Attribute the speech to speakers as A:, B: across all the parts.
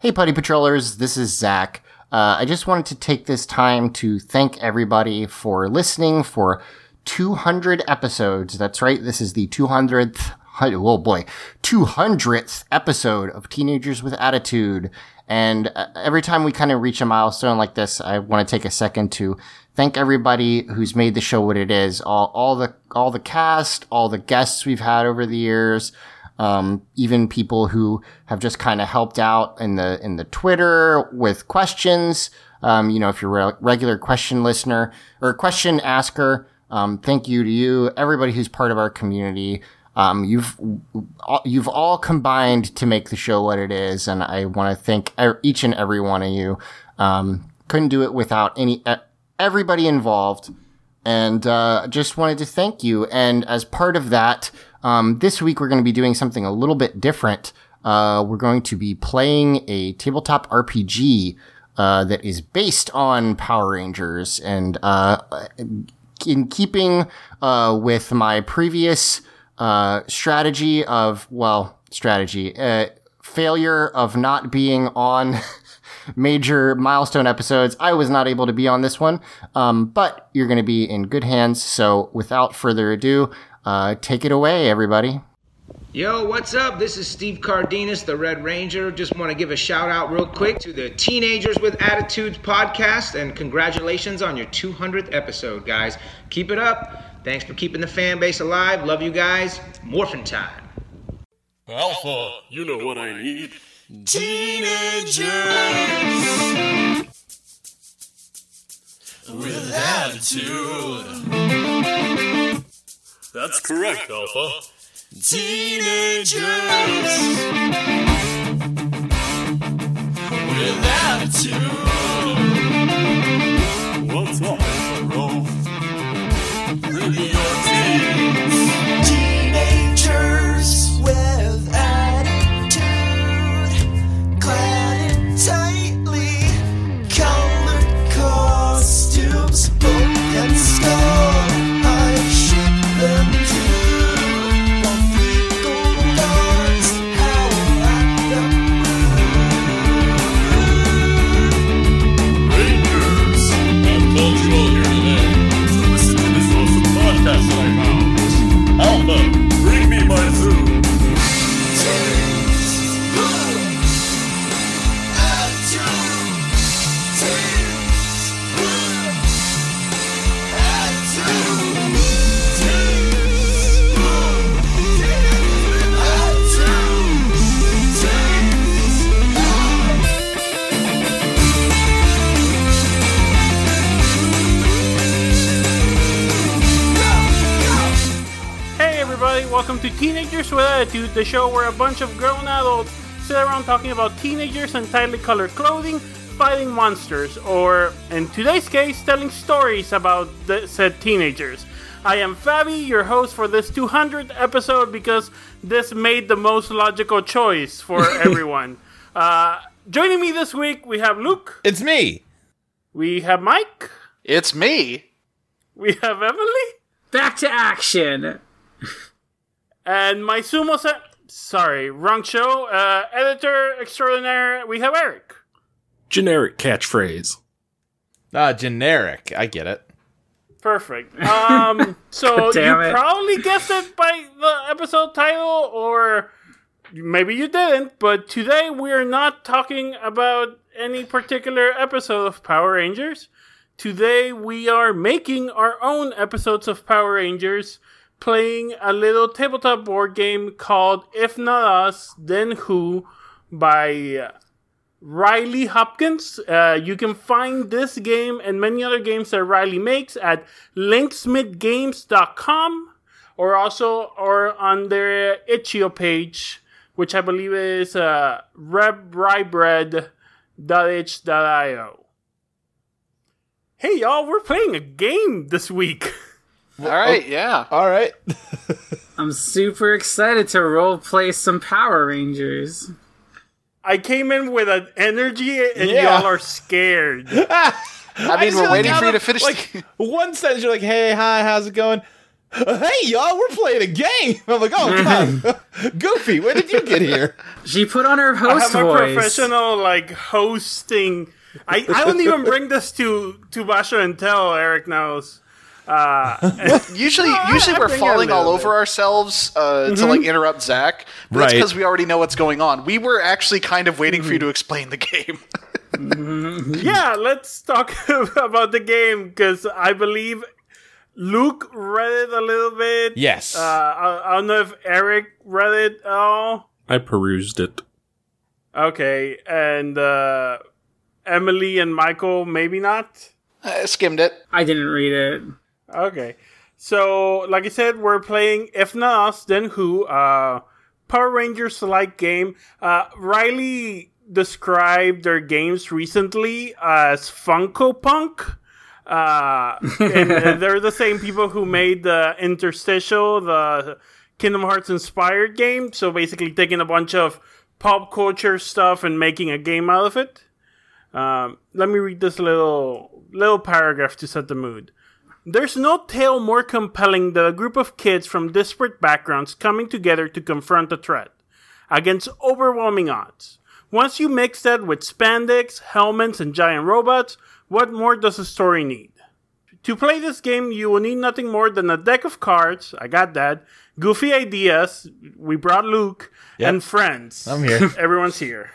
A: Hey, Putty Patrollers, this is Zach. Uh, I just wanted to take this time to thank everybody for listening for 200 episodes. That's right, this is the 200th, oh boy, 200th episode of Teenagers with Attitude. And uh, every time we kind of reach a milestone like this, I want to take a second to thank everybody who's made the show what it is. All, all the, all the cast, all the guests we've had over the years um, even people who have just kind of helped out in the in the Twitter with questions. Um, you know, if you're a re- regular question listener or question asker, um, thank you to you, everybody who's part of our community. Um, you've all, you've all combined to make the show what it is, and I want to thank e- each and every one of you. Um, couldn't do it without any e- everybody involved, and uh, just wanted to thank you. And as part of that, um, this week we're going to be doing something a little bit different. Uh, we're going to be playing a tabletop RPG uh, that is based on Power Rangers, and uh, in keeping uh, with my previous uh, strategy of well, strategy uh, failure of not being on. major milestone episodes. I was not able to be on this one, um, but you're going to be in good hands. So, without further ado, uh, take it away, everybody.
B: Yo, what's up? This is Steve Cardenas, the Red Ranger. Just want to give a shout out real quick to the Teenagers with Attitudes podcast and congratulations on your 200th episode, guys. Keep it up. Thanks for keeping the fan base alive. Love you guys. Morphin time.
C: Alpha, you know what I need.
D: Teenagers with attitude.
C: That's correct, Alpha.
D: Teenagers with attitude.
C: What's up, Alpha?
D: Roll. Bring me your teens. Teenagers with attitude. Clad in tightly colored costumes. Book and skull. I ship them to. the legal guards. Howl at the
C: Rangers! I'm Cultural here today to listen to this awesome podcast that I found. Alpha, bring me my zoo!
E: Hey everybody, welcome to Teenagers with Attitude, the show where a bunch of grown adults sit around talking about teenagers in tightly colored clothing, fighting monsters, or in today's case, telling stories about the said teenagers. I am Fabi, your host for this 200th episode because this made the most logical choice for everyone. uh, joining me this week, we have Luke,
F: It's me.
E: we have Mike,
G: It's me.
E: we have Emily,
H: Back to action.
E: and my sumo se- sorry wrong show uh, editor extraordinaire we have eric
I: generic catchphrase.
F: Uh, generic. I get it.
E: perfect um so
H: God damn
E: you
H: it.
E: probably guessed it by the episode title or maybe you didn't but today we're not talking about any particular episode of power rangers today we are making our own episodes of power rangers playing a little tabletop board game called If Not Us, Then Who by uh, Riley Hopkins. Uh, you can find this game and many other games that Riley makes at linksmithgames.com or also or on their itch.io page, which I believe is uh, rebrybread.itch.io. Hey y'all, we're playing a game this week.
G: All right, yeah.
F: All right.
H: I'm super excited to role play some Power Rangers.
E: I came in with an energy and
F: Yeah.
E: y'all are scared.
F: I
G: mean,
F: just
G: we're
F: feel
G: waiting
F: like
G: for
F: out
G: you to
F: of-
G: finish
F: Like one sentence, you're like, "Hey, hi, how's it going?" hey y'all, we're playing a game. I'm like, oh god, Goofy, when did you get here?
H: She put on her
E: I
H: host
E: have a
H: voice.
E: professional like hosting. I, I don't even bring this to to Basha and Tell. Eric knows. Uh,
G: Usually,
E: I-
G: usually
E: I
G: we're
E: bring it
G: falling
E: a
G: all
E: little
G: over ourselves uh,
E: Mm-hmm.
G: to like interrupt Zach. But That's
F: Right.
G: because we already know what's going on. We were actually kind of waiting
E: Mm-hmm.
G: for you to explain the game.
E: yeah, let's talk about the game because I believe Luke read it a little bit.
F: Yes.
E: Uh, I, I don't know if Eric read it at all.
I: I perused it.
E: Okay, and uh, Emily and Michael maybe not.
G: I skimmed it.
H: I didn't read it.
E: Okay. So, like I said, we're playing If Not Us, Then Who, uh, Power Rangers like game. Uh, Riley described their games recently as Funko Punk. Uh, and uh, they're the same people who made the interstitial, the Kingdom Hearts inspired game. So, basically, taking a bunch of pop culture stuff and making a game out of it. Um, let me read this little little paragraph to set the mood. There's no tale more compelling than a group of kids from disparate backgrounds coming together to confront a threat against overwhelming odds. Once you mix that with spandex, helmets, and giant robots, what more does a story need? To play this game, you will need nothing more than a deck of cards. I got that. Goofy ideas. We brought Luke and friends.
F: I'm here.
E: Everyone's here.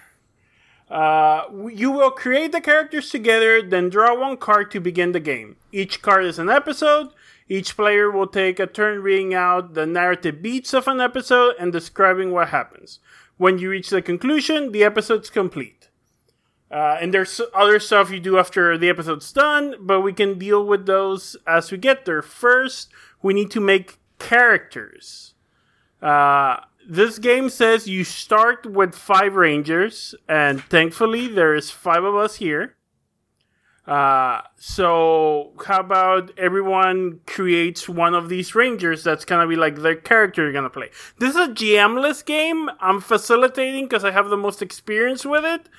E: Uh, you will create the characters together, then draw one card to begin the game. Each card is an episode. Each player will take a turn reading out the narrative beats of an episode and describing what happens. When you reach the conclusion, the episode's complete. Uh, and there's other stuff you do after the episode's done, but we can deal with those as we get there. First, we need to make characters. Uh, this game says you start with five rangers, and thankfully there is five of us here. Uh, so how about everyone creates one of these rangers that's gonna be like their character you're gonna play. This is a GM-less game. I'm facilitating because I have the most experience with it,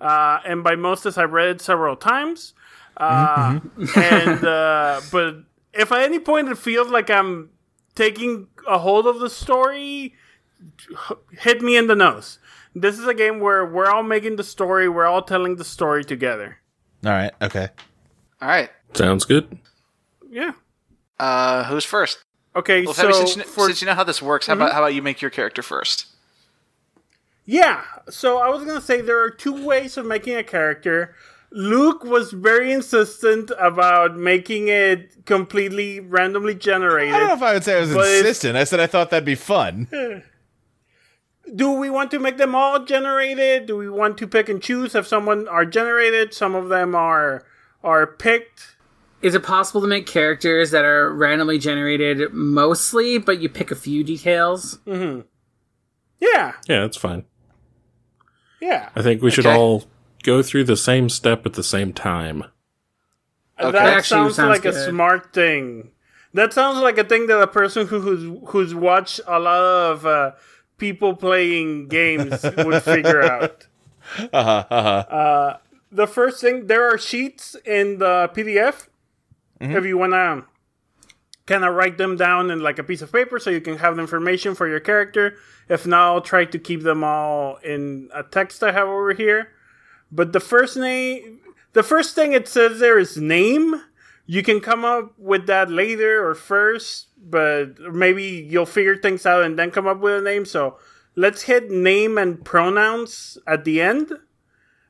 E: uh, and by most is I've read it several times. Uh, and uh, but if at any point it feels like I'm taking a hold of the story h- hit me in the nose. This is a game where we're all making the story, we're all telling the story together.
F: All right. Okay.
G: All right.
I: Sounds good.
E: Yeah.
G: Uh, who's first?
E: Okay,
G: Well,
E: so
G: Fabi, since, you know,
E: for, Mm-hmm.
G: since you know how this works, how about how about you make your character first?
E: yeah, so I was gonna say there are two ways of making a character. Luke was very insistent about making it completely randomly
F: I don't know
E: generated.
F: if I would say I was
E: But it's-
F: insistent. I said I thought that'd be fun.
E: Do we want to make them all generated? Do we want to pick and choose if someone are generated? Some of them are are picked.
H: Is it possible to make characters that are randomly generated mostly, but you pick a few details?
E: Yeah,
I: Yeah, that's fine.
E: yeah.
I: I think we should
G: Okay.
I: all go through the same step at the same time.
E: That
H: Actually,
E: sounds,
H: sounds
E: like a
H: good.
E: smart thing. That sounds like a thing that a person who, who's who's watched a lot of uh, people playing games would figure out. Uh,
F: Uh-huh, uh-huh.
E: The first thing there are sheets in the PDF. If you wanna kind of write them down in like a piece of paper, so you can have the information for your character. If not, I'll try to keep them all in a text I have over here. But the first name, the first thing it says there is name. You can come up with that later or first, but maybe you'll figure things out and then come up with a name. So let's hit name and pronouns at the end.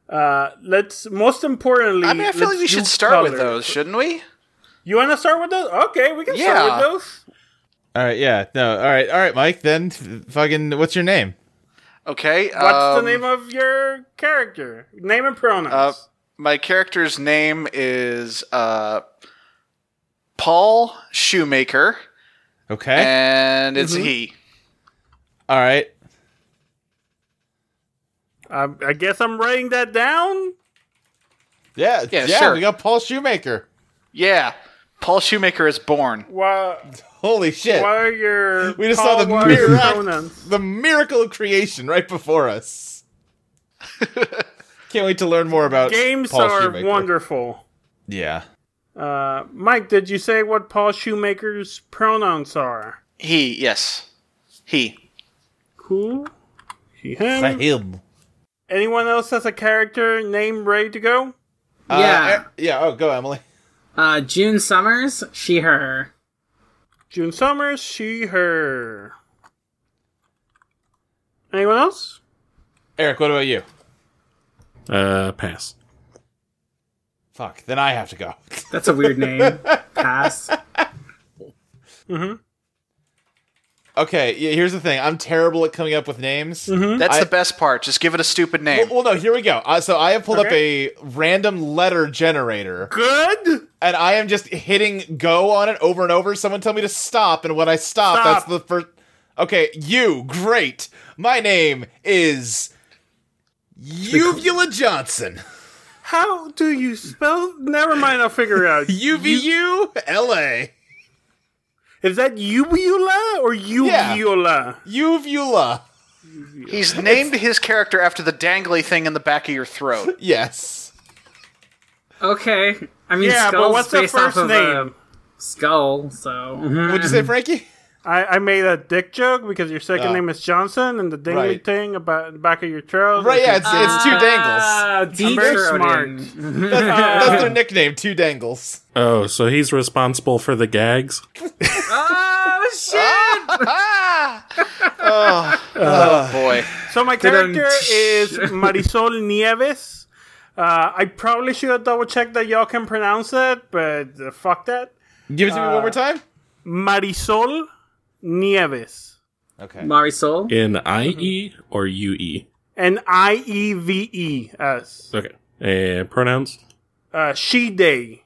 E: Uh, let's most importantly.
G: I mean, I feel like
E: let's
G: we should
E: do
G: start with
E: colors.
G: those, shouldn't we?
E: You want to start with those? Okay, we can
G: Yeah.
E: start with those.
F: All right. Yeah. No. All right. All right, Mike. Then f- fucking. What's your name?
G: Okay.
E: What's
G: um,
E: the name of your character? Name and pronouns.
G: Uh, my character's name is uh, Paul Shoemaker,
F: Okay.
G: Eh. and
E: Mm-hmm.
G: it's a he.
F: all right.
E: Um, I guess I'm writing that down.
F: Yeah.
G: Yeah,
F: Yeah.
G: sure.
F: We got Paul Shoemaker.
G: Yeah, Paul Shoemaker is born.
E: Why?
F: Holy shit.
E: Why are your
F: We just
E: Paul,
F: saw the
E: what are your
F: mirac-
E: pronouns?
F: the miracle of creation right before us. Can't wait to learn more about
E: Games
F: Paul
E: are
F: Shoemaker.
E: wonderful.
F: Yeah.
E: Uh, Mike, did you say what Paul Shoemaker's pronouns are?
G: He, yes. He.
E: Cool. He, him.
F: For him.
E: Anyone else has a character name ready to go?
F: Uh,
H: Yeah.
F: eh, yeah. Oh, go, Emily.
H: Uh, June Summers, she, her.
E: June Summers, she, her. Anyone else?
F: Eric, what about you?
I: Uh, pass.
F: Fuck. Then I have to go.
H: That's a weird name. Pass.
F: Okay. Yeah. Here's the thing. I'm terrible at coming up with names.
E: Mm-hmm.
G: That's
F: I-
G: the best part. Just give it a stupid name.
F: Well, well, no. Here we go. Uh, so I have pulled up a random letter generator,
E: Good.
F: and I am just hitting go on it over and over. Someone tell me to stop, and when I stop,
E: Stop.
F: that's the first. Okay, you great. My name is Uvula Johnson.
E: How do you spell? Never mind. I'll figure it out.
F: U V U L A.
E: Is that uvula or uvula?
F: Uvula.
G: He's named his character after the dangly thing in the back of your throat.
F: Yes.
H: Okay. I mean,
E: Yeah, but
H: Skull's
E: what's the
H: based
E: first
H: off of
E: name?
H: A skull, so.
F: What'd you say, Frankie?
E: I, I made a dick joke because your second
F: Ah.
E: name is Johnson and the dingly
F: Right.
E: thing about the back of your throat.
F: Right, yeah, it's, it's two dangles.
H: Uh,
E: very
H: D-throating.
F: That's their nickname, two dangles.
I: Oh, so he's responsible for the gags?
H: Oh, shit!
G: Boy.
E: So my character is Marisol Nieves. Uh, I probably should have double checked that y'all can pronounce it, but uh, fuck that.
F: Give it to me one more time.
E: Marisol Nieves.
F: Okay.
H: Marisol?
I: In I E or U E?
E: N I E V E S.
I: Okay. And pronouns?
E: Uh, she day.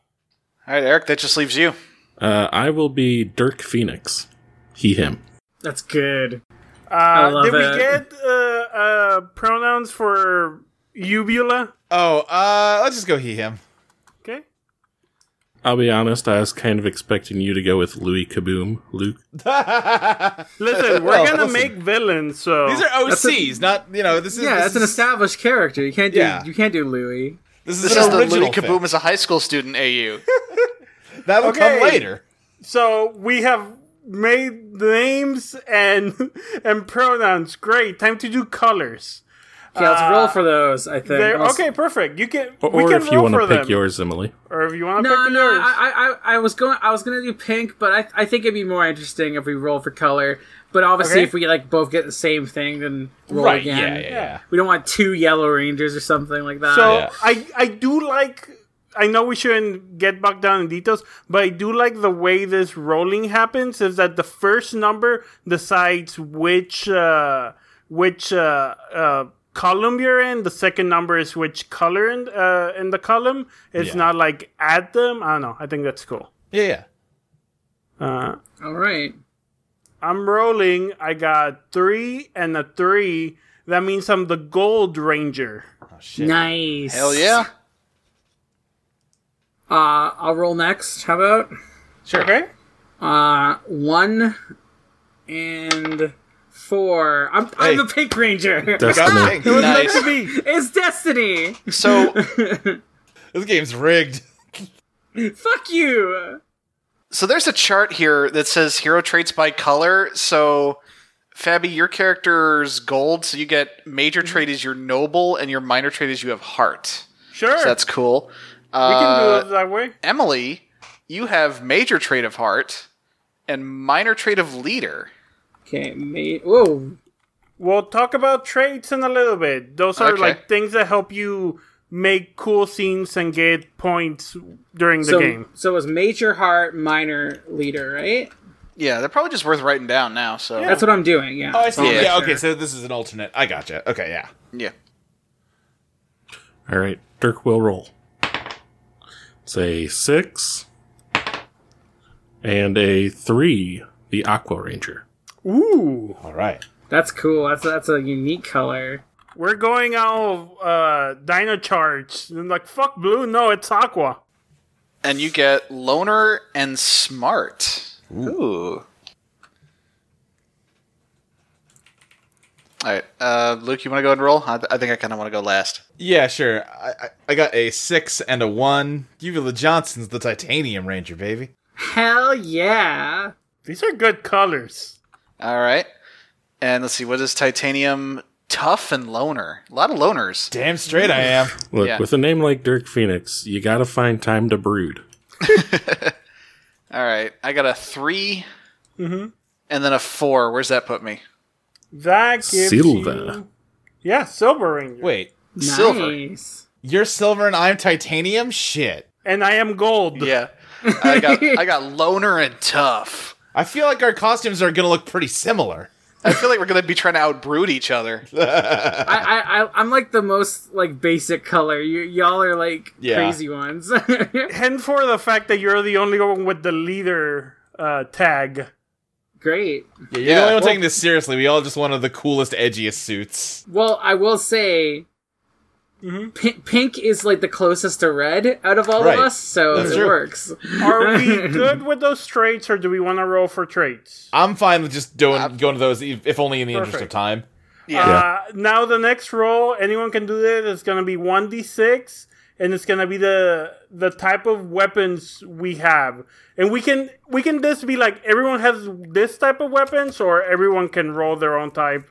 G: All right, Eric, that just leaves you.
I: Uh, I will be Dirk Phoenix. He, him.
H: That's good.
E: Uh,
H: love
E: did
H: it.
E: we get uh, uh, pronouns for uvula?
F: Oh, uh, let's just go he, him.
E: Okay.
I: I'll be honest, I was kind of expecting you to go with Louis Kaboom, Luke.
E: Listen, we're
F: Well,
E: gonna
F: listen.
E: make villains, so
F: These are OCs, not, you know, this is.
H: Yeah,
F: this
H: that's an
F: is,
H: established character. You can't do
F: Yeah.
H: you can't do Louis.
F: this is
G: This
F: an
G: is the
F: original
G: Louis
F: thing.
G: Kaboom as a high school student AU.
F: That'll
E: Okay.
F: come later.
E: so we have made names and and pronouns. Great. Time to do colors.
H: Okay, let's
F: Uh,
H: roll for those. I think.
E: There-
H: Unless-
E: okay, perfect. You can
I: Or,
E: we
I: or
E: can
I: if you
E: want to
I: pick yours, Emily.
E: or if you want to
H: No,
E: pick
H: no,
E: yours.
H: I, I, I was going, I was gonna do pink, but I, I think it'd be more interesting if we roll for color. But obviously,
E: Okay.
H: if we like both get the same thing, then roll
F: Right,
H: again.
F: yeah, yeah, yeah.
H: We don't want two yellow rangers or something like
G: Ah,
H: that.
E: So
F: Yeah.
E: I I do like I know we shouldn't get bogged down in details, but I do like the way this rolling happens is that the first number decides which uh, which uh, uh, column you're in. The second number is which color in uh, in the column. It's
F: Yeah.
E: not like add them. I don't know. I think that's cool.
F: Yeah, yeah.
E: Uh,
H: all right,
E: I'm rolling. I got three and a three. That means I'm the gold ranger.
H: nice.
G: Hell yeah.
H: Uh, I'll roll next. How about
F: Sure.
E: Okay.
H: uh one and four? I'm, I'm
F: Hey.
H: the pink ranger.
I: Destiny.
F: Dang,
G: Nice.
H: it's destiny.
G: So,
F: This game's rigged.
H: Fuck you.
G: so there's a chart here that says hero traits by color. So, Fabi, your character's gold, so you get major trait is your noble, and your minor trait is you have heart.
E: Sure.
G: So that's cool.
E: we
G: Uh,
E: can do it that way.
G: Emily, you have major trait of heart and minor trait of leader.
H: Okay, mate. Whoa.
E: We'll talk about traits in a little bit. Those are
G: Okay.
E: like things that help you make cool scenes and get points during the
H: so,
E: game.
H: So it was major heart, minor leader, right?
G: Yeah, they're probably just worth writing down now. So
H: That's what I'm doing. Yeah.
F: Oh, I see.
G: Yeah.
F: Yeah, okay, so this is an alternate. I gotcha. Okay, yeah.
G: yeah.
I: All right, Dirk will roll. It's a six and a three, the Aqua Ranger.
E: Ooh,
F: All right.
H: That's cool. That's that's a unique color.
E: we're going out of uh, Dino Charge. And like fuck blue, no, it's Aqua.
G: And you get loner and smart. Ooh. All right, uh, Luke, you want to go and roll? I, I think I kind of want to go last.
F: Yeah, sure. I, I, I got a six and a one. Uvula Johnson's the Titanium Ranger, baby.
H: Hell yeah.
E: These are good colors.
G: All right, and let's see what is titanium tough and loner. A lot of loners.
F: Damn straight I am.
I: Look,
G: Yeah.
I: with a name like Dirk Phoenix, you gotta find time to brood.
G: All right, I got a 3
I: Mm-hmm.
G: and then a four. Where's that put me?
E: That gives
I: Silver.
E: you- yeah, Silver Ranger.
F: Wait,
G: Silver.
H: Nice.
F: you're silver and I'm titanium? Shit.
E: And I am gold.
G: Yeah, I got I got loner and tough.
F: I feel like our costumes are gonna look pretty similar.
G: I feel like we're gonna be trying to outbrood each other.
H: I, I, I, I'm like the most like basic color. You, y'all are like
F: Yeah.
H: crazy ones.
E: And for the fact that you're the only one with the leader uh, tag.
H: Great.
F: Yeah, you're
G: Yeah.
F: the only one taking this seriously. We all just wanted the coolest, edgiest suits.
H: Well, I will say,
E: Mm-hmm.
H: pi- pink is like the closest to red out of all
F: Right.
H: of us, so
F: That's
H: it
F: true.
H: works.
E: Are we good with those traits, or do we want to roll for traits?
F: I'm fine with just doing going to those, e- if only in the interest of
E: Perfect.
F: time.
E: Uh, now the next roll, anyone can do this. It's gonna be one d six, and it's gonna be the the type of weapons we have, and we can we can just be like everyone has this type of weapons, or everyone can roll their own type.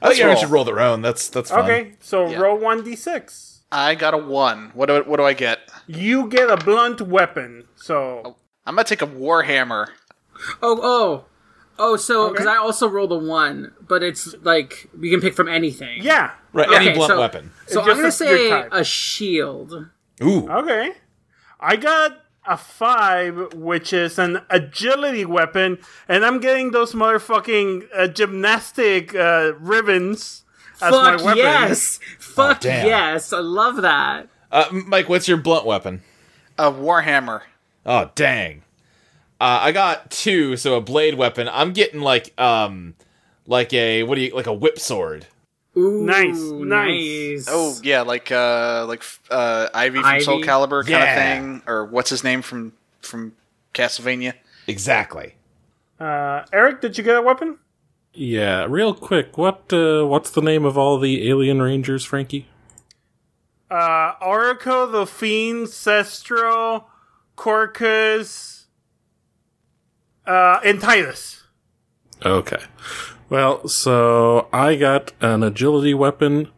F: I think everyone
G: roll.
F: Oh, should roll their own. That's that's fine.
E: Okay, so
G: Yeah.
E: roll one d six.
G: I got a one. What do what do I get?
E: You get a blunt weapon. So
G: I'm gonna take a warhammer.
H: Oh, oh, oh. So because
E: Okay.
H: I also rolled a one, but it's like you can pick from anything.
E: yeah,
F: Right, any
H: Okay,
F: blunt
H: so-
F: weapon.
H: So
E: Just
H: I'm gonna
E: a- your
H: say
E: type.
H: a shield.
F: Ooh.
E: Okay. I got a five, which is an agility weapon, and I'm getting those motherfucking uh, gymnastic uh, ribbons as my
H: Fuck
E: weapon.
H: yes.
I: Oh,
H: Fuck
F: damn.
H: yes. I love that.
F: Uh, Mike, what's your blunt weapon?
G: A warhammer.
F: Oh dang! Uh, I got two, so a blade weapon. I'm getting like um, like a what do you like a whip sword?
H: Ooh,
E: Nice, nice.
H: nice.
G: Oh yeah, like uh like uh Ivy from Soul
H: Ivy?
G: Calibur kind
F: Yeah.
G: of thing, or what's his name from from Castlevania?
F: Exactly.
E: Uh, Eric, did you get a weapon?
I: Yeah, real quick, what uh, what's the name of all the alien rangers, Frankie?
E: Uh, Oracle, the Fiend, Sestro, Corcus, uh, and Titus.
I: Okay. Well, so I got an agility weapon,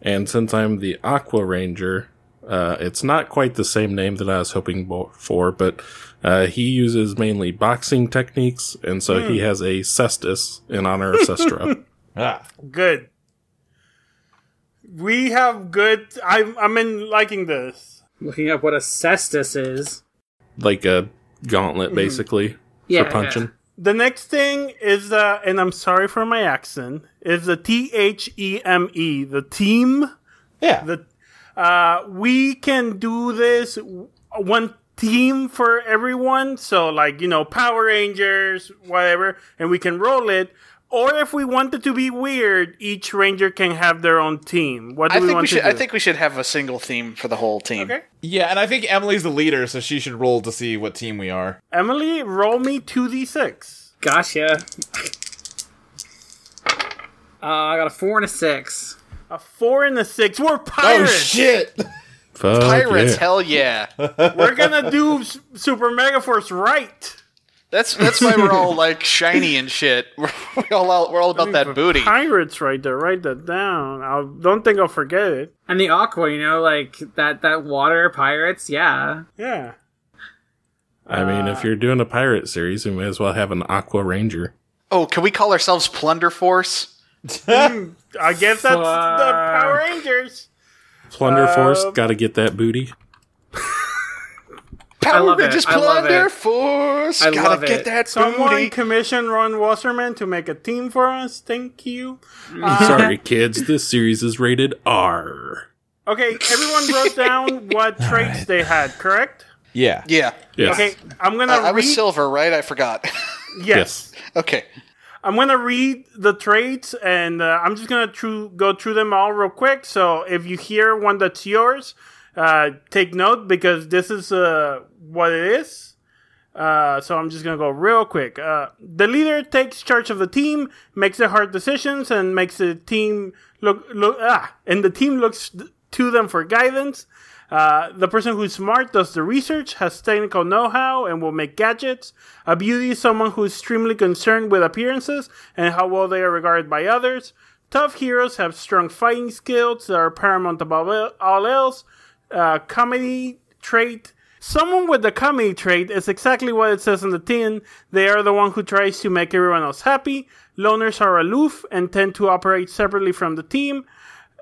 I: and since I'm the Aqua Ranger, uh, it's not quite the same name that I was hoping bo- for, but uh, he uses mainly boxing techniques, and so he has a cestus in honor of Sestra.
F: Hmm. Ah,
E: Good. We have good. I'm, I'm in liking this.
H: Looking up what a cestus is.
I: like a
F: Hmm.
I: gauntlet, basically,
H: Yeah,
I: for punching.
E: The next thing is the, and I'm sorry for my accent, is the T H E M E, the team.
F: yeah.
E: The uh, we can do this w- one team for everyone. So like you know Power Rangers, whatever, and we can roll it. Or if we want it to be weird, each ranger can have their own team. What do
G: I
E: we
G: think we,
E: want
G: should.
E: to do?
G: I think we should have a single theme for the whole team.
E: Okay.
F: yeah, and I think Emily's the leader, so she should roll to see what team we are.
E: Emily, roll me two d six.
H: Gosh, yeah. Uh, I got a four and a six.
E: A four and a six.
G: Oh,
E: We're Oh, pirates.
F: shit! Oh,
I: Fuck
G: Pirates,
I: yeah.
G: hell yeah!
E: We're gonna do S- Super Mega Force right.
G: That's that's why we're all like shiny and shit. We're, we all out, we're all about that booty.
E: Pirates right there. Write that down. I don't think I'll forget it.
H: And the aqua, you know, like that that water pirates, yeah.
E: Yeah.
I: I mean, if you're doing a pirate series, you may as well have an Aqua Ranger.
G: Oh, can we call ourselves Plunder Force?
E: I guess that's the Power Rangers.
I: Plunder Force,
E: Um,
I: gotta get that booty.
G: Power
H: love it.
G: Rangers
H: I love
G: Plunder
H: it.
G: Force.
H: I
G: Gotta
H: love
G: get
H: it.
G: that
E: Someone
G: booty.
E: commissioned Ron Wasserman to make a team for us. Thank you. Uh-huh.
I: Sorry, kids, this series is rated R.
E: Okay, everyone wrote down what traits they had, correct?
F: Yeah.
G: yeah,
I: Yes.
E: Okay, I'm gonna
G: Uh, I, I
E: read.
G: was silver, right? I forgot.
I: Yes.
E: yes.
G: okay.
E: I'm gonna read the traits, and uh, I'm just gonna tru- go through them all real quick. So if you hear one that's yours, uh, take note because this is uh, what it is. Uh, so I'm just gonna go real quick. Uh, the leader takes charge of the team, makes the hard decisions, and makes the team look look ah, and the team looks to them for guidance. Uh, the person who's smart does the research, has technical know-how, and will make gadgets. A beauty is someone who's extremely concerned with appearances and how well they are regarded by others. Tough heroes have strong fighting skills that are paramount above el- all else. Uh, comedy trait. Someone with the comedy trait is exactly what it says on the tin. They are the one who tries to make everyone else happy. Loners are aloof and tend to operate separately from the team.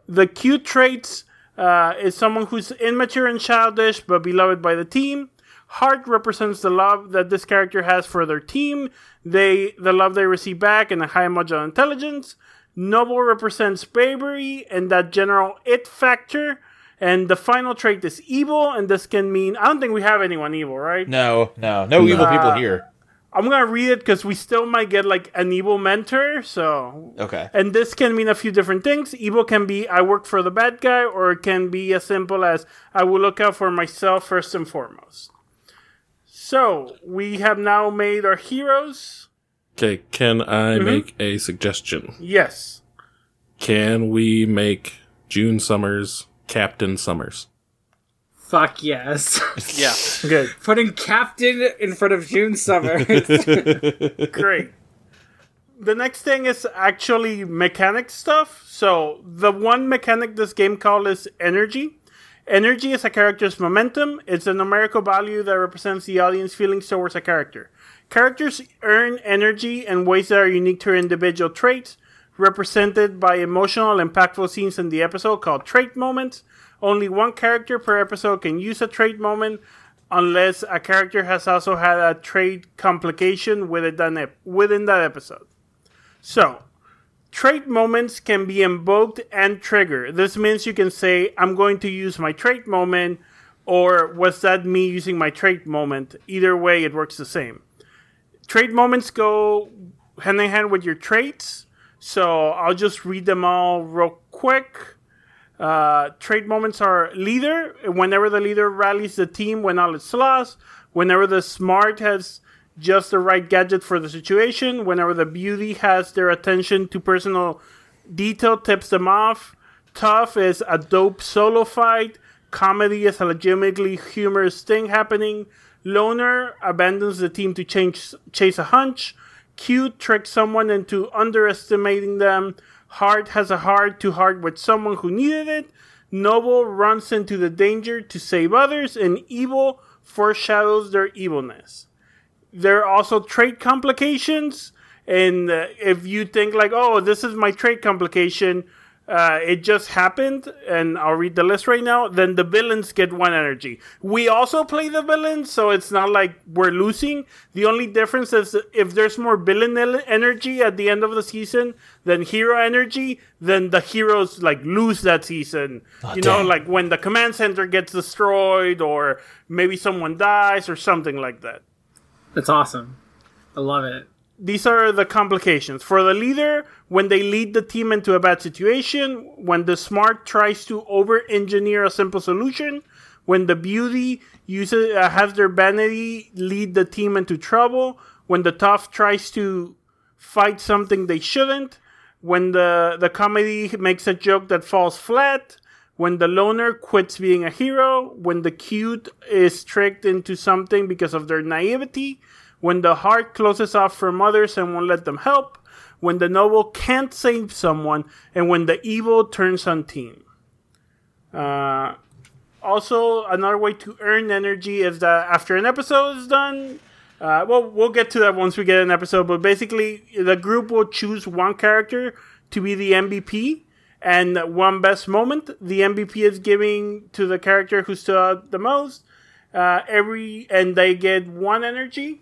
E: The cute traits uh, is someone who's immature and childish but beloved by the team. Heart represents the love that this character has for their team, they the love they receive back, and a high margin of intelligence. Noble represents bravery and that general it factor. And the final trait is evil, and this can mean I don't think we have anyone evil, right?
F: No, no, no evil people
E: Uh,
F: here.
E: I'm gonna read it because we still might get like an evil mentor, so
F: Okay.
E: and this can mean a few different things. Evil can be I work for the bad guy, or it can be as simple as I will look out for myself first and foremost. So we have now made our heroes.
I: Okay, can
E: Mm-hmm.
I: I make a suggestion?
E: Yes.
I: Can we make June Summers Captain Summers?
H: Fuck yes.
G: Yeah.
E: Good.
H: Putting Captain in front of June Summers.
E: Great. The next thing is actually mechanic stuff. So the one mechanic this game call is energy. Energy is a character's momentum. It's a numerical value that represents the audience feelings towards a character. Characters earn energy in ways that are unique to their individual traits, represented by emotional, impactful scenes in the episode called trait moments. Only one character per episode can use a trait moment unless a character has also had a trait complication within that, ep- within that episode. So, trait moments can be invoked and triggered. This means you can say, I'm going to use my trait moment, or was that me using my trait moment? Either way, it works the same. Trait moments go hand in hand with your traits, so I'll just read them all real quick. Uh, trade moments are leader, whenever the leader rallies the team when all is lost, whenever the smart has just the right gadget for the situation, whenever the beauty has their attention to personal detail tips them off, tough is a dope solo fight, comedy is a legitimately humorous thing happening, loner abandons the team to change, chase a hunch, cute tricks someone into underestimating them. Heart has a heart to heart with someone who needed it. Noble runs into the danger to save others, and evil foreshadows their evilness. There are also trait complications, and uh, if you think like, "Oh, this is my trait complication," uh, it just happened, and I'll read the list right now. Then the villains get one energy. We also play the villains, so it's not like we're losing. The only difference is if there's more villain el- energy at the end of the season than hero energy, then the heroes like lose that season. you know, like when the command center gets destroyed, or maybe someone dies, or something like that
H: That's awesome. I love it.
E: these are the complications for the leader when they lead the team into a bad situation when the smart tries to over engineer a simple solution when the beauty uses uh, has their vanity lead the team into trouble when the tough tries to fight something they shouldn't when the the comedy makes a joke that falls flat when the loner quits being a hero, when the cute is tricked into something because of their naivety, when the heart closes off from others and won't let them help, when the noble can't save someone, and when the evil turns on team. Uh, also, another way to earn energy is that after an episode is done, uh, well, we'll get to that once we get an episode, but basically, the group will choose one character to be the MVP and one best moment. The MVP is giving to the character who stood out the most. Uh, every and they get one energy.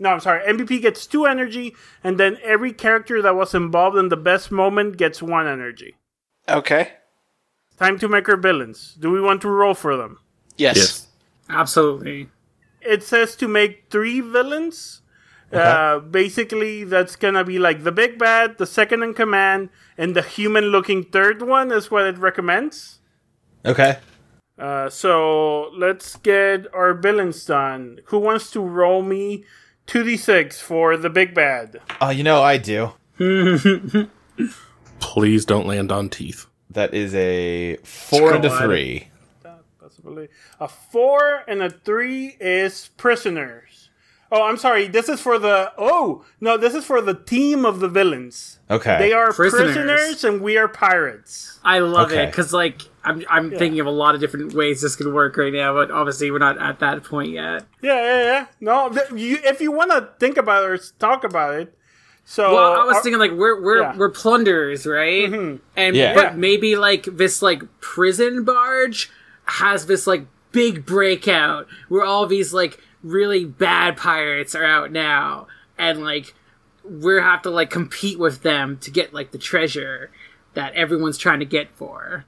E: No, I'm sorry. MVP gets two energy, and then every character that was involved in the best moment gets one energy.
G: Okay.
E: Time to make our villains. Do we want to roll for them?
G: Yes.
I: Yes.
H: Absolutely.
E: it says to make three villains. Uh, basically, that's gonna be like the big bad, the second in command, and the human-looking third one is what it recommends.
F: Okay.
E: Uh, so let's get our villains done. Who wants to roll me 2d6 for the big bad?
F: Oh, you know I do.
I: Please don't land on teeth.
F: That is a four and a
E: Squad.
F: three.
E: Possibly. A 4 and a 3 is prisoners. Oh, I'm sorry. This is for the. Oh, no, this is for the team of the villains.
F: Okay.
E: They are
H: Prisoners.
E: prisoners, and we are pirates.
H: I love it
F: Okay.
H: 'cause it because like I'm I'm thinking of a lot of different ways this could work right now, but obviously we're not at that point yet.
E: Yeah, yeah, yeah. No, th- you, if you want to think about it or s- talk about it. So
H: Well, I was
E: our-
H: thinking like we're we're
E: yeah.
H: we're plunderers, right? And
F: Yeah.
H: but
F: Yeah.
H: maybe like this like prison barge has this like big breakout where all these like really bad pirates are out now, and like we have to like compete with them to get like the treasure that everyone's trying to get for.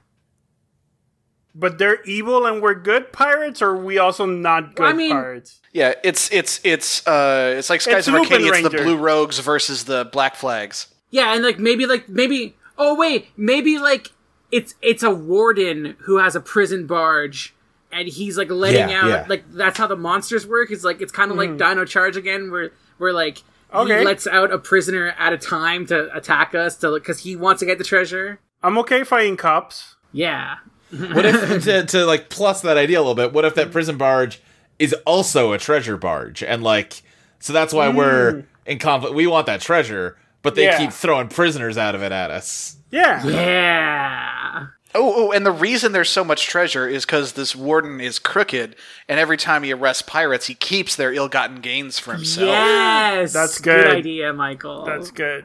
E: But they're evil and we're good pirates, or are we also not good
H: Well, I mean-
E: pirates?
G: Yeah, it's it's it's uh it's like Skies
E: It's
G: of
E: Lupin
G: Arcadia. It's the
E: Ranger.
G: Blue Rogues versus the Black Flags.
H: Yeah, and like maybe like maybe oh wait, maybe like it's it's a warden who has a prison barge and he's like letting
F: Yeah,
H: out
F: yeah.
H: like that's how the monsters work. It's like it's kind of like Dino Charge again where where like
E: Hmm. Okay.
H: he lets out a prisoner at a time to attack us to cuz he wants to get the treasure.
E: I'm okay fighting cops.
H: Yeah.
F: What if to, to like plus that idea a little bit? What if that prison barge is also a treasure barge, and like so that's why we're in conflict. We want that treasure, but they
E: Yeah.
F: keep throwing prisoners out of it at us.
E: Yeah.
H: Yeah.
G: Oh, oh, and the reason there's so much treasure is because this warden is crooked, and every time he arrests pirates, he keeps their ill-gotten gains for himself.
H: Yes.
E: That's
H: Good
E: good.
H: idea, Michael.
E: That's good.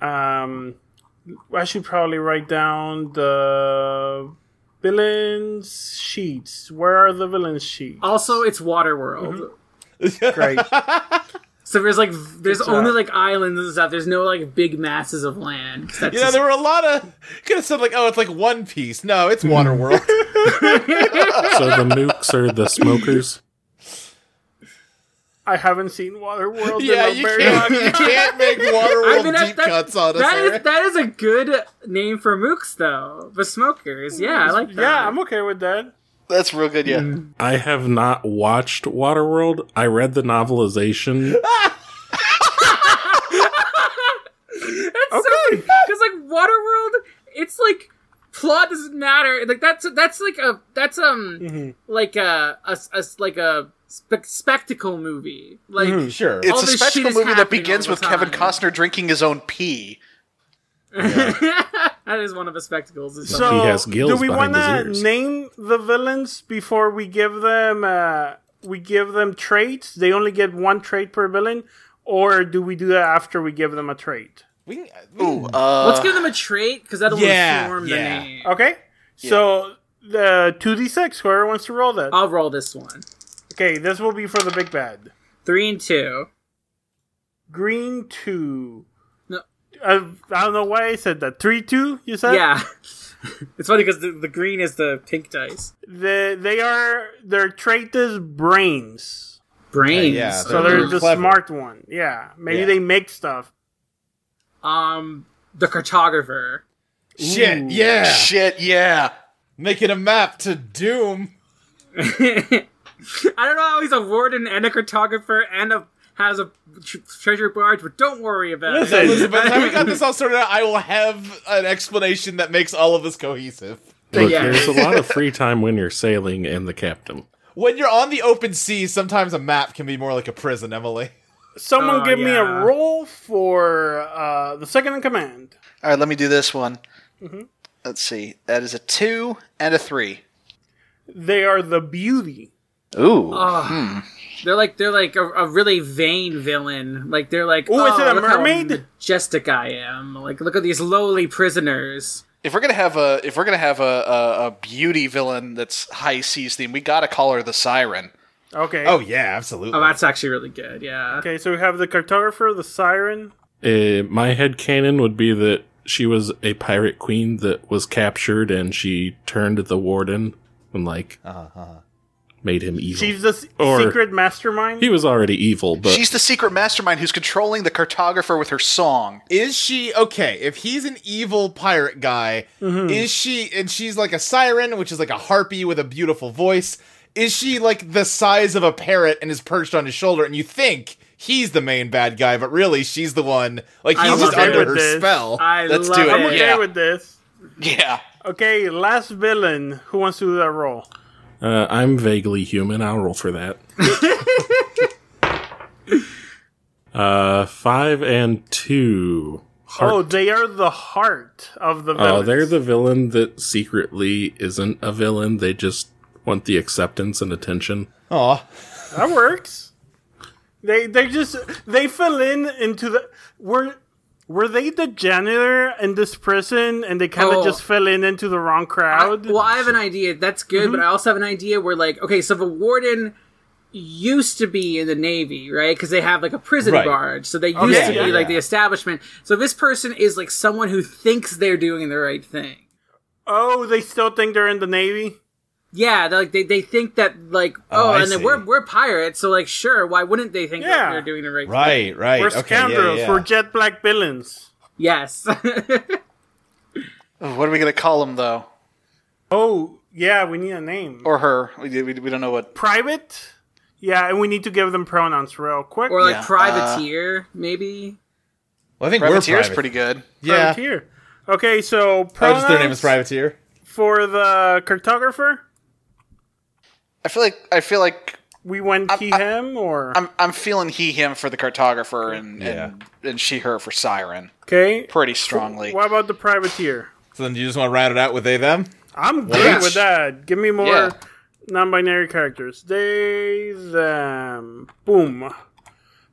E: Um, I should probably write down the villains sheets. Where are the villains sheets?
H: also it's Waterworld.
E: Great.
H: So there's like v- there's
E: Mm-hmm. job.
H: only like islands and stuff. There's no like big masses of land. 'Cause That's
F: You know, there were a lot of could have said like, oh, it's like One Piece. No, it's Waterworld.
I: So the mooks are the smokers.
E: I haven't seen Waterworld
F: yeah,
E: in a
F: you
E: very
F: can't,
E: long
F: you can't make
H: I
F: Waterworld
H: mean,
F: deep cuts on us.
H: that is
F: Eric.
H: that is a good name for mooks though. The smokers, yeah, I like that.
E: Mm, Yeah, I'm okay with that.
G: That's real good, yeah.
I: I have not watched Waterworld. I read the novelization.
E: Okay.
H: because like Waterworld, it's like plot doesn't matter. Like that's that's like a that's um
E: Mm-hmm.
H: like a, a, a like a spe- spectacle movie. Like
E: Mm-hmm,
F: Sure.
G: It's a
H: this shit
G: spectacle
H: is
G: movie that
H: happening
G: begins
H: all
G: with
H: the
G: Kevin
H: time.
G: Costner drinking his own pee.
H: that is one of the spectacles. is
E: So,
I: He has gills
E: do we
I: behind his
E: wanna
I: ears.
E: name the villains before we give them uh, we give them traits? They only get one trait per villain, or do we do that after we give them a trait?
F: We can- we can-
E: Uh,
H: Let's give them a trait because that'll
F: Yeah,
H: inform
F: yeah.
H: the name.
E: Okay, so the two d six. Whoever wants to roll
F: Uh,
E: that.
H: I'll roll this one.
E: Okay, this will be for the big bad.
H: Three and two.
E: Green two.
H: No.
E: I, I don't know why I said that. Three two. You said
H: Yeah. it's funny because the, the green is the pink dice.
E: The, they are their trait is brains.
H: Brains.
F: yeah,
E: So they're
F: Really
E: the
F: clever.
E: smart one. Yeah, maybe
F: Yeah.
E: they make stuff.
H: um the cartographer.
F: Shit. Yeah.
G: Shit, yeah.
F: Making a map to Doom.
H: I don't know how he's a warden and a cartographer and a has a tr- treasure barge, but don't worry about it.
E: Listen,
F: By the time we got this all sorted out, I will have an explanation that makes all of this cohesive.
I: Look,
H: Yeah.
I: there's a lot of free time when you're sailing and the captain.
F: When you're on the open sea, sometimes a map can be more like a prison, Emily.
E: Someone
H: Oh,
E: give me
H: yeah.
E: a roll for uh, the second in command.
G: All right, let me do this one.
H: Mm-hmm.
G: Let's see. That is a two and a three.
E: They are the beauty.
G: Ooh.
H: Ah. They're like they're like a, a really vain villain. Like they're like,
E: Ooh,
H: oh,
E: is it a
H: look how
E: mermaid?"
H: majestic I am. Like look at these lowly prisoners.
G: if we're gonna have a if we're gonna have a, a, a beauty villain that's high seas theme, we gotta call her the Siren.
E: Okay.
F: Oh yeah, absolutely.
H: Oh, that's actually really good. Yeah.
E: Okay, so we have the cartographer, the siren.
I: Uh, my head canon would be that she was a pirate queen that was captured and she turned to the warden and like made him evil.
E: She's the s-
I: Or-
E: secret mastermind.
I: he was already evil, but
G: She's the secret mastermind who's controlling the cartographer with her song.
F: Is she okay? If he's an evil pirate guy,
E: Mm-hmm.
F: is she and she's like a siren, which is like a harpy with a beautiful voice? Is she like the size of a parrot and is perched on his shoulder? And you think he's the main bad guy, but really she's the one. Like
E: I'm
F: he's just
E: okay
F: under
E: with
F: her
E: this.
F: spell.
H: I
G: Let's
H: love
G: do
E: I'm
G: it.
E: okay
G: Yeah.
E: with this.
G: Yeah.
E: Okay, last villain. Who wants to do that role?
I: uh, I'm vaguely human. I'll roll for that. uh, five and two. Heart-
E: Oh, they are the heart of the villain.
I: Oh, they're the villain that secretly isn't a villain. They just want the acceptance and attention.
F: Aw.
E: That works. They they just they fell in into the were were they the janitor in this prison and they kind of
H: Oh.
E: just fell in into the wrong crowd.
H: Well, I have an idea. That's good, but I also have an idea where, like, okay, so the warden used to be in the Navy, right? Because they have, like, a prison
F: Right.
H: barge. So they used
E: yeah,
H: to be,
E: yeah,
H: like,
F: yeah.
H: the establishment. So this person is, like, someone who thinks they're doing the right thing.
E: oh, they still think they're in the navy.
H: Yeah, they're, like they, they think that like
F: Oh,
H: oh,
F: I
H: and then
F: see.
H: we're we're pirates, so like sure, why wouldn't they think
E: Yeah.
H: that they're doing the right?
F: Right,
H: thing?
F: right.
E: We're
F: okay, yeah,
E: scoundrels.
F: yeah.
E: We're jet black villains.
H: Yes.
G: What are we gonna call him though?
E: Oh yeah, we need a name.
G: Or her? We, we, we don't know what.
E: Private. Yeah, and we need to give them pronouns real quick.
H: or like
G: Yeah, uh,
H: privateer, maybe.
F: Well, I think we're
G: Privateer's
F: private.
G: pretty good.
F: Yeah.
E: Privateer. Okay, so
F: Oh,
E: pronouns
F: just their name is Privateer.
E: for the cartographer.
G: I feel like I feel like
E: We went he him or
G: I'm I'm feeling he him for the cartographer and
F: Yeah.
G: and, and she her for siren
E: okay.
G: pretty strongly.
E: What about the privateer?
F: So then you just want to round it out with they them?
E: I'm good
G: Yes.
E: with that. Give me more
G: Yeah.
E: non-binary characters. They, them, boom.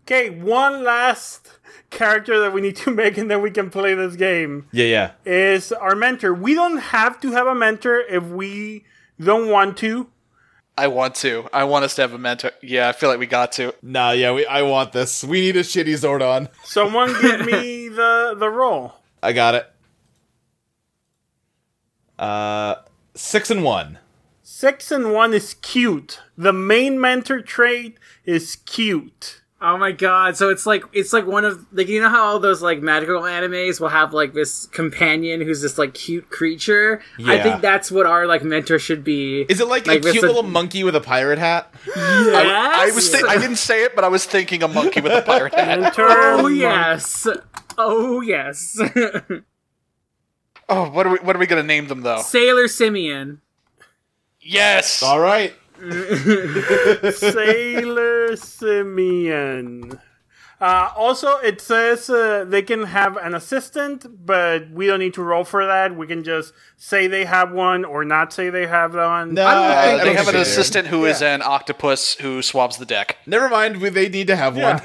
E: Okay, one last character that we need to make, and then we can play this game.
F: Yeah, yeah.
E: Is our mentor? We don't have to have a mentor if we don't want to.
G: I want to. I want us to have a mentor. Yeah, I feel like we got to.
F: Nah, yeah, we I want this. We need a shitty Zordon.
E: Someone give me the the role.
F: I got it. Uh, six and one.
E: Six and one is cute. The main mentor trait is cute.
H: Oh my god! So it's like it's like one of like you know how all those like magical animes will have like this companion who's this like cute creature. I
F: Yeah.
H: think that's what our like mentor should be.
F: Is it like,
H: Like,
F: a
H: that's
F: cute
H: a-
F: little monkey with a pirate hat?
H: yes.
G: I was thi- I didn't say it, but I was thinking a monkey with a pirate hat.
E: Mentor.
H: Oh yes. Oh yes.
G: Oh, what are we what are we gonna name them though?
H: Sailor Simeon.
G: Yes.
F: All right.
E: Sailor Simeon. Uh, also, it says uh, they can have an assistant, but we don't need to roll for that. We can just say they have one or not say they have one.
F: No,
H: don't
F: I-
H: think
F: I
G: They
F: don't
G: have an
F: think do.
G: assistant who is an octopus who swabs the deck.
F: Never mind. we- They need to have one.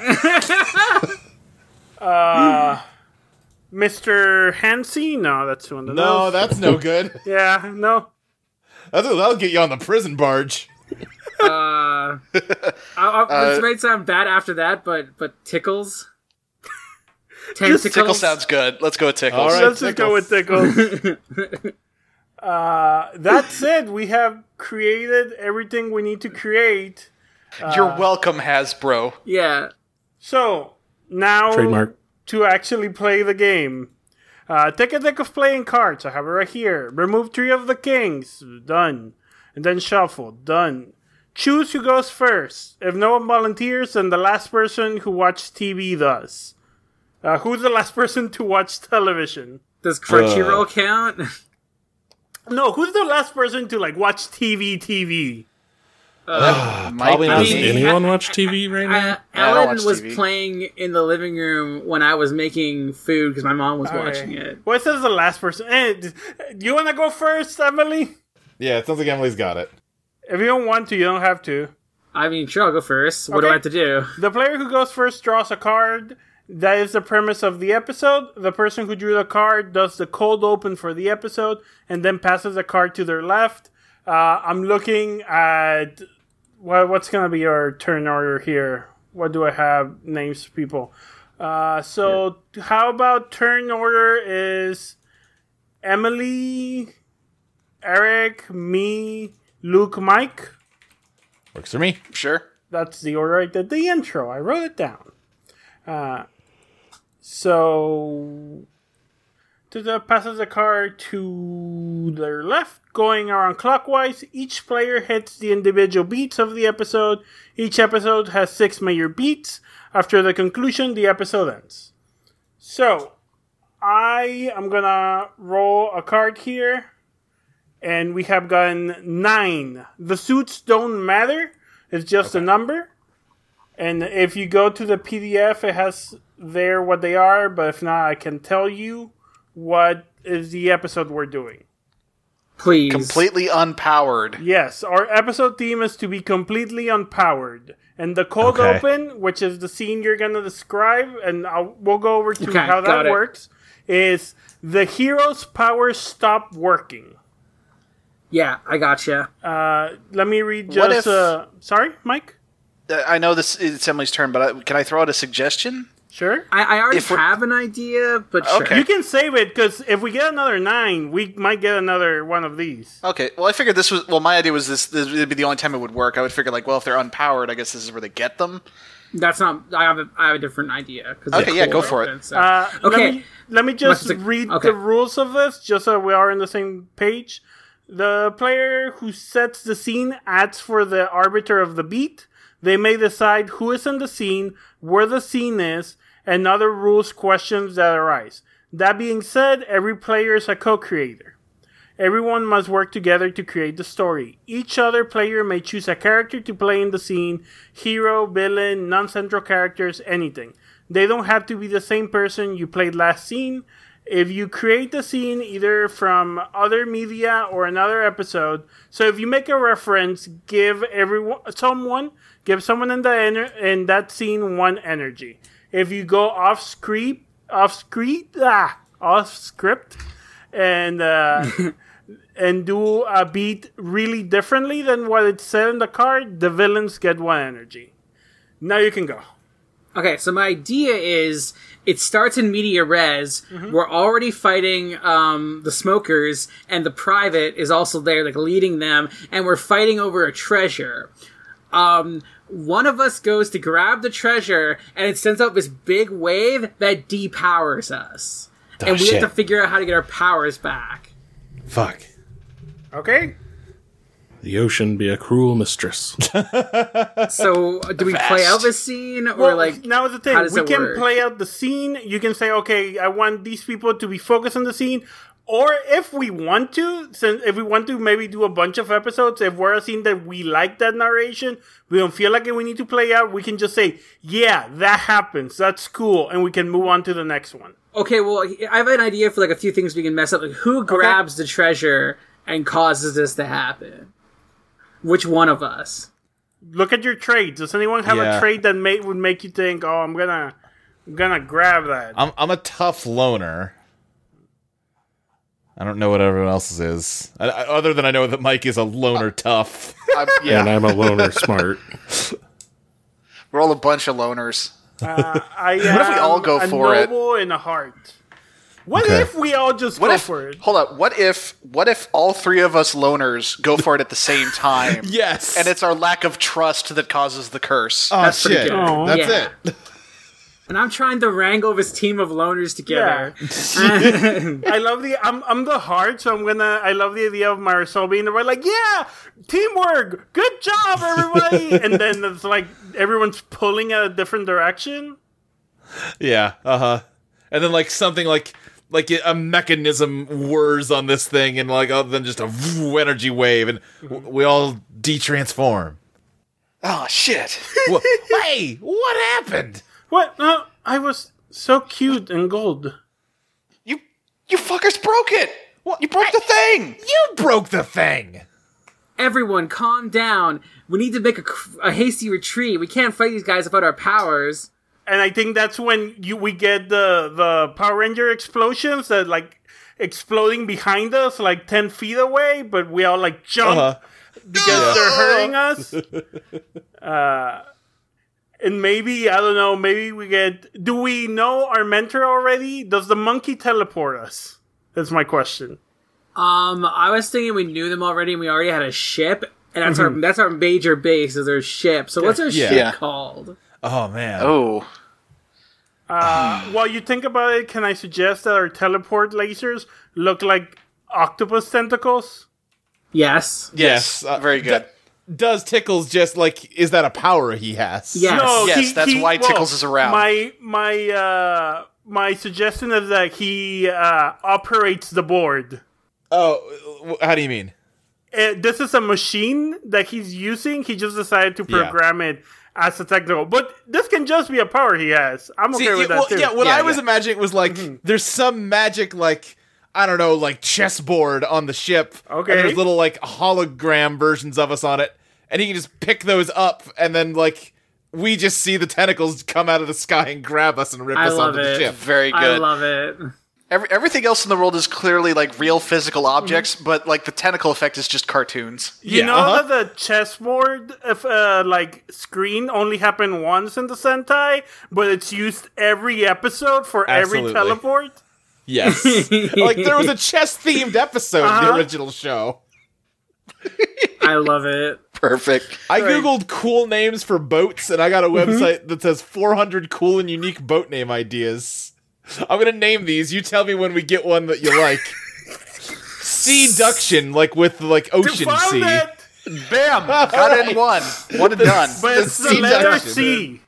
E: Mr. Hansi? No, that's one of
F: No,
E: those.
F: that's no good.
E: yeah, no.
F: That's- That'll get you on the prison barge.
H: I, I, this might sound bad after that, but but tickles. Tentacles.
E: Just
G: Tickle sounds good. Let's go with tickles.
F: All right.
E: Let's just go with Tickle. uh, that's it. We have created everything we need to create.
G: You're welcome, Hasbro.
H: Yeah.
E: So, now.
I: Trademark.
E: to actually play the game. Uh, take a deck of playing cards. I have it right here. Remove three of the kings. Done. And then shuffle. Done. Choose who goes first. If no one volunteers, then the last person who watched TV does. Uh, who's the last person to watch television?
H: Does Crunchyroll count?
E: No, who's the last person to like watch TV? TV.
G: Probably
H: not
I: Does
H: mean,
I: anyone watch TV right now?
H: Uh,
G: I don't
H: Ellen
G: watch
H: was
G: TV.
H: playing in the living room when I was making food because my mom was watching it.
E: What says the last person? Eh, d- you want to go first, Emily?
F: Yeah, it sounds like Emily's got it.
E: If you don't want to, you don't have to.
H: I mean, sure, I'll go first. What do
E: Okay.
H: I have to do?
E: The player who goes first draws a card. That is the premise of the episode. The person who drew the card does the cold open for the episode and then passes the card to their left. Uh, I'm looking at well, what's going to be our turn order here. What do I have? Names of people. Uh, so, how about turn order is Emily, Eric, me, Luke, Mike?
F: Works for me.
G: Sure.
E: that's the order I did the intro. I wrote it down. Uh, so to the passes the card to their left, going around clockwise. Each player hits the individual beats of the episode. Each episode has six major beats. After the conclusion, the episode ends. So I am gonna roll a card here. And we have gotten nine. The suits don't matter. It's just a number. And if you go to the PDF, it has there what they are, but if not, I can tell you what is the episode we're doing.
H: Please.
G: Completely unpowered.
E: Yes, our episode theme is to be completely unpowered. And the cold
F: Okay.
E: open, which is the scene you're going to describe, and I'll, we'll go over to
H: Okay,
E: how that
H: got it.
E: works, is the hero's powers stop working.
H: Yeah, I gotcha.
E: Let me read
G: What
E: just.
G: if-
E: Uh, sorry, Mike?
G: Uh, I know this it's Emily's turn, but I, can I throw out a suggestion?
E: Sure.
H: I, I already
G: If we're-
H: have an idea, but sure.
G: Okay.
E: You can save it because if we get another nine, we might get another one of these.
G: Okay. Well, I figured this was well. My idea was this. This would be the only time it would work. I would figure like, well, if they're unpowered, I guess this is where they get them.
H: That's not. I have a, I have a different idea. 'cause
G: Okay,
H: it's
G: yeah, go
H: cooler
G: for it.
H: than- so-
E: Uh,
H: Okay.
E: Let me, let me just
H: Must-
E: read
H: okay.
E: the rules of this, just so we are on the same page. The player who sets the scene adds for the arbiter of the beat. They may decide who is in the scene, where the scene is, and other rules questions that arise. That being said, every player is a co-creator. Everyone must work together to create the story. Each other player may choose a character to play in the scene hero, villain, non central characters, anything. They don't have to be the same person you played last scene. If you create the scene either from other media or another episode, so if you make a reference, give everyone someone give someone in the ener- in that scene one energy. If you go off script, off script, ah, off script, and uh, and do a beat really differently than what it said in the card, the villains get one energy. Now you can go.
H: Okay, so my idea is it starts in media res.
E: Mm-hmm.
H: We're already fighting um, the smokers, and the private is also there, like leading them, and we're fighting over a treasure. Um, one of us goes to grab the treasure, and it sends out this big wave that depowers us, and we
F: Oh, shit.
H: have to figure out how to get our powers back.
F: Fuck.
E: Okay.
I: The ocean be a cruel mistress.
H: So, do we play out this scene, or
E: Well,
H: like
E: now is the thing.
H: how does
E: We
H: that
E: can
H: work?
E: play out the scene. You can say, okay, I want these people to be focused on the scene. Or if we want to, since if we want to maybe do a bunch of episodes, if we're a scene that we like that narration, we don't feel like it, we need to play out, we can just say, yeah, that happens. That's cool. And we can move on to the next one.
H: Okay, well, I have an idea for like a few things we can mess up. Like, who grabs the treasure and causes this to happen? Which one of us?
E: Look at your trades. Does anyone have a
F: Yeah.
E: trade that may, would make you think, oh, I'm gonna, I'm gonna grab that?
F: I'm I'm a tough loner. I don't know what everyone else's is, I, I- other than I know that Mike is a loner tough.
G: I, yeah.
I: And I'm a loner smart.
G: We're all a bunch of loners.
E: I
G: What if we all
E: am
G: go
E: a
G: for it?
E: noble and a heart. What
F: Okay.
E: if we all just
G: What
E: go
G: if?
E: for it?
G: Hold up. What if? What if all three of us loners go for it at the same time?
F: yes,
G: And it's our lack of trust that causes the curse.
F: oh
H: That's pretty
F: shit.
H: good. Aw.
F: That's
H: Yeah.
F: it.
H: And I'm trying to wrangle this team of loners together.
E: I love the I'm I'm the heart, so I'm gonna I love the idea of Marisol being the right like, yeah, teamwork, good job everybody and then it's like everyone's pulling in a different direction.
F: Yeah. Uh huh. And then like something like like a mechanism whirs on this thing, and like other than just a voo energy wave, and w- we all de-transform.
G: oh shit.
F: Wha- Wait, what happened?
E: What no I was so cute and gold.
G: You you fuckers broke it. You broke the thing.
F: You broke the thing.
H: Everyone, calm down. We need to make a, cr- a hasty retreat. We can't fight these guys without our powers.
E: and I think that's when you we get the the Power Ranger explosions that like exploding behind us, like ten feet away, but we all like jump
F: Uh-huh.
E: because they're
G: Oh.
E: hurting us. uh, and maybe I don't know. Maybe we get. Do we know our mentor already? Does the monkey teleport us? That's my question.
H: Um, I was thinking we knew them already and we already had a ship and that's our that's our major base is our ship. So what's our
F: Mm-hmm. Yeah.
H: ship
G: Yeah.
H: called?
F: Oh man.
G: Oh,
E: Uh, While you think about it, can I suggest that our teleport lasers look like octopus tentacles?
H: Yes.
G: yes,
F: uh,
G: very good.
F: Does Tickles just like is that a power he has?
H: Yes.
G: Yes, that's why Tickles is around.
E: My my uh, my suggestion is that he uh, operates the board.
F: Oh, wh- how do you mean?
E: Uh, this is a machine that he's using. He just decided to
F: Yeah.
E: program it as a technical. But this can just be a power he has. I'm okay
F: See,
E: with
F: yeah,
E: that
F: well,
E: too.
F: yeah, what
G: Yeah,
F: I was
G: yeah.
F: imagining was like there's some magic like I don't know, like chessboard on the ship.
E: Okay.
F: And there's little like hologram versions of us on it. And he can just pick those up and then like we just see the tentacles come out of the sky and grab us and rip
H: I
F: us
H: love
F: onto the
H: it.
F: ship.
G: very good.
H: I love it.
G: Every, everything else in the world is clearly like real physical objects, but like the tentacle effect is just cartoons.
E: You
F: Yeah,
E: know
F: uh-huh.
E: that the chessboard, if, uh, like screen, only happened once in the Sentai, but it's used every episode for every
F: Absolutely.
E: teleport.
F: Yes. like there was a chess themed episode in the original show.
H: I love it.
G: Perfect.
F: I googled cool names for boats, and I got a
G: Mm-hmm.
F: website that says 400 cool and unique boat name ideas. I'm gonna name these. You tell me when we get one that you like. Seaduction, like with like ocean
E: Found
F: sea.
E: it,
G: Bam! Got in one. What a done.
E: but it's the
F: sea
E: letter
F: duction.
E: C.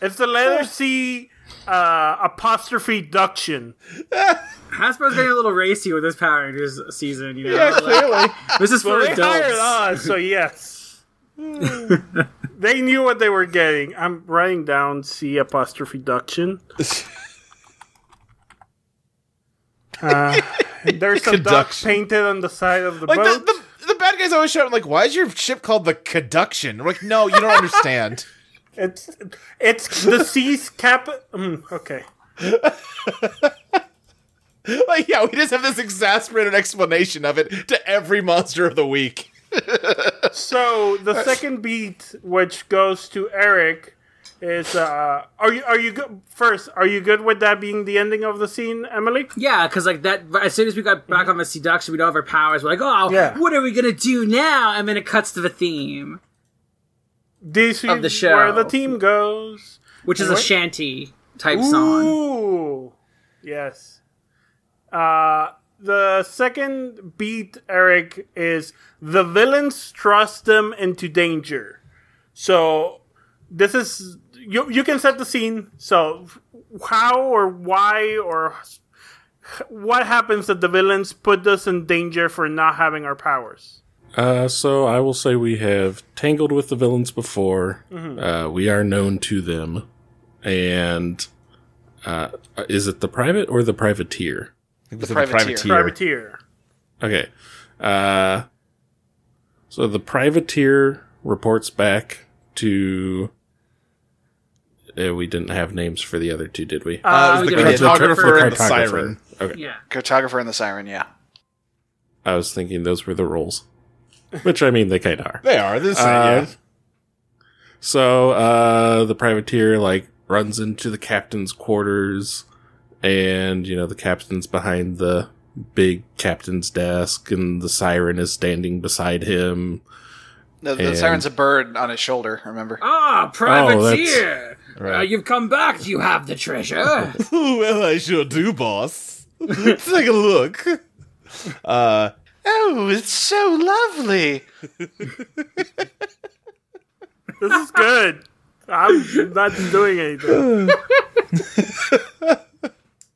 E: It's the letter C uh, apostrophe duction.
H: Hasbro's getting a little racy with this Power Rangers season. You know,
F: Yeah,
H: Like,
F: clearly.
H: this is for
E: They hired
H: adults.
E: us, so yes. they knew what they were getting. I'm writing down C apostrophe duction. Uh, there's some duck
F: Conduction.
E: painted on the side of the
F: Like
E: boat.
F: the, the the bad guys always show up like, why is your ship called the Caduction? I'm like, no, you don't understand.
E: It's it's the sea's cap. Mm, okay.
F: like, yeah, we just have this exasperated explanation of it to every monster of the week.
E: So the second beat, which goes to Eric, is uh, are you are you good? First, are you good with that being the ending of the scene, Emily?
H: Yeah, because like that. As soon as we got back on the seduction, we don't have our powers. We're like, oh,
E: Yeah.
H: what are we gonna do now? And then it cuts to the theme,
E: This
H: Of the
E: is where
H: show.
E: the team goes.
H: which is a
E: What?
H: shanty type song. Uh,
E: Ooh, yes. Uh, the second beat, Eric, is the villains trust them into danger. So this is you. You can set the scene. So how or why or what happens that the villains put us in danger for not having our powers?
I: Uh, so I will say we have tangled with the villains before.
F: Mm-hmm.
I: Uh, we are known to them, and uh, is it the private or the privateer?
F: The
G: privateer.
E: Privateer.
I: Okay. Uh, so the privateer reports back to. Uh, we didn't have names for the other two, did we?
F: Uh, it was
H: we
F: the
H: did.
F: cartographer and
I: Cartographer.
F: the siren.
I: Okay.
H: Yeah,
G: Cartographer and the siren. Yeah.
I: I was thinking those were the roles, which I mean they kind of are.
F: They are. This
I: Uh,
F: yeah.
I: So uh, the privateer like runs into the captain's quarters, and you know the captain's behind the big captain's desk, and the siren is standing beside him.
G: The, the
I: And-
G: siren's a bird on his shoulder. Remember?
H: ah, privateer.
F: Oh, Right.
H: Uh, you've come back. You have the treasure.
F: well, I sure do, boss. Take a look. Uh,
G: Oh, it's so lovely.
E: This is good. I'm not doing anything.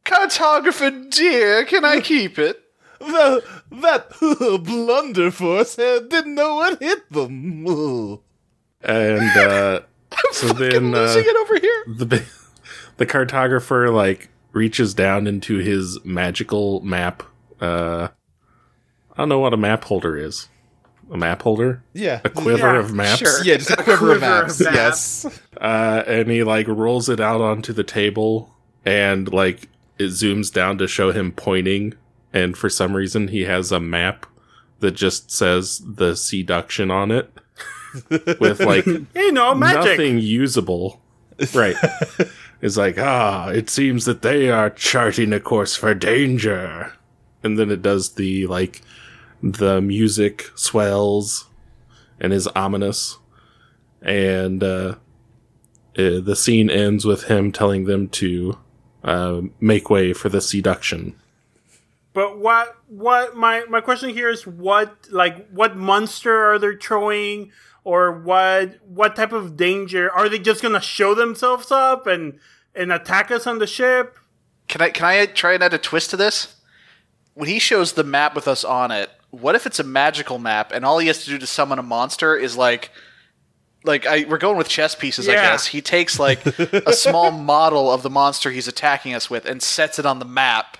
G: Cartographer dear, can I keep it?
F: the, that blunder force uh, didn't know what hit them.
I: And uh, so then uh,
G: Losing it over here.
I: the big- the cartographer like reaches down into his magical map. Uh, I don't know what a map holder is. A map holder,
F: yeah.
I: a quiver
E: Yeah,
I: of maps.
G: sure.
F: Yeah, just a quiver of
H: quiver of
F: maps.
H: maps.
F: Yes.
I: uh, and he like rolls it out onto the table and like it zooms down to show him pointing and for some reason he has a map that just says the seduction on it with like
E: You know, magic.
I: nothing usable right it's like ah it seems that they are charting a course for danger and then it does the like the music swells and is ominous. And uh, uh, the scene ends with him telling them to uh, make way for the seduction.
E: But what what my my question here is what like what monster are they throwing or what what type of danger are they just gonna show themselves up and and attack us on the ship?
G: Can I can I try and add a twist to this? When he shows the map with us on it, what if it's a magical map and all he has to do to summon a monster is like like I, we're going with chess pieces, I
E: Yeah.
G: guess. He takes like a small model of the monster he's attacking us with and sets it on the map.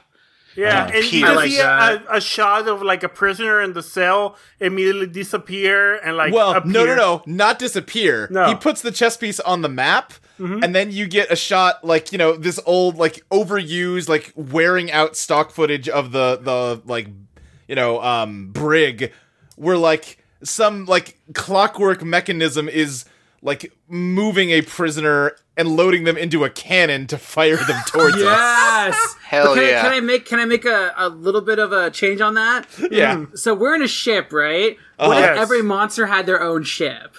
E: Yeah, and you
G: I
E: just
G: like
E: see a, a shot of like a prisoner in the cell immediately disappear and like
F: Well,
E: appear.
F: no, no, no, not disappear.
E: No. Mm-hmm.
F: He puts the chess piece on the map, and then you get a shot like you know this old like overused like wearing out stock footage of the the like you know um brig, where like some like clockwork mechanism is like moving a prisoner and loading them into a cannon to fire them towards us.
H: Yes.
G: Hell
H: But can
G: yeah.
H: I, can I make can I make a, a little bit of a change on that?
E: Mm-hmm.
F: Yeah.
H: So we're in a ship, right? What
E: Uh-huh.
H: if every monster had their own ship?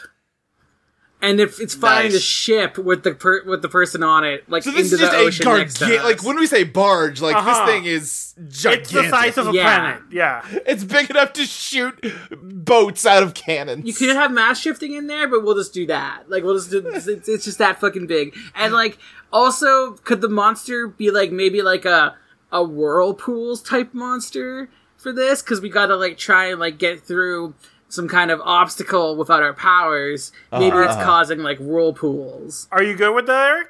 H: And if it's fighting
G: Nice.
H: the ship with the per- with the person on it, like
F: So this
H: into
F: is just
H: the
F: a
H: ocean next to
F: gargantuan.
H: us.
F: Like when we say barge, like
E: Uh-huh.
F: this thing is gigantic.
E: It's the size of a
H: Yeah.
E: planet. Yeah.
F: It's big enough to shoot boats out of cannons.
H: you could have mass shifting in there, but we'll just do that. Like we'll just do it's, it's just that fucking big. And like also, could the monster be like maybe like a a whirlpools type monster for this? Because we got to like try and like get through some kind of obstacle without our powers. Maybe
G: Uh-huh.
H: it's causing like whirlpools.
E: Are you good with that, Eric?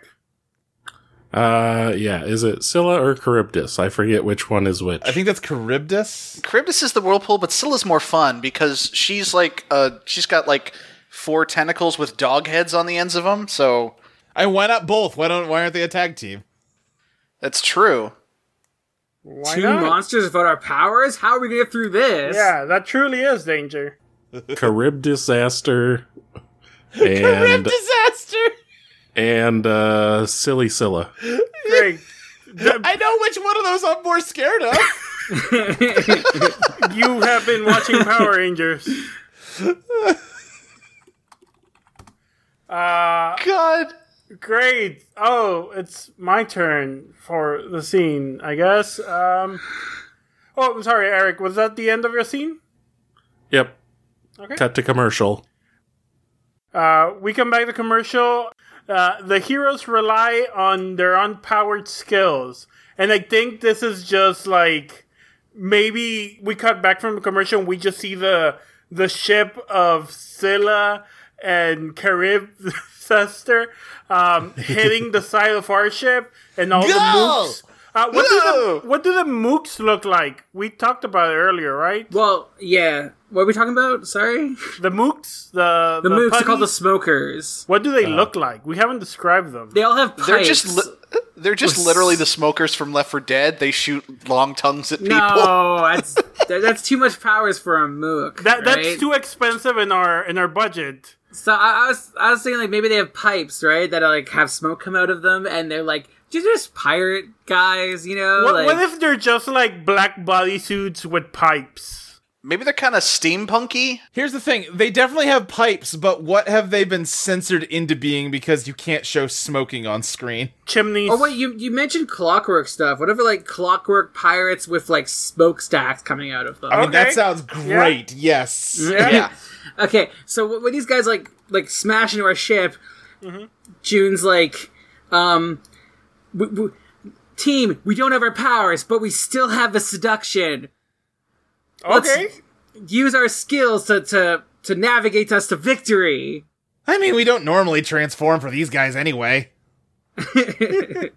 I: Uh, yeah, is it Scylla or Charybdis? I forget which one is which.
F: I think that's Charybdis.
G: Charybdis is the whirlpool, but Scylla's more fun because she's like uh she's got like four tentacles with dog heads on the ends of them. So
F: And why not both? Why don't? Why aren't they a tag team?
G: that's true.
H: Two monsters without our powers. How are we gonna get through this?
E: Yeah, that truly is danger.
I: Charybdis disaster and
F: Disaster.
I: and uh, silly Scylla.
E: Great.
F: I know which one of those I'm more scared of.
E: you have been watching Power Rangers. Uh,
G: God.
E: great. Oh, it's my turn for the scene, I guess. Um, oh, I'm sorry, Eric. Was that the end of your scene?
I: Yep.
E: Okay.
I: Cut to commercial.
E: Uh, we come back to commercial. Uh, the heroes rely on their unpowered skills, and I think this is just like maybe we cut back from the commercial. and We just see the the ship of Scylla and Carib sister um, hitting the side of our ship, and all the
F: Go!
E: mooks. Uh, what, do
F: Go!
E: the, what do the mooks look like? We talked about it earlier, right?
H: Well, yeah. What are we talking about? Sorry.
E: The mooks, the
H: The, moves are called the
E: putties?
H: smokers.
E: What do they look like? We haven't described them.
H: They all have pipes.
G: They're just li- they're just literally the smokers from Left for Dead. They shoot long tongues at people.
H: No, that's that, that's too much powers for a mook.
E: That
H: right?
E: that's too expensive in our in our budget.
H: So I, I was I was thinking like maybe they have pipes, right? That like have smoke come out of them, and they're like they're just pirate guys, you know?
E: What,
H: like,
E: what if they're just like black bodysuits with pipes?
G: Maybe they're kind of steampunky.
F: Here's the thing: they definitely have pipes, but what have they been censored into being because you can't show smoking on screen?
E: Chimneys.
H: or wait, you you mentioned clockwork stuff. What if like clockwork pirates with like smokestacks coming out of them?
F: I mean, that
E: Okay.
F: sounds great. Yes.
E: Oh, Yeah.
H: Okay, so wh- when these guys like like smash into our ship,
E: Mm-hmm.
H: June's like, um, w- w- team, we don't have our powers, but we still have the seduction. Let's
E: okay.
H: use our skills to to to navigate us to victory.
F: I mean, we don't normally transform for these guys anyway. We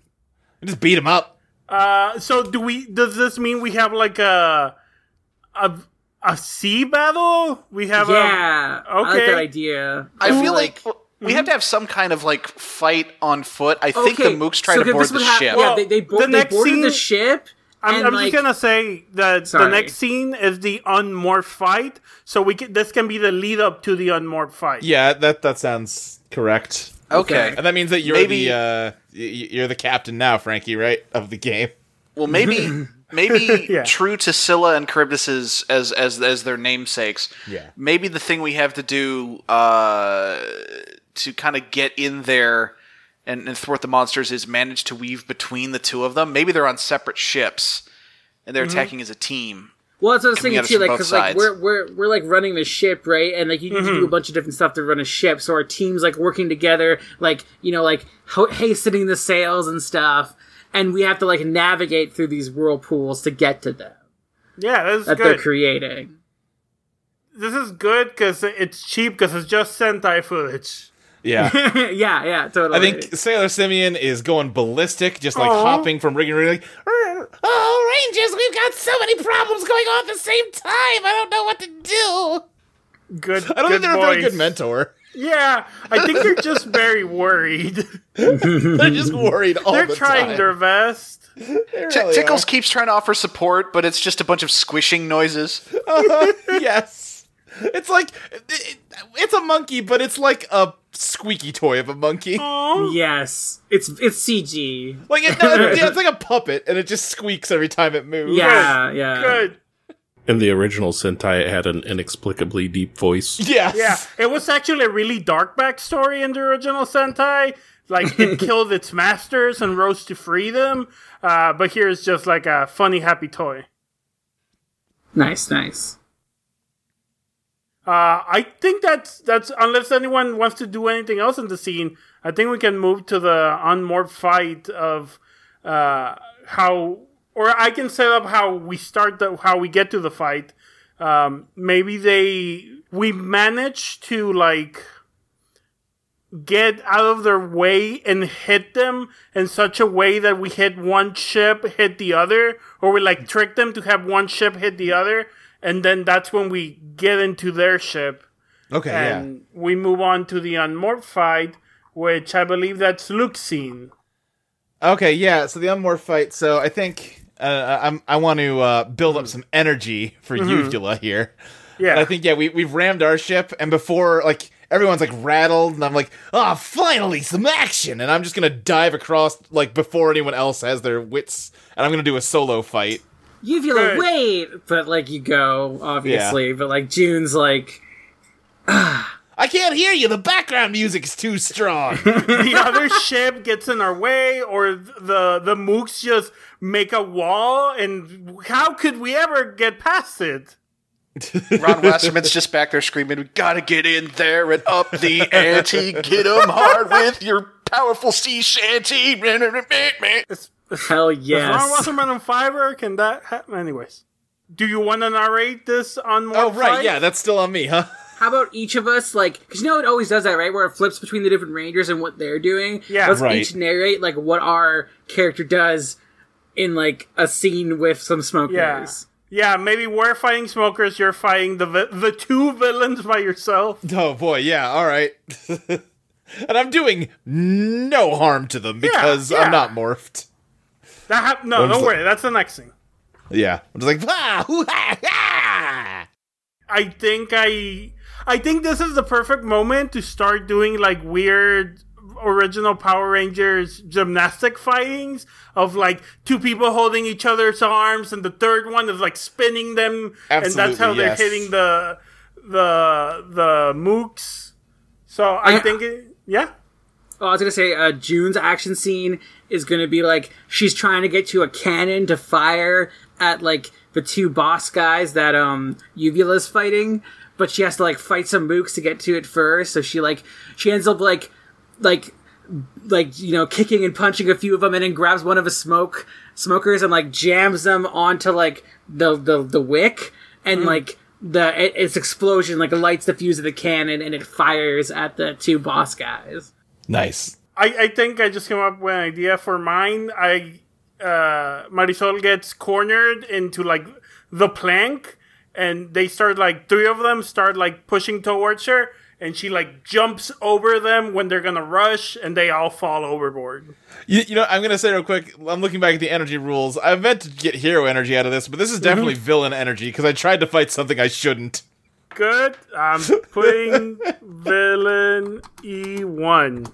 F: just beat them up.
E: Uh, so do we? Does this mean we have like a a a sea battle? We
G: Um,
E: have
H: yeah, I like
E: okay.
H: that idea.
G: I feel like, we have to have some kind of like fight on foot. I think the
H: mm-hmm. Okay,
G: mooks try
H: so
G: to
H: if
G: board
H: this
G: the
H: would hap-
G: ship.
H: Yeah,
E: Well,
H: they they, bo-
E: the
H: they
E: next
H: boarded
E: scene-
H: the ship.
E: a. I'm,
H: and
E: I'm
H: like,
E: just gonna say that the
H: Sorry.
E: next scene is the unmoored fight, so we can, this can be the lead up to the unmoored fight.
F: Yeah, that that sounds correct.
G: okay.
F: And that means that you're
G: Maybe-
F: the uh, y- y- you're the captain now, Frankie, right? Of the game.
G: Well, maybe maybe
E: Yeah.
G: true to Scylla and Charybdis as as as their namesakes.
F: Yeah.
G: Maybe the thing we have to do uh, to kind of get in there and, and thwart the monsters is manage to weave between the two of them. Maybe they're on separate ships and they're attacking as a team.
H: Well, that's what I was
G: Coming
H: thinking
G: at us
H: too.
G: from
H: Like,
G: both
H: because like
G: sides.
H: we're we're we're like running the ship, right? And like you need
G: Mm-hmm.
H: to do a bunch of different stuff to run a ship. So our teams like working together, like you know, like ho- hastening the sails and stuff. And we have to like navigate through these whirlpools to get to them
E: Yeah, this is
H: that they're
E: good.
H: creating.
E: this is good because it's cheap because it's just Sentai footage.
F: Yeah.
H: yeah, yeah, totally.
F: I think Sailor Simeon is going ballistic, just like
E: Aw.
F: hopping from rigging rig. Like, oh, Rangers, we've got so many problems going on at the same time. I don't know what to do.
E: Good.
F: I don't
E: good
F: think they're a very
E: voice.
F: good mentor.
E: Yeah, I think they're just very worried.
F: They're just worried all
E: they're
F: the
E: trying
F: time.
E: their best.
F: They
G: T-
F: really
G: Tickles keeps trying to offer support, but it's just a bunch of squishing noises.
F: are. yes. It's like it- it- it's a monkey, but it's like a squeaky toy of a monkey.
G: Oh.
H: yes, it's it's CG.
F: Like it, no, it- yeah, it's like a puppet, and it just squeaks every time it moves.
H: Yeah, yeah.
E: Good.
I: In the original Sentai, it had an inexplicably deep voice.
F: Yes.
E: Yeah, it was actually a really dark backstory in the original Sentai. Like it killed its masters and rose to freedom. Uh, but here's just like a funny, happy toy.
H: Nice, nice.
E: Uh, I think that's that's unless anyone wants to do anything else in the scene, I think we can move to the unmoored fight of uh, how, or I can set up how we start the how we get to the fight. Um, maybe they we manage to like get out of their way and hit them in such a way that we hit one ship, hit the other, or we like trick them to have one ship hit the other, and then that's when we get into their ship
F: Okay.
E: and we move on to the unmorphied, which I believe that's Luke's scene.
F: Okay, yeah. So the Unmore fight. So I think uh, I'm I want to uh, build up some energy for
E: Mm-hmm.
F: Uvula here.
E: Yeah,
F: And I think yeah, we we've rammed our ship, and before like everyone's like rattled, and I'm like, ah, finally some action, and I'm just gonna dive across like before anyone else has their wits, and I'm gonna do a solo fight.
H: You feel
E: Good.
H: like wait, but like you go obviously, but like June's like
F: I can't hear you. The background music's too strong.
E: the other ship gets in our way, or th- the the mooks just make a wall, and how could we ever get past it?
G: Ron Wasserman's just back there screaming, "We gotta get in there and up the ante, get 'em hard with your powerful sea shanty."
H: hell yes.
E: Ron Wasserman and Fiverr can that? Ha- Anyways, do you want to narrate this unmorphed?
F: oh right,
E: fight?
F: yeah, that's still on me, huh?
H: How about each of us, like, because you know it always does that, right? Where it flips between the different rangers and what they're doing.
E: Yeah.
H: let's
F: Right.
H: each narrate like what our character does in like a scene with some smokers.
E: Yeah. Yeah, maybe we're fighting smokers. You're fighting the vi- the two villains by yourself.
F: Oh boy, yeah, all right. and I'm doing no harm to them because
E: yeah.
F: I'm not morphed.
E: That hap- no,
F: One's
E: don't
F: the-
E: worry. That's the next thing.
F: Yeah. I'm just like, ah, hoo, ha, ha.
E: I think I I think this is the perfect moment to start doing like weird original Power Rangers gymnastic fightings of like two people holding each other's arms and the third one is like spinning them and that's how
F: Absolutely, yes.
E: they're hitting the the the mooks. So I,
H: I-
E: think it, yeah.
H: Oh, I was gonna say, uh, June's action scene is gonna be like she's trying to get to a cannon to fire at like the two boss guys that um Uvula's fighting, but she has to like fight some mooks to get to it first. So she like she ends up like like like you know kicking and punching a few of them, and then grabs one of the smoke smokers and like jams them onto like the the the wick, and like the it, its explosion like lights the fuse of the cannon, and it fires at the two boss guys.
F: Nice.
E: I, I think I just came up with an idea for mine. I uh, Marisol gets cornered into like the plank, and they start like three of them start like pushing towards her, and she like jumps over them when they're gonna rush, and they all fall overboard.
F: You, you know, I'm gonna say real quick. I'm looking back at the energy rules. I meant to get hero energy out of this, but this
H: Mhm.
F: is definitely villain energy because I tried to fight something I shouldn't.
E: Good. I'm putting villain E E1.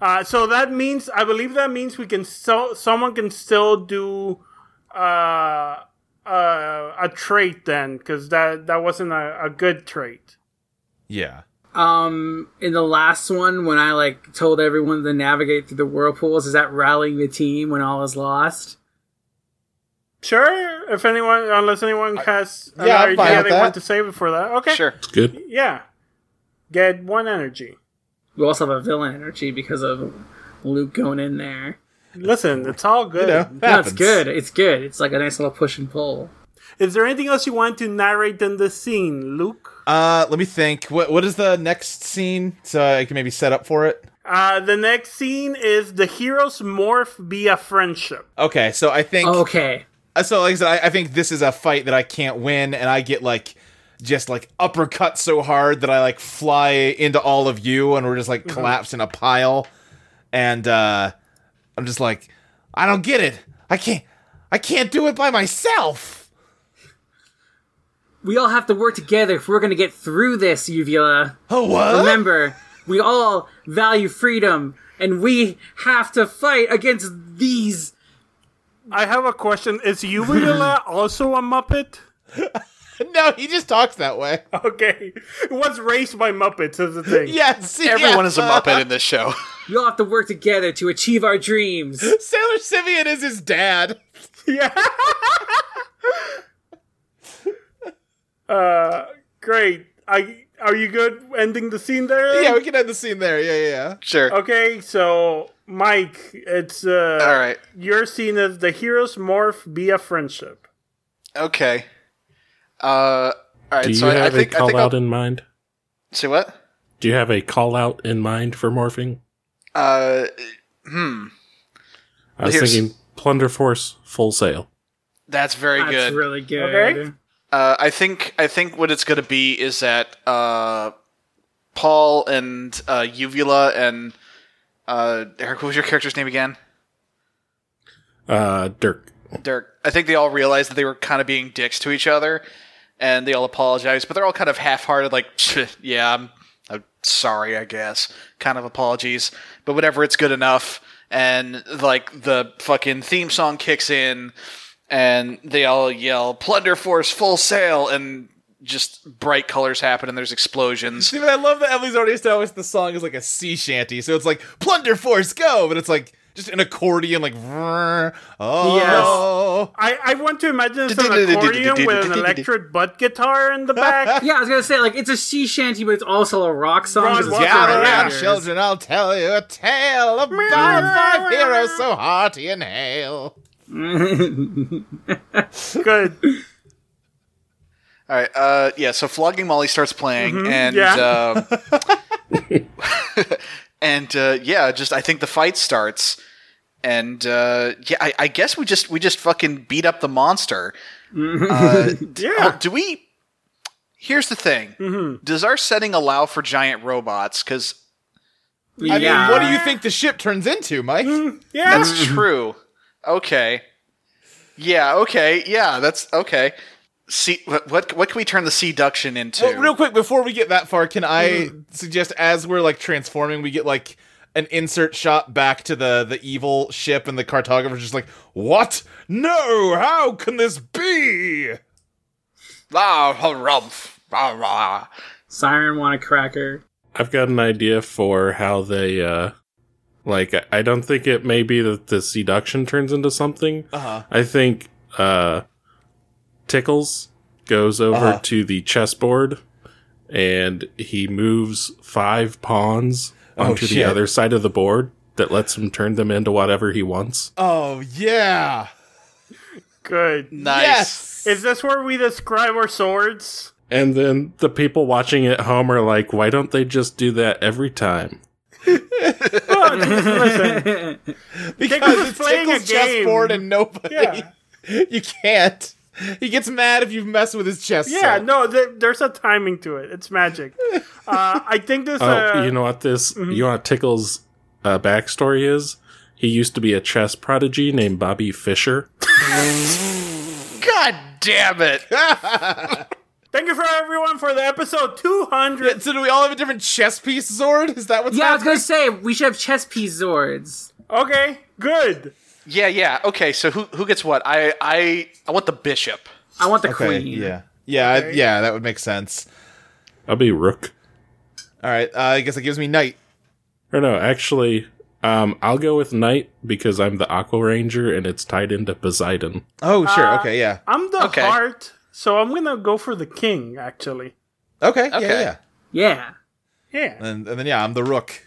E: Uh, so that means, I believe that means we can still, someone can still do uh, uh, a trait then, because that that wasn't a, a good trait.
F: Yeah.
H: Um, in the last one, when I like told everyone to navigate through the whirlpools, is that rallying the team when all is lost?
E: Sure, if anyone, unless anyone has an
F: yeah, I'm fine
E: idea
F: with
E: they want
F: that.
E: to save it for that. Okay,
G: Sure.
I: It's good.
E: Yeah, get one energy.
H: We also have a villain energy because of Luke going in there.
E: Listen, it's all good.
F: You know,
H: That's
F: happens.
H: good. It's good. It's like a nice little push and pull.
E: Is there anything else you want to narrate in the scene, Luke?
F: Uh, let me think. What what is the next scene so I can maybe set up for it?
E: Uh, the next scene is the heroes morph via friendship.
F: Okay, so I think
H: Oh, Okay.
F: Uh, so like I said, I, I think this is a fight that I can't win, and I get like just like uppercut so hard that I like fly into all of you, and we're just
G: Mm-hmm.
F: like collapsed in a pile, and uh I'm just like, I don't get it. I can't. I can't do it by myself.
H: We all have to work together if we're going to get through this, Uvula.
F: Oh what?
H: Remember, we all value freedom, and we have to fight against these.
E: I have a question. Is Uvula also a Muppet?
F: no, he just talks that way.
E: Okay. It was raised by Muppets, is the thing.
F: Yes,
G: Everyone
F: yeah.
G: is a Muppet in this show.
H: We all have to work together to achieve our dreams.
F: Sailor Simeon is his dad.
E: Yeah. uh, great. I Are you good ending the scene there?
F: Yeah, we can end the scene there. Yeah, yeah, yeah.
G: Sure.
E: Okay, so, Mike, it's uh,
G: All right.
E: your scene is the heroes morph via friendship.
G: Okay. Uh, all right.
I: Do you
G: so I, I
I: have
G: think
I: a
G: I think
I: call out
G: I'll,
I: in mind?
G: say what?
I: Do you have a call out in mind for morphing?
G: Uh,
I: I was
G: Here's-
I: thinking plunder force full sail.
G: that's very
H: That's
G: good.
H: really good.
E: Okay.
G: Uh, I think I think what it's going to be is that uh, Paul and uh, Uvula and uh, Eric, what was your character's name again?
I: Uh, Dirk.
G: Dirk. I think they all realized that they were kind of being dicks to each other, and they all apologized, but they're all kind of half-hearted, like, "Psh, yeah, I'm, I'm sorry, I guess, kind of apologies. But whatever, it's good enough. And like the fucking theme song kicks in, and they all yell "Plunder Force, full sail!" and just bright colors happen, and there's explosions.
F: See, but I love that Emily's already established the song is like a sea shanty, so it's like plunder force go, but it's like just an accordion, like oh, "Vrrr, oh,
E: I, I want to imagine it's an accordion with an electric butt guitar in the back.
H: Yeah, I was gonna say like it's a sea shanty, but it's also a rock song.
E: Rock
H: 'cause it's
E: song.
H: got
E: Yeah,
F: gather round,
H: letters.
F: children, I'll tell you a tale of five heroes so hearty and hale.
E: Good.
G: All right, uh, yeah. So flogging Molly starts playing,
E: Mm-hmm.
G: and
E: yeah.
G: um, and uh, yeah, just I think the fight starts, and uh, yeah, I, I guess we just we just fucking beat up the monster. Uh, d-
E: Mm-hmm. Yeah. Mm-hmm.
G: oh, do we? Here's the thing: Does our setting allow for giant robots? Because
F: I
H: yeah.
F: mean, what do you think the ship turns into, Mike?
E: Yeah.
G: that's true. Okay. Yeah. Okay. Yeah. That's okay. See what what, what can we turn the seduction into?
F: Well, real quick, before we get that far, can I suggest as we're like transforming, we get like an insert shot back to the the evil ship, and the cartographer's just like, "What? No! How can this be?"
G: Ah, harumph. Rah, rah.
H: Siren want a cracker?
I: I've got an idea for how they, uh, like, I- I don't think it may be that the seduction turns into something.
F: Uh-huh.
I: I think, uh, Tickles goes over
F: Uh-huh.
I: to the chessboard and he moves five pawns onto the
F: Oh, shit.
I: other side of the board that lets him turn them into whatever he wants.
F: Oh yeah!
E: Good.
G: Nice.
F: Yes.
E: Is this where we describe our swords?
I: And then the people watching at home are like, why don't they just do that every time?
E: Oh, listen.
F: because it's
E: playing a
F: Tickle's chessboard
E: game.
F: and nobody.
E: Yeah.
F: you can't. He gets mad if you mess with his chess.
E: Yeah,
F: set.
E: no, th- there's a timing to it. It's magic. Uh, I think this.
I: Oh,
E: uh,
I: you know what this? You know what Tickle's uh, backstory is? He used to be a chess prodigy named Bobby Fischer.
G: God damn it.
E: Thank you for everyone for the episode 200.
F: So do we all have a different chess piece, Zord? Is that what's
H: Yeah, I was
F: happening?
H: gonna say we should have chess piece zords.
E: Okay, good.
G: Yeah, yeah. Okay, so who who gets what? I I I want the bishop.
H: I want the queen.
F: Yeah. Yeah. I- yeah. That would make sense.
I: I'll be rook.
F: All right. Uh, I guess it gives me knight.
I: Or no, actually, um, I'll go with knight because I'm the Aqua Ranger and it's tied into Poseidon.
F: Oh, sure. okay. Yeah.
E: I'm the
G: Okay.
E: heart, so I'm gonna go for the king. Actually,
F: Okay. Yeah.
G: okay.
F: Yeah.
H: Yeah.
E: yeah.
F: And, and then yeah, I'm the rook.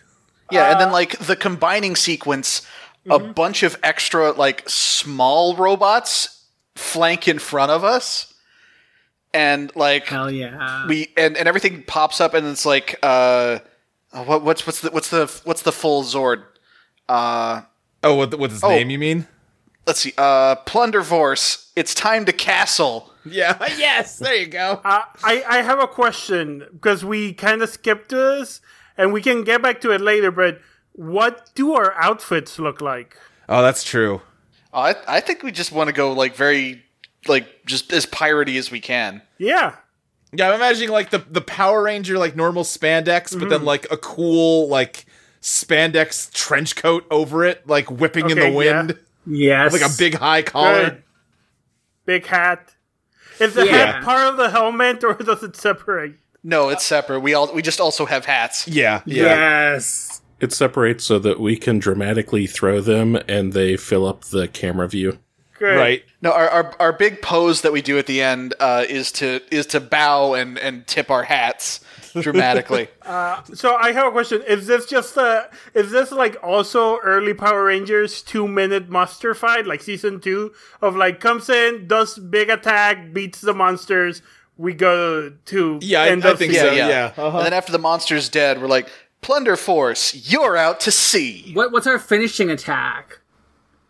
G: Yeah, and then like the combining sequence, a bunch of extra like small robots flank in front of us, and like
H: Hell yeah.
G: we and, and everything pops up, and it's like uh, oh, what what's what's the what's the what's the full Zord? Uh,
F: Oh, with with his name, you mean?
G: let's see, uh, Plundervorce. It's time to castle.
F: Yeah. yes. There you go.
E: Uh, I I have a question because we kind of skipped this, and we can get back to it later. But what do our outfits look like?
F: Oh, that's true.
G: Uh, I I think we just want to go like very like just as piratey as we can.
E: Yeah,
F: Yeah, I'm imagining like the the Power Ranger like normal spandex, but then like a cool like spandex trench coat over it, like whipping in
E: Okay,
F: the wind,
H: Yes.
F: like a big high
E: good.
F: collar.
E: Big hat. Is the
H: Yeah.
E: hat part of the helmet, or does it separate?
G: No, it's separate. We all we just also have hats.
F: Yeah, yeah,
H: Yes.
I: It separates so that we can dramatically throw them and they fill up the camera view.
E: Good.
F: right.
G: No, our, our our big pose that we do at the end uh, is to is to bow and and tip our hats dramatically.
E: So I have a question. Is this just uh is this like also early Power Rangers two minute monster fight, like season two of like comes in, does big attack, beats the monsters, we go to
F: Yeah, I-
E: end
F: I
E: of
F: think
G: yeah,
E: season.
F: so.
G: yeah.
F: yeah, uh-huh.
G: And then after the monster's dead, we're like, "Plunder Force, you're out to sea."
H: What what's our finishing attack?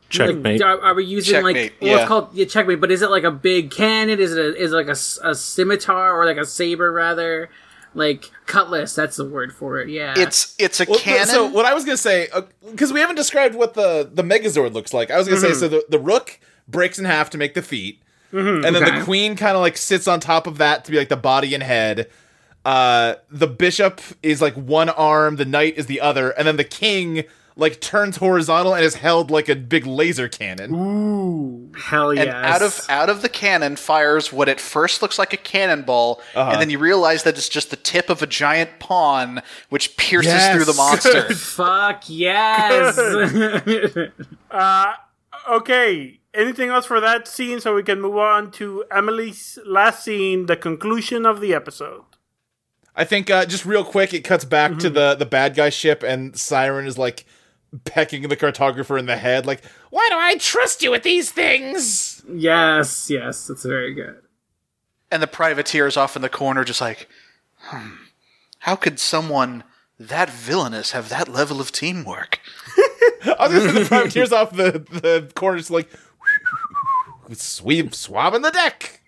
I: Checkmate.
H: Are, are we using like
G: Checkmate,
H: well, it's
G: yeah.
H: called yeah, checkmate? But is it like a big cannon? Is it a, is it like a, s- a scimitar or like a saber rather? Like cutlass, that's the word for it. Yeah,
G: It's it's a
F: Well, th-
G: cannon.
F: So what I was gonna say, because we haven't described what the the Megazord looks like, I was gonna
H: Mm-hmm.
F: say so the the Rook breaks in half to make the feet, and then
H: Mm-hmm. Okay.
F: the Queen kind of like sits on top of that to be like the body and head. Uh, the Bishop is like one arm, the Knight is the other, and then the King like turns horizontal and is held like a big laser cannon.
H: hell yes.
G: and out of out of the cannon fires what at first looks like a cannonball,
F: Uh-huh.
G: and then you realize that it's just the tip of a giant pawn which pierces
F: Yes.
G: through the monster.
H: fuck yes.
E: Okay. Anything else for that scene so we can move on to Emily's last scene, the conclusion of the episode.
F: I think uh, just real quick, it cuts back to
H: Mm-hmm.
F: the the bad guy ship, and Siren is like pecking the cartographer in the head, like, "Why do I trust you with these things?"
H: yes, yes, that's very good.
G: and the privateer is off in the corner, just like, hmm, how could someone that villainous have that level of teamwork?
F: I was gonna say the privateer's off the the corner, just like sweep swabbing the deck.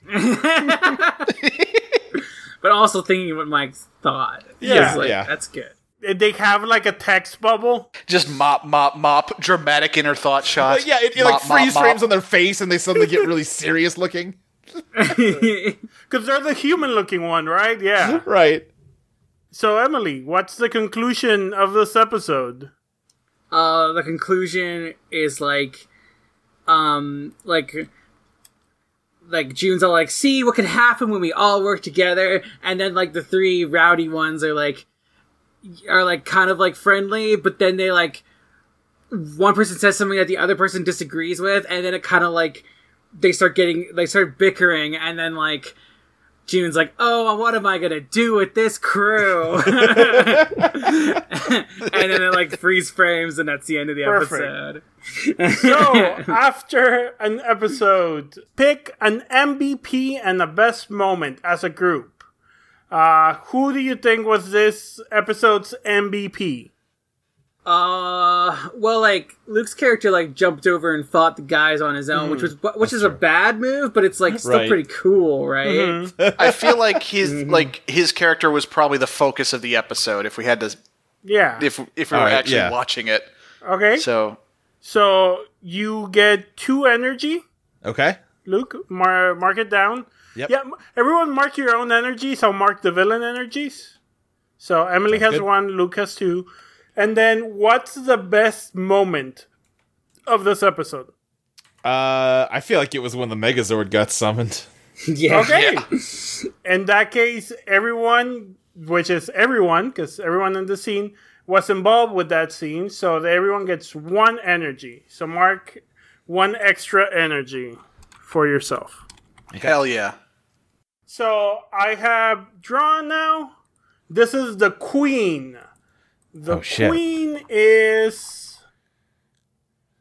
H: But also thinking what Mike thought.
E: Yeah,
H: It's like,
F: yeah.
H: that's good.
E: They have like a text bubble.
G: Just mop, mop, mop. Dramatic inner thought shots.
F: But yeah, it, it like freeze frames on their face, and they suddenly get really serious looking.
E: Because they're the human looking one, right? Yeah.
F: Right.
E: so, Emily, what's the conclusion of this episode?
H: uh, the conclusion is like, um, like, like June's all like, see what could happen when we all work together, and then like the three rowdy ones are like, are like kind of like friendly, but then they like, one person says something that the other person disagrees with, and then it kind of like, they start getting, they start bickering, and then like. June's like, oh, what am I gonna do with this crew? and then it like freeze frames, and that's the end of the
E: Perfect.
H: episode.
E: So, after an episode, pick an MVP and the best moment as a group. Uh, who do you think was this episode's MVP?
H: Uh, well, like Luke's character like jumped over and fought the guys on his
F: Hmm.
H: own, which was bu- which is a bad move, but it's like still
F: Right. Mm-hmm.
H: pretty cool, right?
G: I feel like his like his character was probably the focus of the episode. If we had to,
E: Yeah.
G: if if we were
F: Alright,
G: actually
F: yeah.
G: watching it,
E: okay. So,
G: so
E: you get two energy,
F: Okay.
E: Luke. Mar- mark it down.
F: Yep.
E: Yeah. m- Everyone, mark your own energies. I'll mark the villain energies. So Emily has
F: good.
E: one, Luke has two, and then what's the best moment of this episode.
F: Uh, I feel like it was when the Megazord got summoned.
J: yeah.
E: Okay. In that case, everyone, which is everyone, because everyone in the scene was involved with that scene, so that everyone gets one energy. So mark one extra energy for yourself.
G: Hell yeah.
E: So I have drawn now. This is the queen. The
F: Oh, shit.
E: queen is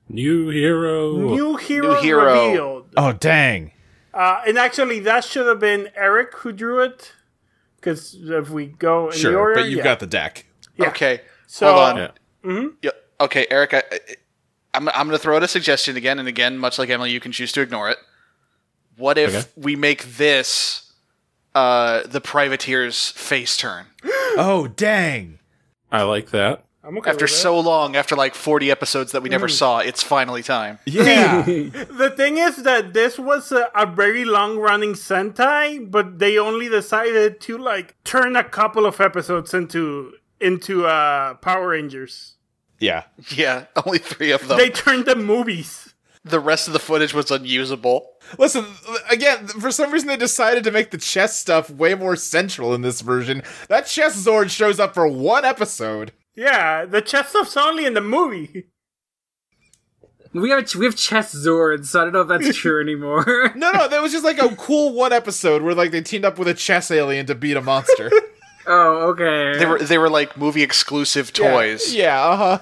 H: New hero.
E: new hero,
G: hero.
E: revealed.
F: Oh dang!
E: Uh, and actually, that should have been Eric who drew it. Because if we go in the
F: Sure,
E: order,
F: but you've
E: yeah.
F: got the deck.
E: Yeah.
G: Okay.
E: So,
G: Hold on.
H: Yeah.
G: Yeah, okay, Eric, I, I- I'm, I'm going to throw out a suggestion again, and again, much like Emily, you can choose to ignore it. What if
H: Okay.
G: we make this uh, the privateer's face turn?
F: Oh dang!
H: I like that.
E: I'm okay
G: After
E: with that.
G: so long, after like 40 episodes that we
E: Mm.
G: never saw, it's finally time.
F: Yeah,
E: The thing is that this was a, a very long running Sentai, but they only decided to like turn a couple of episodes into into uh Power Rangers.
F: yeah.
G: Yeah, only three of them.
E: They turned them movies.
G: the rest of the footage was unusable.
F: Listen, again, for some reason they decided to make the chess stuff way more central in this version. That chess Zord shows up for one episode.
E: Yeah, the chest stuff's only in the movie.
J: We have we have chess zords, so I don't know if that's true anymore.
F: No, no, that was just like a cool one episode where like they teamed up with a chess alien to beat a monster.
J: oh, okay.
G: They were they were like movie exclusive toys.
F: yeah, uh huh.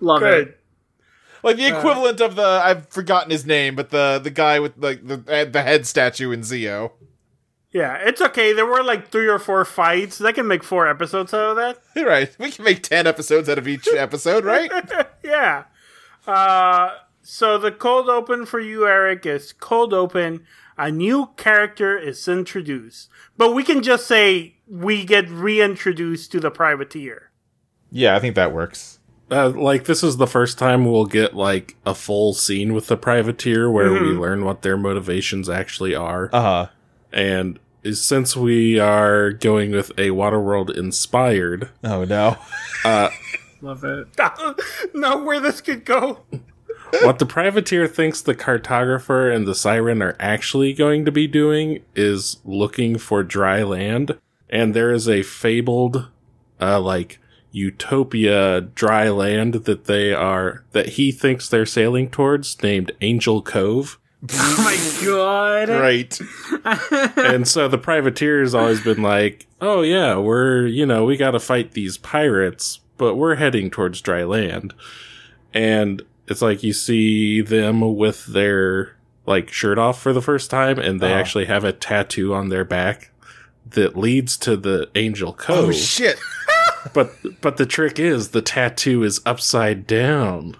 J: Love
E: Good.
J: it.
F: Like
H: Uh.
F: the equivalent of the I've forgotten his name, but the the guy with like the uh, the, the head statue in Zio.
E: Yeah, it's okay. There were like three or four fights. They can make four episodes out of that.
F: Right, we can make ten episodes out of each episode, right?
E: Yeah. Uh, so the cold open for you, Eric, is cold open. A new character is introduced, but we can just say we get reintroduced to the privateer.
F: yeah, I think that works.
H: Uh, like this is the first time we'll get like a full scene with the privateer where we
F: Mm-hmm.
H: learn what their motivations actually are.
F: Uh huh.
H: and is- since we are going with a Waterworld inspired,
F: Oh no.
J: Love it.
E: Know where this could go?
H: what the privateer thinks the cartographer and the siren are actually going to be doing is looking for dry land. And there is a fabled, uh, like, utopia dry land that they are, that he thinks they're sailing towards named Angel Cove.
J: Oh my god.
F: Right.
H: and so the privateer's always been like, oh yeah, we're, you know, we got to fight these pirates, but we're heading towards dry land. And it's like you see them with their like shirt off for the first time and
F: Oh.
H: they actually have a tattoo on their back that leads to the Angel Cove.
F: Oh shit.
H: but but the trick is the tattoo is upside down.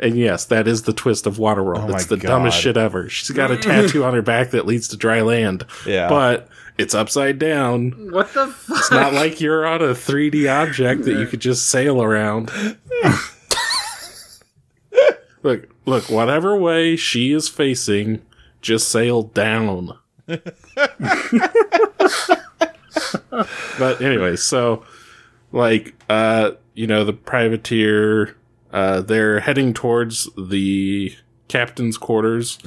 H: And yes, that is the twist of Waterworld.
F: Oh
H: it's
F: my
H: the dumbest
F: God.
H: shit ever. She's got a tattoo on her back that leads to dry land.
F: Yeah.
H: But it's upside down.
J: What the fuck?
H: It's not like you're on a 3D object that you could just sail around. look, look, whatever way she is facing, just sail down. but anyway, so like uh you know, the privateer uh they're heading towards the captain's quarters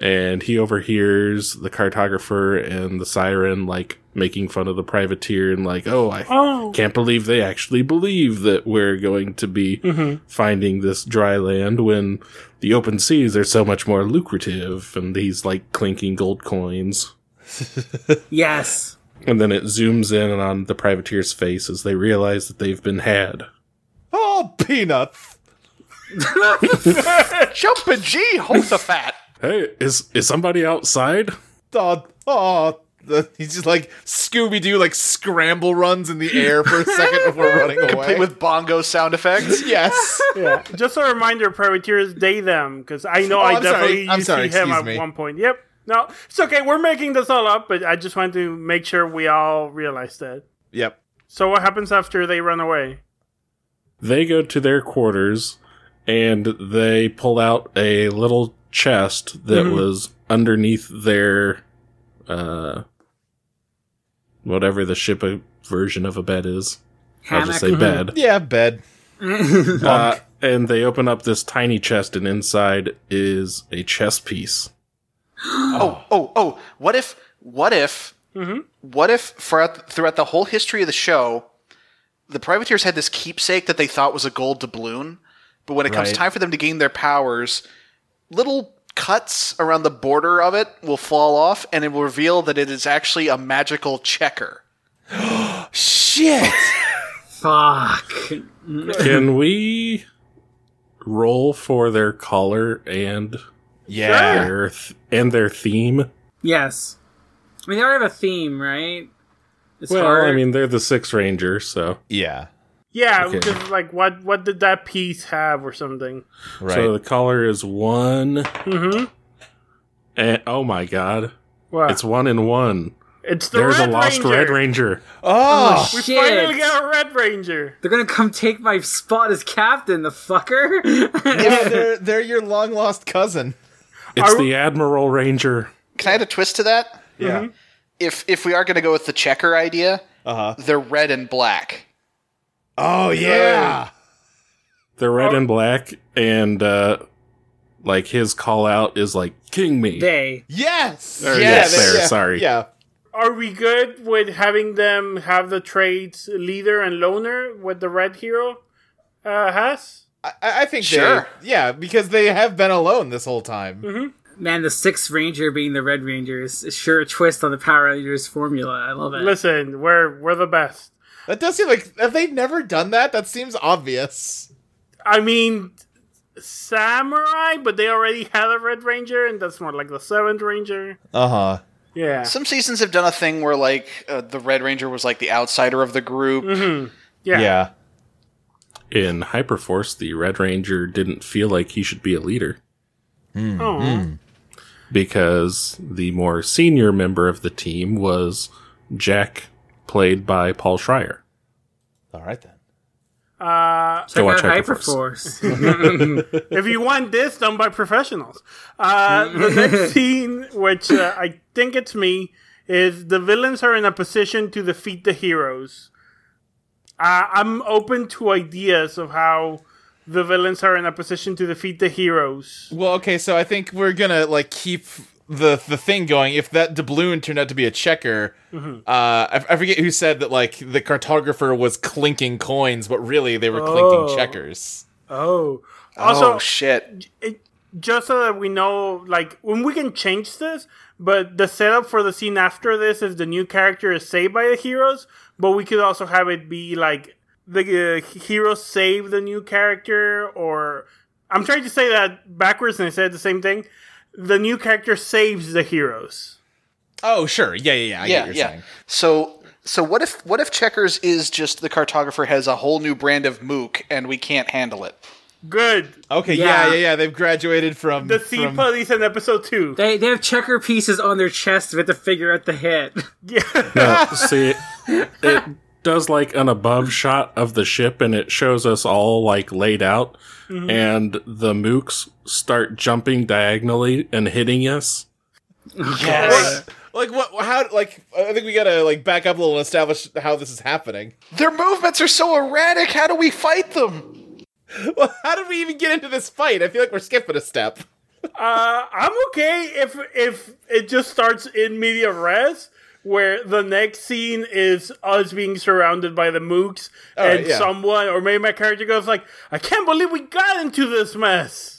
H: and he overhears the cartographer and the siren like making fun of the privateer and like, "Oh, I can't believe they actually believe that we're going to be
G: Mm-hmm.
H: finding this dry land when the open seas are so much more lucrative." And he's like clinking gold coins.
J: yes.
H: And then it zooms in on the privateer's face as they realize that they've been had.
F: Oh peanuts.
G: Jump a G, hold the fat.
H: Hey, is is somebody outside?
F: Oh, oh. The- He's just like Scooby Doo, like scramble runs in the air for a second before running away.
G: Complete with bongo sound effects.
F: yes.
E: Yeah. Just a reminder, privateers, they them, because I know
F: Oh,
E: I
F: I'm sorry.
E: definitely
F: I'm
E: used
F: sorry,
E: to him
F: excuse
E: at
F: me.
E: one point. Yep. No, it's okay. We're making this all up, but I just want to make sure we all realize that.
F: Yep.
E: So what happens after they run away?
H: They go to their quarters and they pull out a little chest that
E: Mm-hmm.
H: was underneath their uh whatever the ship version of a bed is. I'll just say
J: Hammock.
H: bed.
F: Yeah, bed.
H: Uh,
I: and they open up this tiny chest, and inside is a chess piece.
G: Oh, oh, oh! What if? What if? What if? Throughout throughout the whole history of the show, the privateers had this keepsake that they thought was a gold doubloon, but when it comes
I: Right.
G: time for them to gain their powers, little cuts around the border of it will fall off, and it will reveal that it is actually a magical checker.
F: Shit.
H: Fuck.
I: Can we roll for their color and
F: Yeah.
I: their th- and their theme?
H: Yes. I mean, they already have a theme, right? It's
I: Well,
H: hard.
I: I mean, they're the Six Ranger, so
F: Yeah.
E: Yeah,
I: Okay.
E: because like what what did that piece have or something?
F: Right.
I: so the color is one.
E: Mm-hmm.
I: And, oh my god,
E: Wow.
I: it's one in one.
E: It's the
I: There's
E: Red
I: a lost
E: Ranger.
I: Red Ranger.
F: oh,
E: We
H: Shit.
E: finally got a Red Ranger.
H: They're gonna come take my spot as captain, the fucker.
F: yeah, they're they're your long lost cousin.
I: It's
E: Are-
I: the Admiral Ranger.
G: Can I add a twist to that?
F: Yeah.
G: If if we are going to go with the checker idea,
F: Uh huh.
G: they're red and black.
F: Oh yeah.
I: They're red
E: Oh.
I: and black, and uh, like his call out is like "King me."
H: they.
F: Yes.
I: There it
F: yeah,
I: is,
F: they-
I: there,
F: yeah,
I: sorry.
F: Yeah.
E: Are we good with having them have the traits leader and loner what the red hero uh, has?
F: I, I think
G: Sure.
F: they. Yeah, because they have been alone this whole time.
H: Man, the Sixth Ranger being the Red Rangers is sure a twist on the Power Rangers formula. I love it.
E: Listen, we're we're the best.
F: That does seem like have they never done that? That seems obvious.
E: I mean, samurai, but they already had a Red Ranger, and that's more like the Seventh Ranger.
F: Uh huh.
E: Yeah,
G: Some seasons have done a thing where like uh, the Red Ranger was like the outsider of the group.
E: yeah.
I: In Hyperforce, the Red Ranger didn't feel like he should be a leader
E: Oh,
I: because the more senior member of the team was Jack, played by Paul Schreier.
F: All right then.
E: Uh,
I: Go
H: Check
I: watch
H: out
I: Hyperforce.
H: Hyperforce.
E: if you want this done by professionals, uh, the next scene, which uh, I think it's me, is the villains are in a position to defeat the heroes. Uh, I'm open to ideas of how the villains are in a position to defeat the heroes.
F: Well, okay, so I think we're gonna like keep the the thing going. If that doubloon turned out to be a checker,
E: Mm-hmm.
F: uh, I, I forget who said that like the cartographer was clinking coins, but really they were
E: Oh.
F: clinking checkers.
E: Oh, also,
G: oh shit!
E: it, just so that we know, like, when we can change this, but the setup for the scene after this is the new character is saved by the heroes, but we could also have it be like the uh, heroes save the new character, or I'm trying to say that backwards and I said the same thing. The new character saves the heroes.
F: Oh, sure, yeah, yeah, yeah. I get
G: Yeah,
F: what you're
G: yeah.
F: saying.
G: So so what if what if checkers is just the cartographer has a whole new brand of mook and we can't handle it?
E: Good.
F: Okay, yeah.
H: Yeah.
F: yeah, yeah, They've graduated from
E: The Sea
F: from-
E: Police in episode two.
H: they they have checker pieces on their chest but to figure out the hit.
I: No, see, it does like an above shot of the ship, and it shows us all like laid out,
E: Mm-hmm.
I: and the mooks start jumping diagonally and hitting us.
G: Yes,
F: like what? How? Like I think we gotta like back up a little and establish how this is happening.
G: their movements are so erratic. How do we fight them?
F: Well, how did we even get into this fight? I feel like we're skipping a step.
E: Uh, I'm okay if if it just starts in media res, where the next scene is us being surrounded by the mooks
F: right,
E: and
F: yeah.
E: someone, or maybe my character goes like, "I can't believe we got into this mess."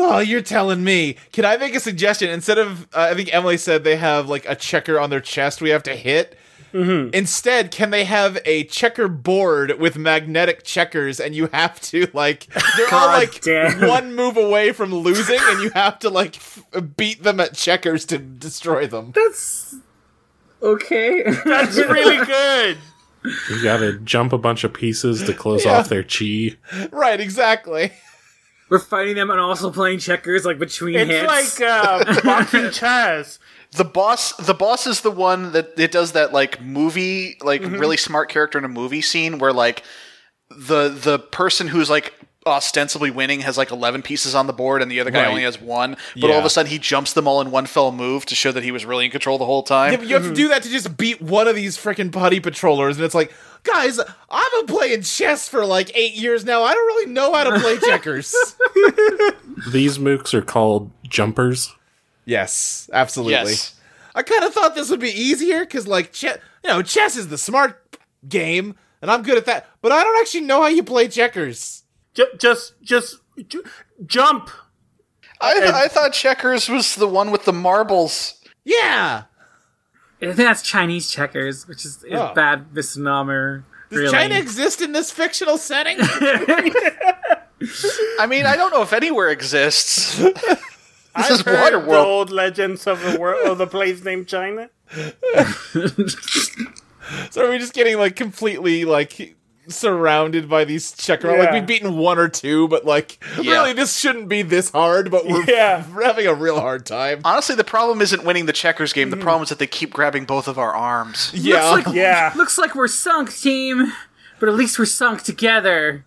F: Oh, you're telling me. Can I make a suggestion? Instead of, uh, I think Emily said they have like a checker on their chest we have to hit.
H: Mm-hmm.
F: Instead, can they have a checkerboard with magnetic checkers and you have to like, they're all
H: God
F: like
H: damn.
F: one move away from losing and you have to like f- beat them at checkers to destroy them?
H: That's okay.
E: That's really good.
I: You gotta jump a bunch of pieces to close off their chi.
F: Right, exactly.
H: We're fighting them and also playing checkers like between
E: It's
H: hits.
E: like uh, boxing chess.
G: The boss the boss is the one that it does that like movie
F: Mm-hmm.
G: like really smart character in a movie scene where like the the person who's like ostensibly winning has like 11 pieces on the board and the other guy
F: Right.
G: only has one but all of
F: Yeah.
G: a sudden he jumps them all in one fell move to show that he was really in control the whole time
F: Yeah, but you have to do that to just beat one of these freaking putty patrollers, and it's like, guys, I've been playing chess for like eight years now. I don't really know how to play checkers.
I: These mooks are called jumpers.
F: yes, absolutely.
G: yes
F: I kind of thought this would be easier because, like, chess, you know, chess is the smart game, and I'm good at that. But I don't actually know how you play checkers.
E: Ju- just, just, ju- jump.
G: I, th- I thought checkers was the one with the marbles
F: Yeah,
H: And I think that's Chinese checkers, which is, is
F: Oh.
H: bad misnomer.
F: does
H: really.
F: China exist in this fictional setting?
G: i mean i don't know if anywhere exists this is
E: Heard
G: water
E: the
G: world
E: old legends of the world of the place named China.
F: so are we just getting like completely like surrounded by these checker? Like
E: Yeah.
F: we've beaten one or two, but like
G: Yeah.
F: really this shouldn't be this hard. But we're
E: Yeah.
F: we're having a real hard time.
G: honestly the problem isn't winning the checkers game the
F: Hmm.
G: problem is that they keep grabbing both of our arms
F: Yeah,
H: Looks like,
E: Yeah.
H: looks like we're sunk, team. But at least we're sunk together.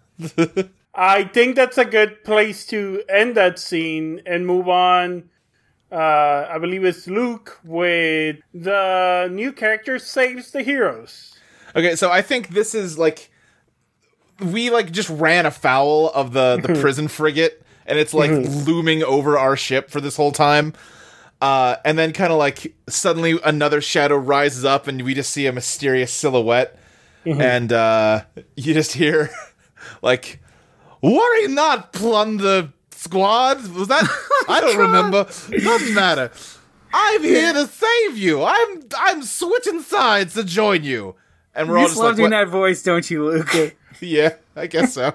E: I think that's a good place to end that scene and move on. Uh, I believe it's Luke with the new character saves the heroes.
F: Okay, so I think this is like we like just ran afoul of the the prison frigate and it's like looming over our ship for this whole time. Uh and then kind of like suddenly another shadow rises up and we just see a mysterious silhouette and uh you just hear like worry not plunder squad was that I don't remember doesn't matter I'm here to save you I'm I'm switching sides to join you and we're
H: You
F: all
H: just
F: just
H: love
F: Oh, like
H: doing
F: "What?"
H: that voice, don't you, Luke?
F: Yeah, I guess so.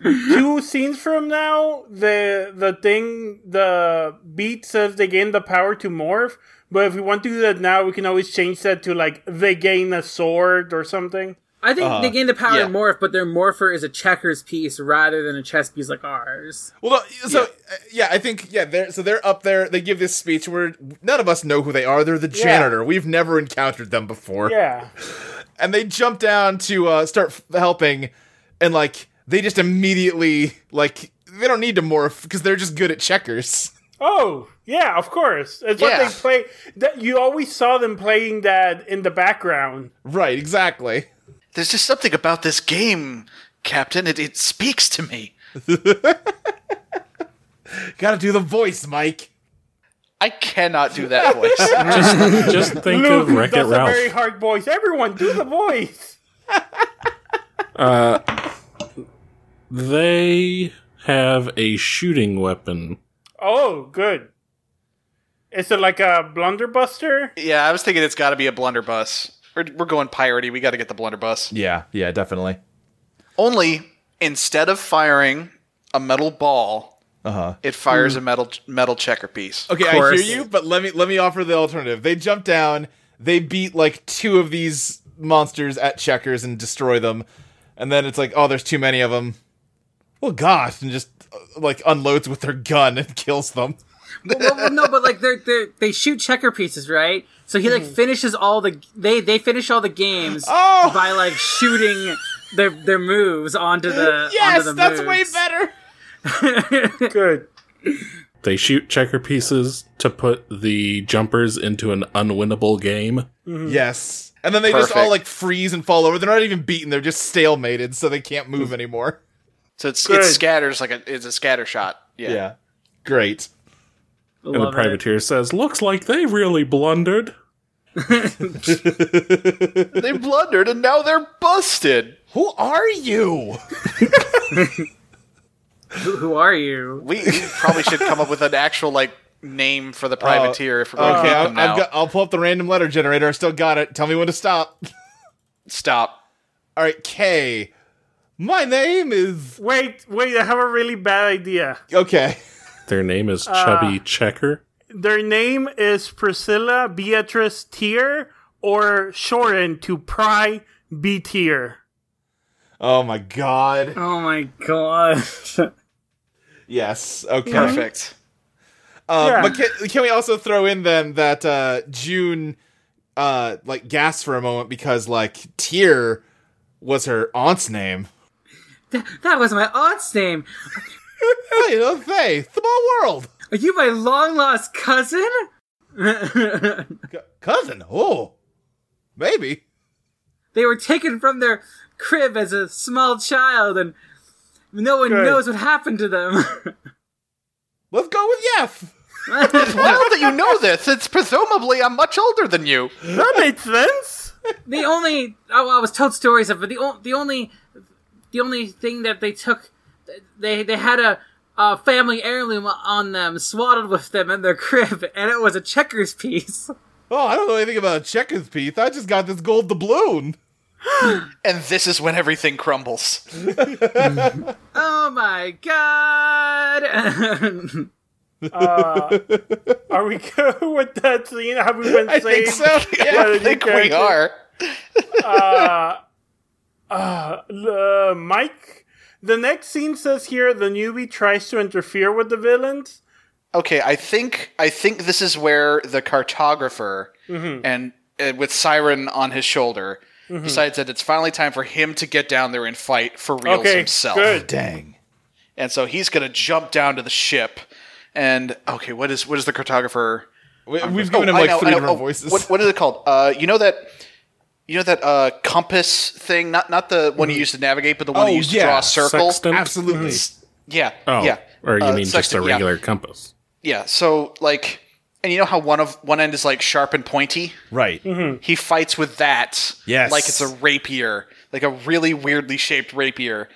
E: Two scenes from now, the the thing the beat says they gain the power to morph. But if we want to do that now, we can always change that to like they gain a sword or something.
H: I think they gain the power
G: yeah.
H: to morph, but their morpher is a checkers piece rather than a chess piece like ours.
F: Well, no, so yeah. yeah, I think yeah. They're so they're up there. They give this speech where none of us know who they are. They're the janitor. We've never encountered them before,
E: Yeah,
F: and they jump down to uh, start f- helping, and like they just immediately like they don't need to morph because they're just good at checkers.
E: Oh, yeah, of course. It's
G: Yeah.
E: what they play. That you always saw them playing that in the background.
F: right? Exactly.
G: there's just something about this game captain it, it speaks to me
F: Got to do the voice, Mike.
G: i cannot do that voice
I: Just think of
E: Luke
I: Wreck It
E: does a
I: Ralph.
E: very hard voice. Everyone, do the voice.
I: They have a shooting weapon.
E: Oh, good. Is it like a blunderbuster?
G: Yeah, I was thinking it's got to be a blunderbuss. We're, we're going piratey. We got to get the blunderbuss.
F: Yeah, yeah, definitely.
G: Only instead of firing a metal ball, uh-huh. it fires a metal metal checker piece.
F: Okay, I
H: course.
F: hear you, but let me let me offer the alternative. They jump down, they beat like two of these monsters at checkers and destroy them, and then it's like, oh, there's too many of them. Well, gosh, and just uh, like unloads with their gun and kills them.
H: well, well, well, no, but like they're, they're they shoot checker pieces, right? So he like finishes all the they they finish all the games
F: Mm-hmm. Oh!
H: by like shooting their their moves onto the
F: Yes,
H: onto the
F: that's way
H: moves.
F: better.
E: Good.
I: They shoot checker pieces to put the jumpers into an unwinnable game.
H: Hmm.
F: Yes, and then they just all
G: Perfect.
F: like freeze and fall over. They're not even beaten; they're just stalemated, so they can't move anymore.
G: So it's,
E: Good.
G: it scatters like a it's a scatter shot. Yeah.
F: great.
I: And the
H: Love it.
I: privateer says, Looks like they really blundered.
G: they blundered and now they're busted.
F: Who are you?
H: Who, who are you?
G: We, we probably should come up with an actual like name for the privateer if we're going
F: Oh, Okay,
G: to beat
H: Uh,
F: I-
G: them now.
F: I've got, I'll pull up the random letter generator. I still got it. Tell me when to stop.
G: Stop.
F: All right, K. My name is
E: Wait, wait. I have a really bad idea.
F: okay.
I: Their name is
F: Ah.
I: Chubby Checker.
E: Their name is Priscilla Beatrice Tier, or shortened to Pry B Tier.
F: Oh my god.
H: Oh my god!
F: Yes. Okay.
G: Perfect.
F: Uh,
E: Yeah.
F: But can, can we also throw in then that uh, June, uh, like gasps for a moment because like Tear was her aunt's name.
H: Th- that was my aunt's name.
F: Hey, you know, they, small world.
H: Are you my long lost cousin?
F: C- cousin, oh, maybe.
H: They were taken from their crib as a small child, and no one
E: Good.
H: knows what happened to them.
F: Let's go with Yef.
G: Wild that you know this. It's presumably I'm much older than you.
E: That made sense.
H: the only oh, I was told stories of it. The, o- the only the only thing that they took they they had a, a family heirloom on them, swaddled with them in their crib, and it was a checkers piece.
F: Oh, I don't know anything about checkers, Pete. I just got this gold doubloon.
G: And this is when everything crumbles.
H: Oh my god!
E: Are we good with that scene? Have we been
F: I
E: saying
F: think so. Yeah.
E: What
G: I
E: did you
G: think we
E: character-
G: are.
E: uh, Mike? The next scene says here the newbie tries to interfere with the villains.
G: Okay, I think I think this is where the cartographer
E: Mm-hmm.
G: and uh, with Siren on his shoulder decides that it's finally time for him to get down there and fight for reals
E: Okay,
G: himself.
E: good.
F: Dang.
G: And so he's going to jump down to the ship. And okay, what is what is the cartographer?
F: We, we've
G: Oh,
F: given him
G: I
F: like
G: know,
F: three
G: I know.
F: different
G: Oh,
F: voices.
G: What, what is it called? Uh, you know that you know that uh, compass thing, not not the one you use to navigate, but the one
F: Oh,
G: you use
F: yeah.
G: to draw a circle.
I: Sextant?
F: Absolutely.
G: Yeah.
I: Oh,
G: yeah.
I: or you
G: Uh,
I: mean just a
G: sextant, yeah.
I: regular compass?
G: Yeah. So like, and you know how one of one end is like sharp and pointy.
F: Right.
G: He fights with that.
F: Hmm. Yes.
G: Like it's a rapier, like a really weirdly shaped rapier.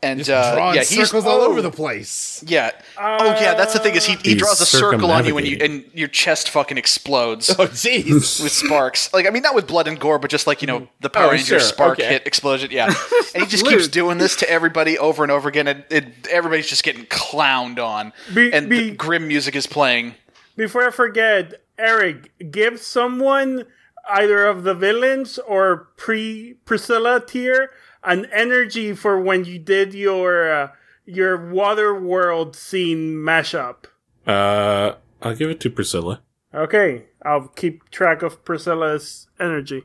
G: And uh,
F: Drawing
G: yeah, he's oh,
F: circles all over the place.
G: yeah. oh yeah, that's the thing is he, he
I: He's
G: draws a circle on you and you
I: circumnavigating.
G: and your chest fucking explodes.
F: Oh, jeez.
G: with sparks. Like I mean, not with blood and gore, but just like you know the Power
F: Oh,
G: Ranger
F: sure,
G: spark
F: okay.
G: hit explosion. Yeah, and he just keeps doing this to everybody over and over again, and it, everybody's just getting clowned on.
E: Be-
G: and the
E: be-
G: grim music is playing.
E: Before I forget, Eric, give someone either of the villains or pre Priscilla tier an energy for when you did your uh, your water world scene mashup.
I: Uh, I'll give it to Priscilla.
E: Okay, I'll keep track of Priscilla's energy.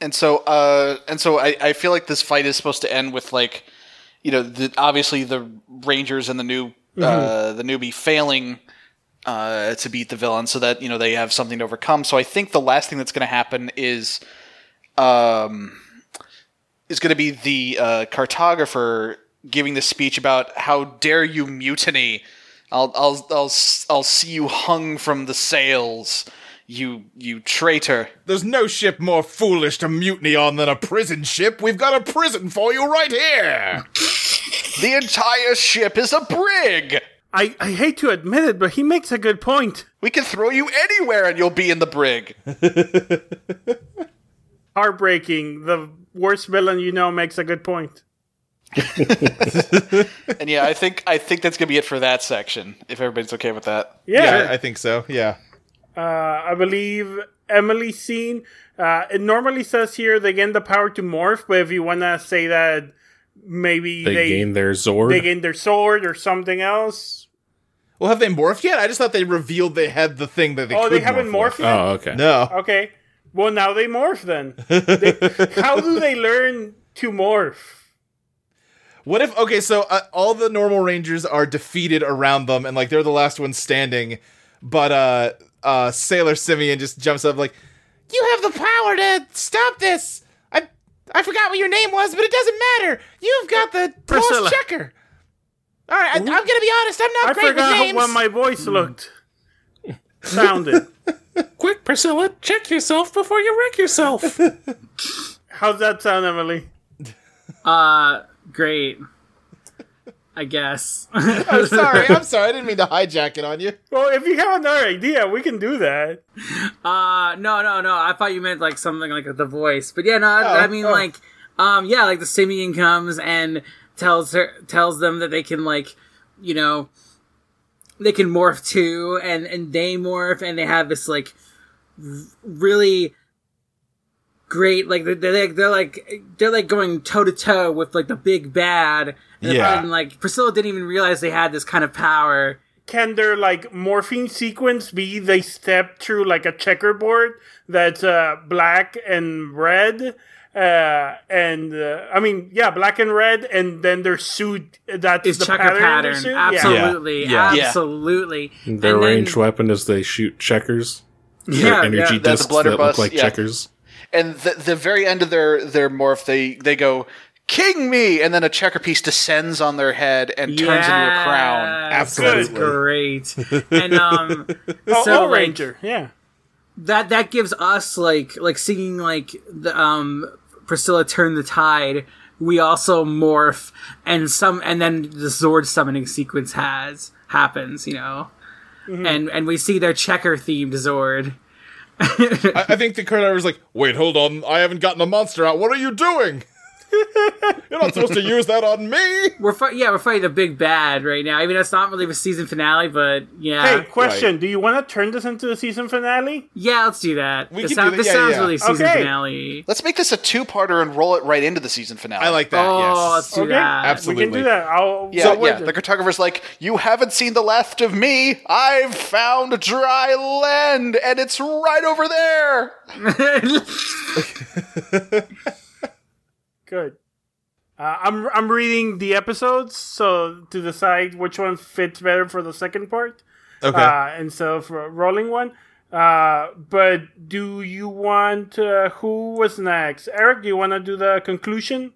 G: And so, uh, and so I, I feel like this fight is supposed to end with like, you know, the, obviously the Rangers and the new uh, the newbie failing. Uh, to beat the villain, so that you know they have something to overcome. So I think the last thing that's going to happen is, um, is going to be the uh, cartographer giving this speech about how dare you mutiny? I'll I'll I'll s- I'll see you hung from the sails, you you traitor.
F: There's no ship more foolish to mutiny on than a prison ship. We've got a prison for you right here.
G: The entire ship is a brig.
E: I, I hate to admit it, but he makes a good point.
G: We can throw you anywhere and you'll be in the brig.
E: Heartbreaking. The worst villain you know makes a good point.
G: And yeah, I think I think that's gonna be it for that section. If everybody's okay with that.
E: Yeah,
F: I think so. Yeah.
E: Uh, I believe Emily's scene. Uh, it normally says here they gain the power to morph, but if you want to say that maybe
I: They,
E: they they
I: gain
E: gain,
I: their Zord.
E: their sword or something else.
F: Well, have they morphed yet? I just thought they revealed they had the thing that they.
E: Oh, they
F: could
E: haven't
F: morph
E: morphed
F: with.
E: yet?
I: oh, okay.
F: No.
E: Okay. Well, now they morph then. They- how do they learn to morph?
F: What if? Okay, so uh, all the normal rangers are defeated around them, and like they're the last ones standing. But uh, uh, Sailor Simeon just jumps up like, "You have the power to stop this." I I forgot what your name was, but it doesn't matter. You've got the
E: Priscilla.
F: pulse checker. All right, I, I'm gonna be honest. I'm not
E: I
F: great
E: forgot
F: with
E: how
F: names.
E: well my voice looked. Sounded.
I: Quick, Priscilla, check yourself before you wreck yourself.
E: How's that sound, Emily?
H: uh, great. I guess.
F: I'm Oh, sorry. I'm sorry. I didn't mean to hijack it on you.
E: Well, if you have another idea, we can do that.
H: Uh, no, no, no. I thought you meant like something like the voice, but yeah, no. I, I
I: Oh,
H: mean, like, um, yeah, like the Simeon comes and tells her, tells them that they can like, you know, they can morph too, and and they morph, and they have this like r- really great, like they're, they're like they're like they're like going toe to toe with like the big bad. And,
F: Yeah.
H: and, like Priscilla didn't even realize they had this kind of power.
E: Can their like morphine sequence be they step through like a checkerboard that's uh, black and red, Uh, and uh, I mean, yeah, black and red, and then their suit. That's
H: It's
E: the
H: checker
E: pattern. of their
H: pattern.
E: suit? Yeah. Oh,
H: Absolutely.
I: Yeah.
G: Yeah.
H: Absolutely.
I: Their
H: And then-
I: ranged weapon is they shoot checkers.
H: Yeah,
I: Their energy
H: yeah.
G: the
I: discs that look
G: blunderbuss,
I: like
G: yeah.
I: checkers.
G: And the, the very end of their their morph, they they go king me, and then a checker piece descends on their head and turns into a crown.
H: That's
F: Absolutely.
H: great. And um
E: Oh,
H: so
E: oh,
H: like,
E: Ranger. Yeah.
H: that that gives us like like seeing like the um Priscilla turn the tide. We also morph and some and then the Zord summoning sequence has happens, you know,
F: Mm-hmm.
H: and and we see their checker themed Zord.
F: I, I think the curator was like, "Wait, hold on, I haven't gotten a monster out. What are you doing? You're not supposed to use that on me."
H: We're fi- yeah, we're fighting a big bad right now. I mean, that's not really the season finale, but yeah,
E: Hey, question: Do you want to turn this into a season finale?
H: yeah, let's do that.
F: We
H: this
F: can
H: sound-
F: do that.
H: this
F: Yeah,
H: sounds
F: yeah.
H: really season
E: Okay.
H: finale.
G: Let's make this a two parter and roll it right into the season finale.
F: I like that.
H: oh,
F: yes.
H: let's do
E: Okay.
H: that.
F: Absolutely.
E: We can do that. I'll,
G: Yeah,
E: I'll
G: yeah.
E: wait.
G: The cartographer's like, "You haven't seen the left of me. I've found dry land, and it's right over there."
E: Good. Uh, I'm I'm reading the episodes so to decide which one fits better for the second part.
F: Okay.
E: Uh, and so for a rolling one. Uh, but do you want uh, who was next? Eric, do you want to do the conclusion?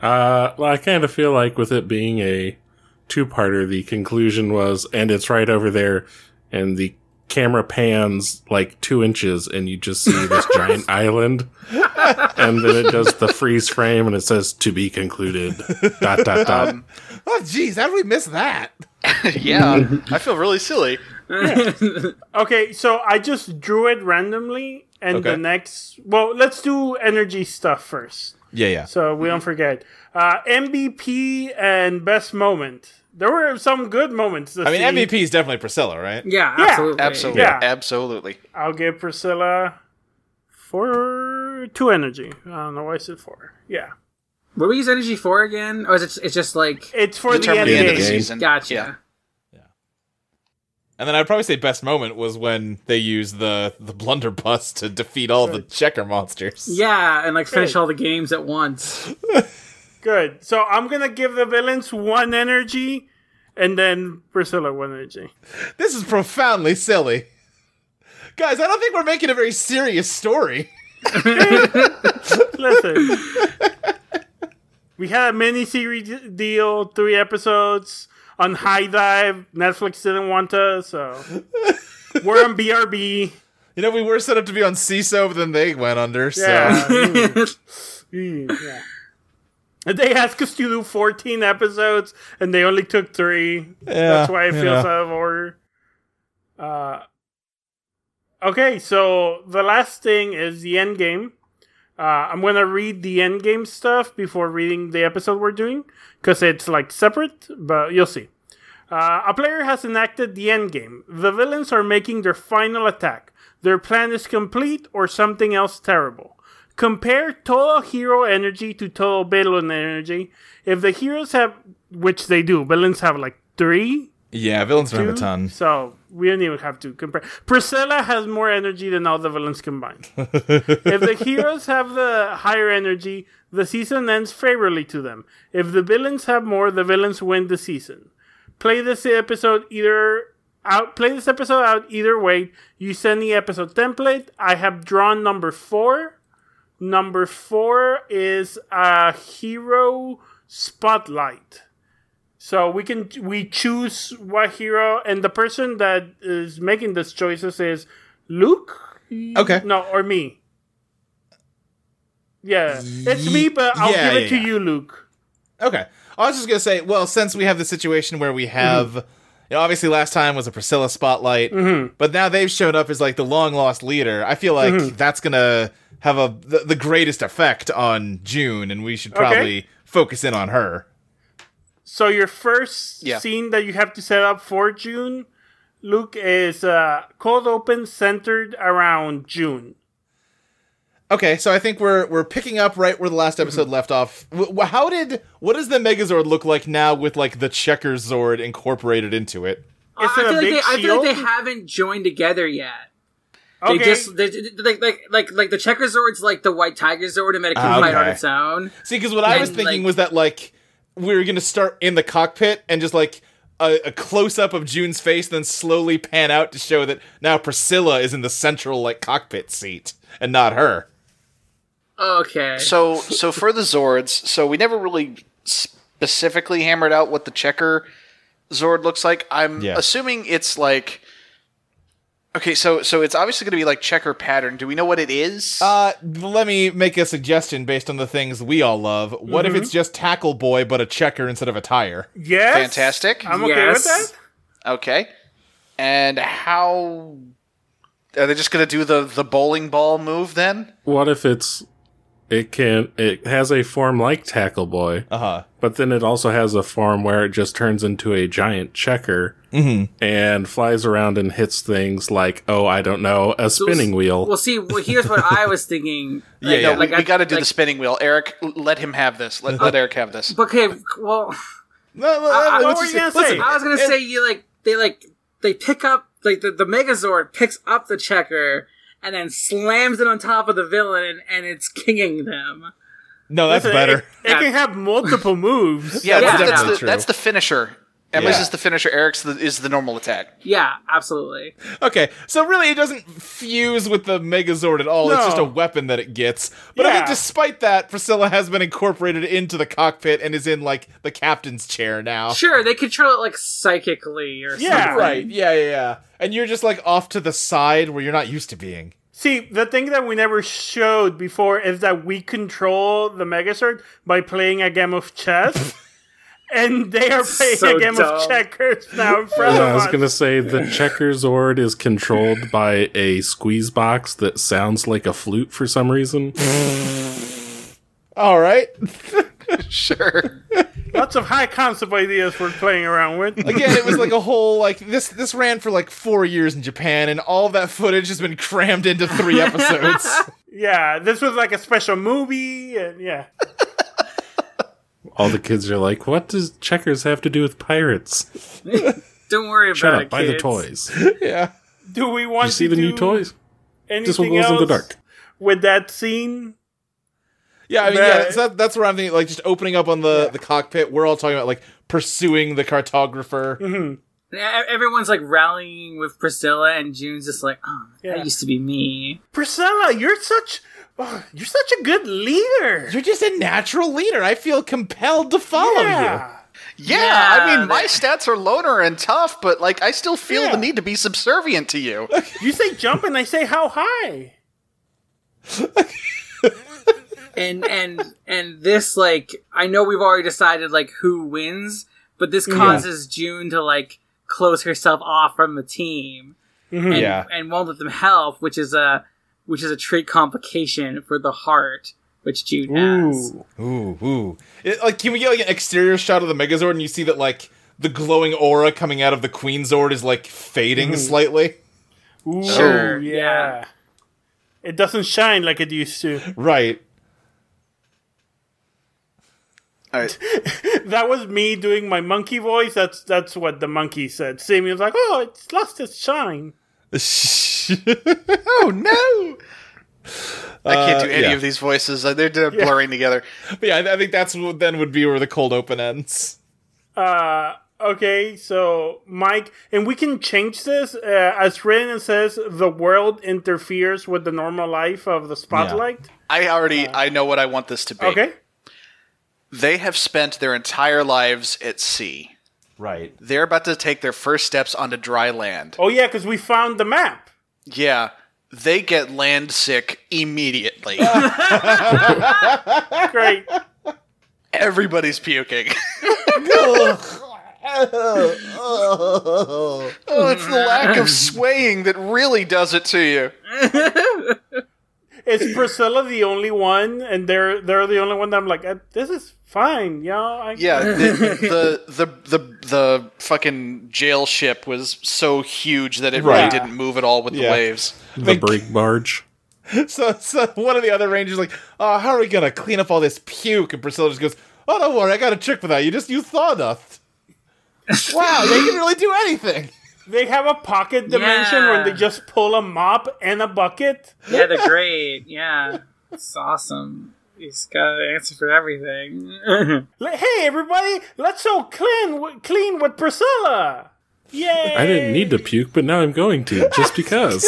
I: Uh, well, I kind of feel like with it being a two-parter, the conclusion was, and it's right over there, and the camera pans like two inches, and you just see this giant island, and then it does the freeze frame, and it says to be concluded. Dot dot dot.
F: oh, jeez, how did we miss that?
G: yeah, I feel really silly.
E: Okay, so I just drew it randomly, and the
F: Okay.
E: next. Well, let's do energy stuff first,
F: Yeah, yeah.
E: so we
G: Mm-hmm.
E: don't forget. Uh, MVP and best moment. There were some good moments. This
F: I mean,
E: season.
F: MVP is definitely Priscilla, right?
H: Yeah, absolutely.
G: Absolutely,
E: Yeah.
G: absolutely.
E: I'll give Priscilla four two energy. I don't know why I said four. Yeah,
H: What we use energy for again? Or is it it's just like
E: it's for the end
G: Determine the end
E: game.
G: of the
I: game.
G: season.
H: gotcha.
G: Yeah.
F: And then I'd probably say best moment was when they used the the blunderbuss to defeat all the checker monsters.
H: Yeah, and like finish
E: Good.
H: all the games at once.
E: Good. So I'm gonna give the villains one energy, and then Priscilla one energy.
F: This is profoundly silly. Guys, I don't think we're making a very serious story.
E: Listen, we had a mini series deal, three episodes on High Dive. Netflix didn't want us, so we're on BRB.
F: You know, we were set up to be on CISO, but then they went under,
E: Yeah.
F: so
E: Mm. Mm, yeah. And They asked us to do 14 episodes, and they only took three. That's why it
F: you
E: feels
F: know.
E: out of order. Uh, okay, so the last thing is the end game. Uh, I'm gonna read the end game stuff before reading the episode we're doing because it's like separate, but you'll see. Uh, a player has enacted the end game. The villains are making their final attack. Their plan is complete or something else terrible. Compare total hero energy to total villain energy. If the heroes have, which they do, villains have like three,
F: Yeah, villains don't have a ton.
E: so we don't even have to compare. Priscilla has more energy than all the villains combined. if the heroes have the higher energy, the season ends favorably to them. If the villains have more, the villains win the season. Play this episode either out. Play this episode out either way. You send the episode template. I have drawn number four. Number four is a hero spotlight. So we can we choose what hero, and the person that is making these choices is Luke.
F: Okay.
E: No, or me. Yeah, it's me, but I'll
F: yeah,
E: give it
F: yeah,
E: to
F: yeah.
E: you, Luke.
F: Okay. I was just gonna say, well, since we have the situation where we have, you know, obviously last time was a Priscilla spotlight, but now they've shown up as like the long lost leader. I feel like that's gonna have a the, the greatest effect on June, and we should probably focus in on her.
E: So your first
G: Yeah.
E: scene that you have to set up for June, Luke, is uh, cold open centered around June.
F: Okay, so I think we're we're picking up right where the last episode left off. W- w- how did what does the Megazord look like now with like the Checker Zord incorporated into it?
E: Is
H: Ah, I
E: it a
H: feel, like
E: big
H: they, I feel
E: shield?
H: like they haven't joined together yet. They
E: Okay.
H: just they, they- like like like like the checker Zord's like the white tiger Zord, and that it can
F: Ah,
H: fight on
F: okay.
H: its own.
F: See, because what I was
H: And,
F: thinking
H: like-
F: was that like we were gonna start in the cockpit and just like a, a close up of June's face, then slowly pan out to show that now Priscilla is in the central like cockpit seat and not her.
H: Okay.
G: So so for the Zords, so we never really specifically hammered out what the checker Zord looks like. I'm
F: Yeah.
G: assuming it's like Okay, so so it's obviously going to be like checker pattern. Do we know what it is?
F: Uh, let me make a suggestion based on the things we all love. What if it's just Tackle Boy but a checker instead of a tire?
E: Yes.
G: Fantastic.
E: I'm okay
H: Yes.
E: with
G: okay. And how are they just going to do the the bowling ball move then?
I: What if it's it can it has a form like Tackle Boy,
F: Uh huh.
I: but then it also has a form where it just turns into a giant checker and flies around and hits things like oh I don't know a spinning wheel.
H: Well, see, well, here's what I was thinking.
F: Yeah, yeah.
G: No, we,
H: I-
G: we got to do
H: like-
G: the spinning wheel. Eric, l- let him have this. Let, let Eric have this.
H: Okay, well,
E: what were you gonna say?
H: I was gonna say you like they like they pick up like the, the Megazord picks up the checker and then slams it on top of the villain and it's kinging them.
F: No, that's
E: that.
F: better.
E: It, it can have multiple moves.
G: Yeah,
H: that's
G: that's, that's,
F: definitely
G: the,
F: true.
G: that's the finisher. Emma's
F: Yeah.
G: is the finisher. Eric's the, is the normal attack.
H: Yeah, absolutely.
F: Okay, so really it doesn't fuse with the Megazord at all. It's
E: No.
F: just a weapon that it gets. But I mean,
E: Yeah.
F: despite that, Priscilla has been incorporated into the cockpit and is in like the captain's chair now.
H: Sure, they control it like psychically or
E: Yeah.
H: something.
F: Right? Yeah, yeah, yeah. And you're just like off to the side where you're not used to being.
E: See, the thing that we never showed before is that we control the Megazord by playing a game of chess. And they are playing
H: So
E: a game
H: dumb.
E: of checkers now in front
I: Yeah,
E: of
I: I was
E: us.
I: gonna say the checker Zord is controlled by a squeeze box that sounds like a flute for some reason.
F: All right.
G: Sure.
E: Lots of high concept ideas we're playing around with.
F: Again, it was like a whole like this. This ran for like four years in Japan, and all that footage has been crammed into three episodes.
E: yeah, this was like a special movie, and yeah.
I: All the kids are like, "What does checkers have to do with pirates?"
H: Don't worry about
I: Shut
H: it.
I: up, buy the
H: kids.
I: toys.
F: yeah.
E: Do we want
I: You see
E: to
I: the new
E: do
I: toys?
E: Anything
I: This one goes
E: else
I: in the dark.
E: with that scene?
F: Yeah, I mean,
E: That-
F: yeah, so that, that's where I'm thinking. Like, just opening up on the, the cockpit, we're all talking about like pursuing the cartographer.
H: E- Everyone's like rallying with Priscilla, and June's just like, "Oh,
E: Yeah.
H: that used to be me."
E: Priscilla, you're such oh, you're such a good leader.
F: You're just a natural leader. I feel compelled to follow you.
E: yeah.
G: Yeah,
H: Yeah,
G: I mean, my
H: that-
G: stats are loner and tough, but like, I still feel
E: Yeah.
G: the need to be subservient to you.
E: You. say jump and I say how high.
H: and and and this like I know we've already decided like who wins, but this causes June to like close herself off from the team and,
F: Yeah.
H: and won't let them help, which is a which is a trait complication for the heart which June has.
F: Ooh, ooh. It- like, can we get like an exterior shot of the Megazord, and you see that like the glowing aura coming out of the Queen Zord is like fading slightly?
E: Ooh,
H: Sure,
E: Oh, yeah.
H: yeah.
E: It doesn't shine like it used to.
F: Right.
G: All right.
E: That was me doing my monkey voice. That's that's what the monkey said. Sammy was like, "Oh, it's lost its shine."
G: Oh no! I can't do any
F: yeah.
G: of these voices. Uh, They're, they're blurring together.
F: But yeah, I, I think that's what then would be where the cold open ends.
E: Uh, okay, so Mike, and we can change this. Uh, as written, it says the world interferes with the normal life of the spotlight.
G: I already, I know what I want this to be.
E: Okay,
G: They have spent their entire lives at sea.
F: Right.
G: They're about to take their first steps onto dry land.
E: Oh yeah, because we found the map.
G: Yeah, they get land sick immediately.
E: Great.
G: Everybody's puking. oh, it's the lack of swaying that really does it to you.
E: Is Priscilla the only one, and they're they're the only one that I'm like, "Uh, this is fine, y'all. I,
G: Yeah, the, the the the the fucking jail ship was so huge that it
F: Right.
G: really didn't move at all with the
F: Yeah.
G: waves.
I: The break barge.
F: So, so one of the other rangers like, oh, how are we gonna clean up all this puke? And Priscilla just goes, oh, don't worry, I got a trick for that. You just use sawdust. wow, yeah, you can really do anything.
E: They have a pocket dimension where
H: Yeah.
E: they just pull a mop and a bucket.
H: Yeah, they're great. Yeah, it's awesome. He's got an answer for everything.
E: Like, hey, everybody, let's all clean, w- clean with Priscilla. Yay!
I: I didn't need to puke, but now I'm going to just because.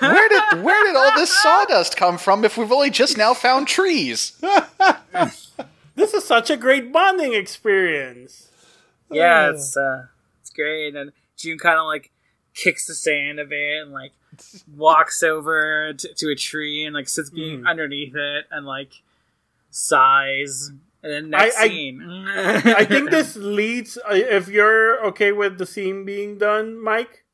G: Where did where did all this sawdust come from if we've only just now found trees?
E: This is such a great bonding experience.
H: yeah, it's uh, it's great. And June kind of like kicks the sand of it and like walks over t- to a tree and like sits being
E: Hmm.
H: underneath it and like sighs. And then next
E: I- I-
H: scene.
E: I think this leads, I- if you're okay with the scene being done, Mike,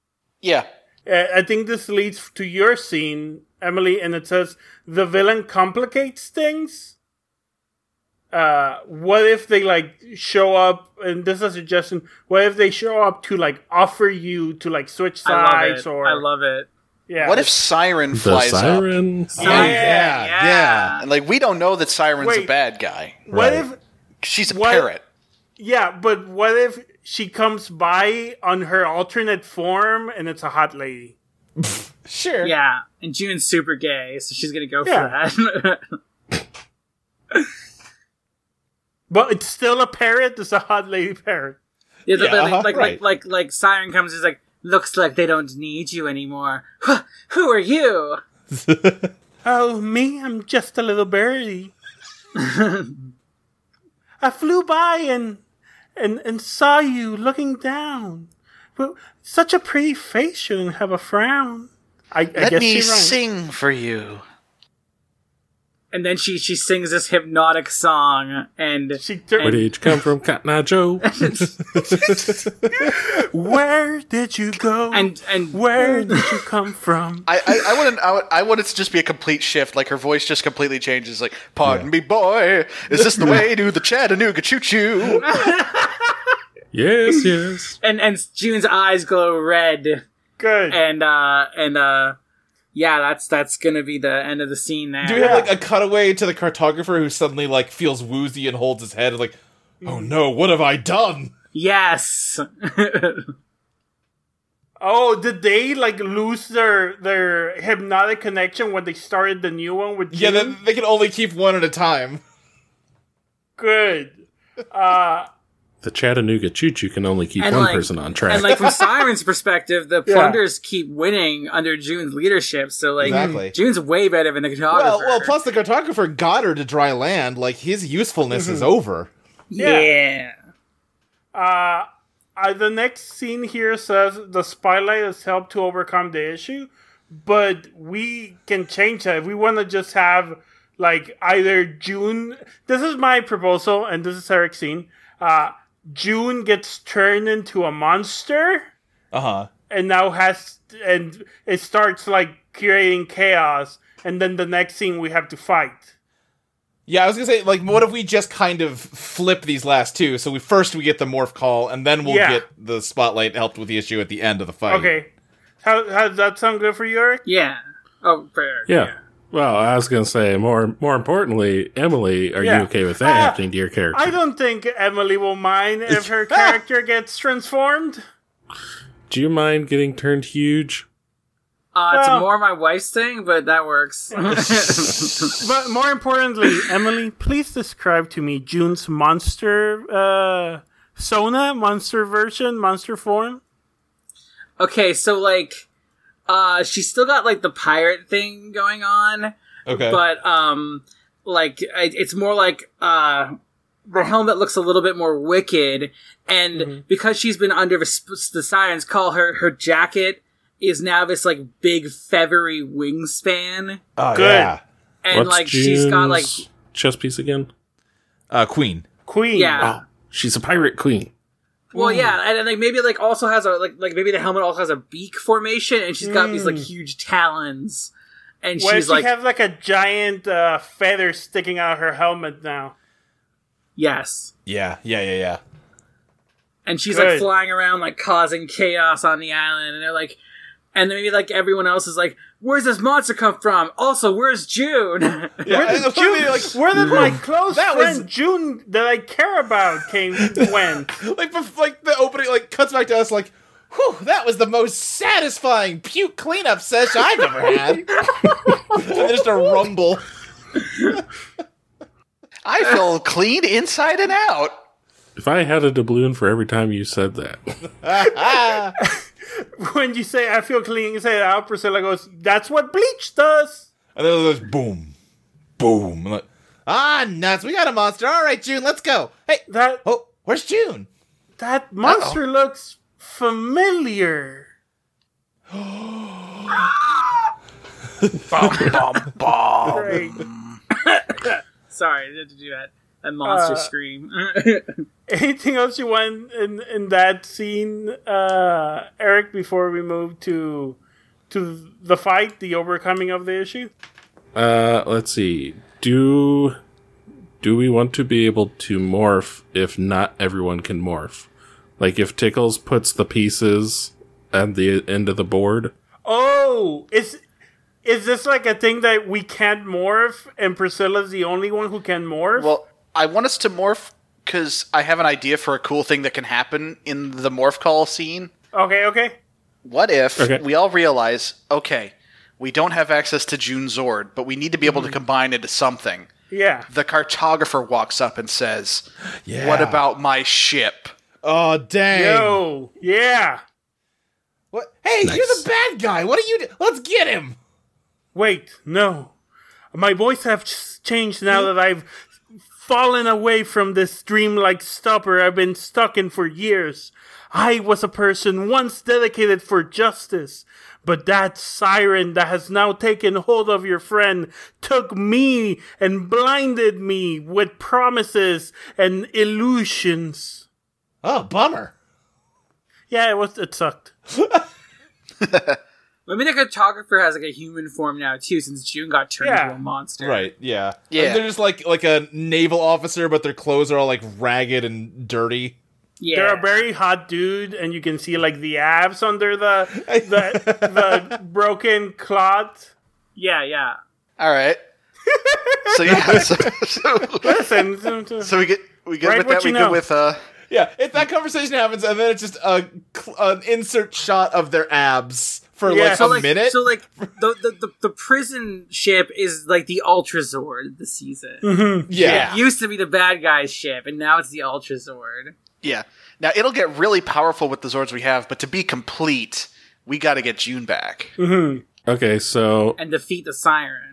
G: Yeah.
E: Uh, I think this leads to your scene, Emily, and it says the villain complicates things. Uh, what if they like show up? And this is a suggestion. What if they show up to like offer you to like switch
H: I love
E: sides
H: it.
E: or
H: I love it.
E: yeah?
G: What if Siren
I: the
G: flies up?
I: siren.
F: Yeah,
E: yeah,
F: yeah.
G: And like we don't know that Siren's a
E: Wait.
G: bad guy.
E: What
I: Right.
E: if?
G: She's a
E: What-
G: parrot.
E: Yeah, but what if she comes by on her alternate form and it's a hot lady?
F: Sure.
H: Yeah, and June's super gay, so she's gonna go
E: Yeah.
H: for that.
E: But it's still a parrot. It's a hot lady parrot.
H: Yeah, the,
F: Yeah,
H: like,
F: uh-huh,
H: like,
F: right.
H: like like like Siren comes is like, looks like they don't need you anymore. Huh, Who are you?
E: Oh, me? I'm just a little birdie. I flew by and and and saw you looking down. Well, such a pretty face shouldn't have a frown. I, I
G: Let
E: guess
G: me
E: she's right.
G: sing for you.
H: And then she she sings this hypnotic song, and
E: She
I: Where
E: turned.
I: did you come from, Cotton Eye Joe?
E: Where did you go?
H: and and
E: where did you come from?
G: I I, I wouldn't I, would, I want it to just be a complete shift. Like her voice just completely changes. Like, pardon me, boy, is this the way to the Chattanooga choo choo?
I: yes, yes.
H: and and June's eyes glow red,
E: Good.
H: and uh and uh yeah, that's that's gonna be the end of the scene there.
F: Do we have like a cutaway to the cartographer who suddenly like feels woozy and holds his head like,
E: Mm.
F: "Oh no, what have I done?"
H: yes,
E: Oh, did they like lose their their hypnotic connection when they started the new one with
F: Yeah,
E: June?
F: they, they can only keep one at a time.
E: Good. Uh,
I: The Chattanooga Choo Choo can only keep
H: And,
I: one
H: like-
I: person on track.
H: and like from Siren's perspective, the plunders keep winning under June's leadership. So like,
F: Exactly.
H: June's way better than the cartographer.
F: Well, well, plus the cartographer got her to dry land. Like his usefulness is over.
H: yeah.
E: Uh, uh, the next scene here says the spotlight has helped to overcome the issue, but we can change that if we want to just have like either June. This is my proposal, and this is Eric's scene. Uh, June gets turned into a monster
F: Uh
I: Uh-huh.
F: huh.
E: and now has and it starts like creating chaos, and then the next scene we have to fight.
F: Yeah, I was gonna say, like, what if we just kind of flip these last two? So we first we get the morph call, and then we'll
E: Yeah.
F: get the spotlight helped with the issue at the end of the fight.
E: Okay, how how does that sound good for you, Eric?
H: Yeah. Oh, fair.
I: yeah. Well, I was going to say, more more importantly, Emily, are
E: Yeah.
I: you okay with
E: Ah,
I: that happening to your character?
E: I don't think Emily will mind if her character gets transformed.
I: Do you mind getting turned huge?
H: Uh, it's
E: Oh.
H: more my wife's thing, but that works.
E: But more importantly, Emily, please describe to me June's monster uh Sona, monster version, monster form.
H: okay, so like, uh, she's still got like the pirate thing going on,
F: Okay.
H: but um, like it, it's more like uh, the helmet looks a little bit more wicked, and
E: Mm-hmm.
H: because she's been under the sp- the siren's call, her her jacket is now this like big feathery wingspan,
F: Oh,
E: Good.
F: Yeah.
H: and like she's got like
I: June's chess piece again?
F: Uh, Queen.
E: Queen.
H: yeah.
I: Oh, she's a pirate queen.
H: Well, yeah, and, and like maybe like also has a like like maybe the helmet also has a beak formation, and she's got these like huge talons, and
E: Mm. Why does
H: she's
E: she
H: like,
E: have like a giant uh, feather sticking out her helmet now?
H: yes,
F: Yeah. Yeah. Yeah. Yeah.
H: and she's
E: Good.
H: like flying around like causing chaos on the island, and they're like, and then maybe like everyone else is like, where's this monster come from? Also, where's June?
F: Where did June, like,
E: Where did my close
F: That was-
E: friend June that I care about came went?
F: like, bef- like the opening, like cuts back to us, like, Whew, that was the most satisfying puke cleanup session I've ever had. and just a rumble.
G: I feel clean inside and out.
I: If I had a doubloon for every time you said that,
E: When you say I feel clean inside out, Priscilla goes, "That's what bleach does."
F: And then it was boom, boom. I'm like, ah, nuts. We got a monster. All right, June, let's go. Hey,
E: That
F: oh, where's June?
E: that monster looks familiar. Great.
H: Sorry, I had to do that. That monster
E: Uh,
H: scream.
E: Anything else you want in in that scene, uh, Eric? Before we move to to the fight, the overcoming of the issue.
I: uh, let's see. Do do we want to be able to morph if not everyone can morph? Like if Tickles puts the pieces at the end of the board,
E: Oh, is is this like a thing that we can't morph, and Priscilla's the only one who can morph?
G: Well, I want us to morph because I have an idea for a cool thing that can happen in the morph call scene.
E: okay, okay.
G: What if
I: Okay.
G: we all realize, okay, we don't have access to June Zord, but we need to be able to combine into something.
E: Yeah.
G: The cartographer walks up and says, "What about my ship?"
F: Oh, dang.
E: Yo, yeah.
F: What? Hey, you're the bad guy. What are you? Do- Let's get him.
E: Wait, no. My voice have ch- changed now that I've fallen away from this dream-like stupor I've been stuck in for years. I was a person once dedicated for justice, but that siren that has now taken hold of your friend took me and blinded me with promises and illusions.
F: Oh, bummer.
E: Yeah, it was it sucked.
H: Maybe the cartographer has like a human form now too, since June got turned
E: Yeah.
H: into a monster.
F: Right. Yeah.
G: Yeah.
F: They're just like like a naval officer, but their clothes are all like ragged and dirty.
E: They're
H: Yeah.
E: a very hot dude, and you can see like the abs under the the, the broken cloth.
H: yeah. Yeah.
G: All right. so yeah, so, so,
E: Listen, so- so-
G: so we get we get
E: Write
G: with
E: what
G: that.
E: you
G: We
E: know.
G: go with uh,
F: Yeah. If that conversation happens, and then it's just a cl- an insert shot of their abs for
E: Yeah.
F: like
E: So,
F: a
H: like,
F: minute.
H: So like the, the the the prison ship is like the Ultra Zord this season.
F: yeah.
H: It used to be the bad guy's ship, and now it's the Ultra Zord.
G: yeah. Now it'll get really powerful with the Zords we have, but to be complete, we got to get June back.
I: okay. So
H: and defeat the siren.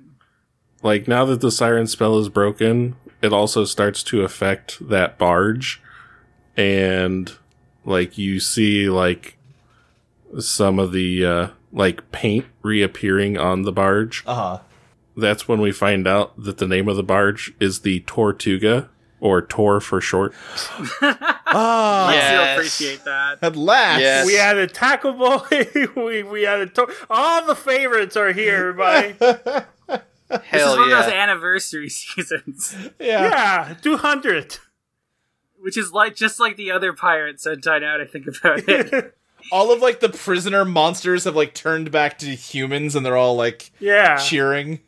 I: like now that the siren spell is broken, it also starts to affect that barge, and like you see like some of the uh, like paint reappearing on the barge.
F: Uh huh.
I: That's when we find out that the name of the barge is the Tortuga or Tor for short.
F: Ah.
H: I still
G: Yes.
H: appreciate that.
F: At last.
G: Yes.
E: we had a taco boy. we we had a to- all the favorites are here, everybody.
H: This is
G: Hell
H: one of those
G: yeah!
H: anniversary seasons,
F: Yeah.
E: yeah, two hundred.
H: which is like just like the other pirate Sentai. Now that I think about it,
F: All of like the prisoner monsters have like turned back to humans, and they're all like
E: Yeah.
F: cheering.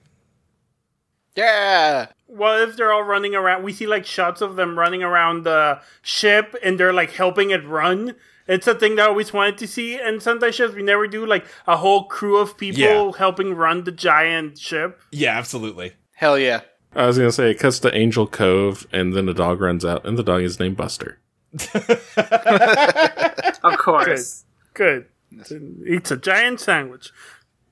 G: Yeah.
E: Well, if they're all running around, we see like shots of them running around the ship, and they're like helping it run. It's a thing that I always wanted to see, and sometimes ships we never do like a whole crew of people
F: Yeah.
E: helping run the giant ship.
F: Yeah, absolutely.
G: Hell yeah!
I: I was gonna say it cuts to Angel Cove, and then a dog runs out, and the dog is named Buster.
H: of course.
E: Good. It's a giant sandwich.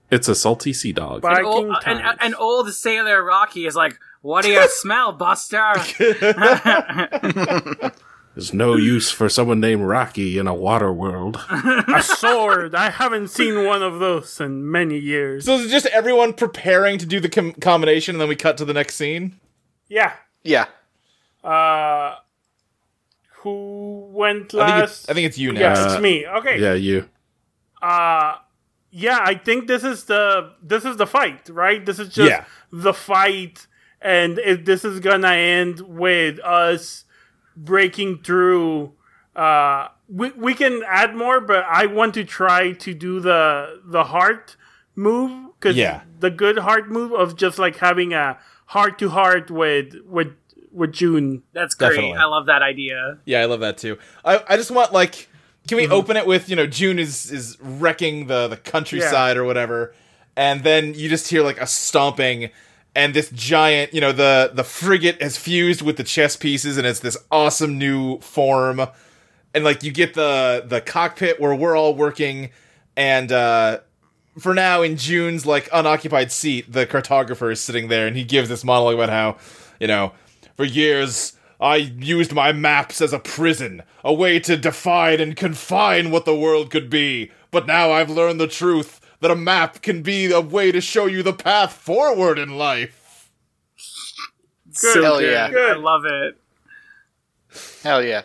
I: It's a salty sea dog.
E: Viking
H: Old,
E: times.
H: an, an old sailor Rocky is like, "What do you smell, Buster?"
I: There's no use for someone named Rocky in a water world.
E: a sword. I haven't seen one of those in many years.
F: So is it just everyone preparing to do the com- combination, and then we cut to the next scene?
E: Yeah.
G: Yeah.
E: Uh, who went
F: I think,
E: last?
F: it's, I think it's you now.
E: yeah,
I: Uh,
E: it's me. Okay.
I: yeah, you.
E: Uh, yeah. I think this is the this is the fight, right? This is just
F: Yeah.
E: the fight, and if this is gonna end with us breaking through. Uh, we we can add more, but I want to try to do the the heart move because
F: Yeah.
E: the good heart move of just like having a heart to heart with with with June.
H: That's great.
F: Definitely.
H: I love that idea.
F: Yeah, I love that too. I, I just want like Can we open it with you know June is is wrecking the the countryside or whatever, and then you just hear like a stomping, and this giant you know the the frigate has fused with the chess pieces, and it's this awesome new form, and like you get the the cockpit where we're all working, and uh, for now in June's like unoccupied seat, the cartographer is sitting there, and he gives this monologue about how you know for years. I used my maps as a prison, a way to define and confine what the world could be. But now I've learned the truth that a map can be a way to show you the path forward in life.
E: Good.
G: Hell yeah.
E: Good.
H: I love it.
G: Hell yeah.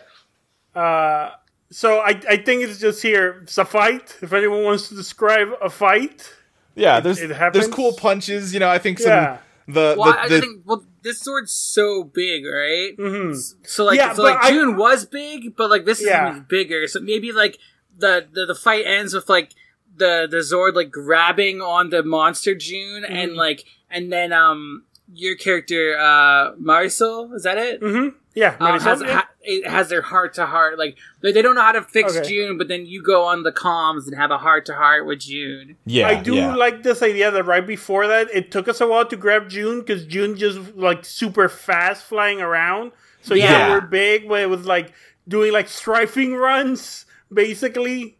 E: So I, I think it's just here. It's a fight. If anyone wants to describe a fight,
F: Yeah, there's
E: it
F: there's
E: happens.
F: cool punches. You know, I think some
E: Yeah.
F: the
H: Well, I
F: the,
H: I
F: the
H: think well, this sword's so big, right? Mm-hmm. So like,
E: Yeah,
H: so
E: but
H: like
E: I-
H: June was big, but like this is
E: Yeah.
H: even bigger. So maybe like the, the the fight ends with like the the Zord like grabbing on the monster June,
E: Mm-hmm.
H: and like and then um your character uh Marisol is that it?
E: yeah,
H: Um,
E: Mm-hmm. Marisol,
H: has,
E: yeah.
H: ha- it has their heart to heart. Like they they don't know how to fix
E: Okay.
H: June, but then you go on the comms and have a heart to heart with June.
F: yeah,
E: I do like this idea that right before that, it took us a while to grab June because June just like super fast flying around. So yeah,
F: Yeah.
E: we're big, but it was like doing like strafing runs basically.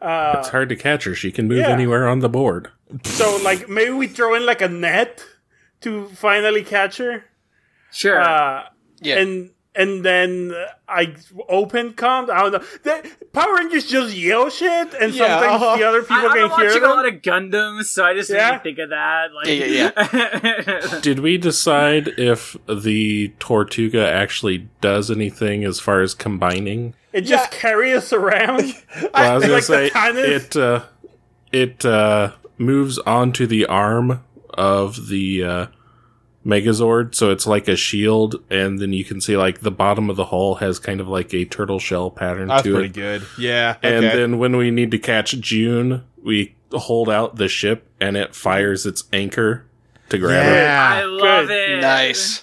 I: it's hard to catch her. She can move
E: yeah.
I: anywhere on the board.
E: So like maybe we throw in like a net to finally catch her.
H: Sure.
E: Uh,
G: Yeah.
E: and and then I open comms. I don't know. The Power Rangers just yell shit, and
F: Yeah,
E: sometimes
F: uh-huh.
E: the other
H: I,
E: people
H: I've been
E: can hear
H: watching a
E: them.
H: lot of Gundams, so I just
E: Yeah.
H: didn't think of that. Like,
G: Yeah, yeah,
I: Did we decide if the Tortuga actually does anything as far as combining?
E: it just carry us around.
I: Well, I was gonna
E: Like the
I: say
E: kindness?
I: it uh, it uh, moves onto the arm of the uh, Megazord, so it's like a shield, and then you can see like the bottom of the hull has kind of like a turtle shell pattern
F: That's
I: to
F: pretty
I: it.
F: good. Yeah,
I: And
F: okay.
I: then when we need to catch June, we hold out the ship, and it fires its anchor to grab her.
H: I
F: yeah,
H: love
E: Good.
H: it.
G: Ah, Nice.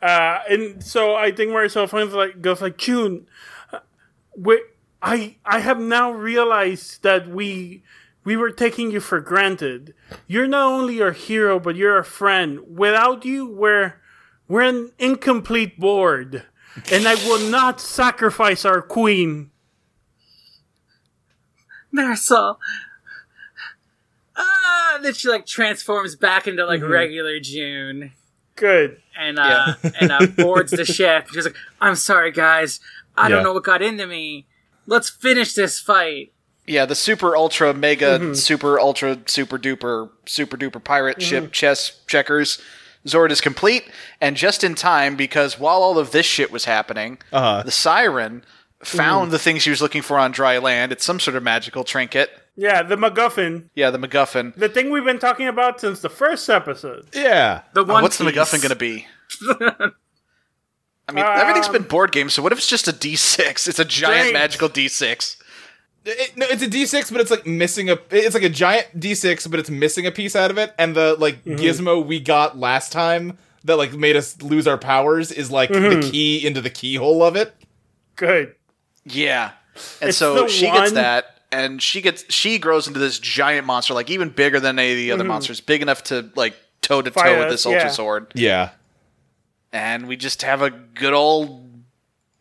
E: Uh, and so I think Marisol finds like goes like June. uh, We, I I have now realized that we we were taking you for granted. You're not only our hero, but you're our friend. Without you, we're we're an incomplete board, and I will not sacrifice our queen.
H: Marisol. Ah, and then she like transforms back into like
E: Mm-hmm.
H: regular June
E: Good.
H: and uh and uh, boards the ship. She's like, "I'm sorry, guys. I
F: Yeah.
H: don't know what got into me. Let's finish this fight."
G: Yeah, the super ultra mega super ultra super duper super duper pirate ship chess checkers Zord is complete and just in time because while all of this shit was happening,
F: Uh-huh.
G: the siren found the thing she was looking for on dry land. It's some sort of magical trinket.
E: Yeah, the MacGuffin,
G: Yeah, the MacGuffin.
E: the thing we've been talking about since the first episode.
F: yeah.
H: The one
G: Uh, What's the
H: piece.
G: MacGuffin going to be? I mean, everything's
H: Um,
G: been board games, so what if it's just a D6? It's a giant
E: Strength.
G: magical D6.
F: It- no, it's a D6, but it's like missing a. It's like a giant D6, but it's missing a piece out of it. And the like gizmo we got last time that like made us lose our powers is like the key into the keyhole of it.
E: Good.
G: Yeah. And
E: It's
G: so
E: the
G: she gets
E: one-
G: that and she gets she grows into this giant monster like even bigger than any of the other monsters, big enough to like toe to
E: Mm-hmm. Fight
G: toe with
E: us,
G: this ultra
E: yeah.
G: sword.
F: Yeah,
G: And we just have a good old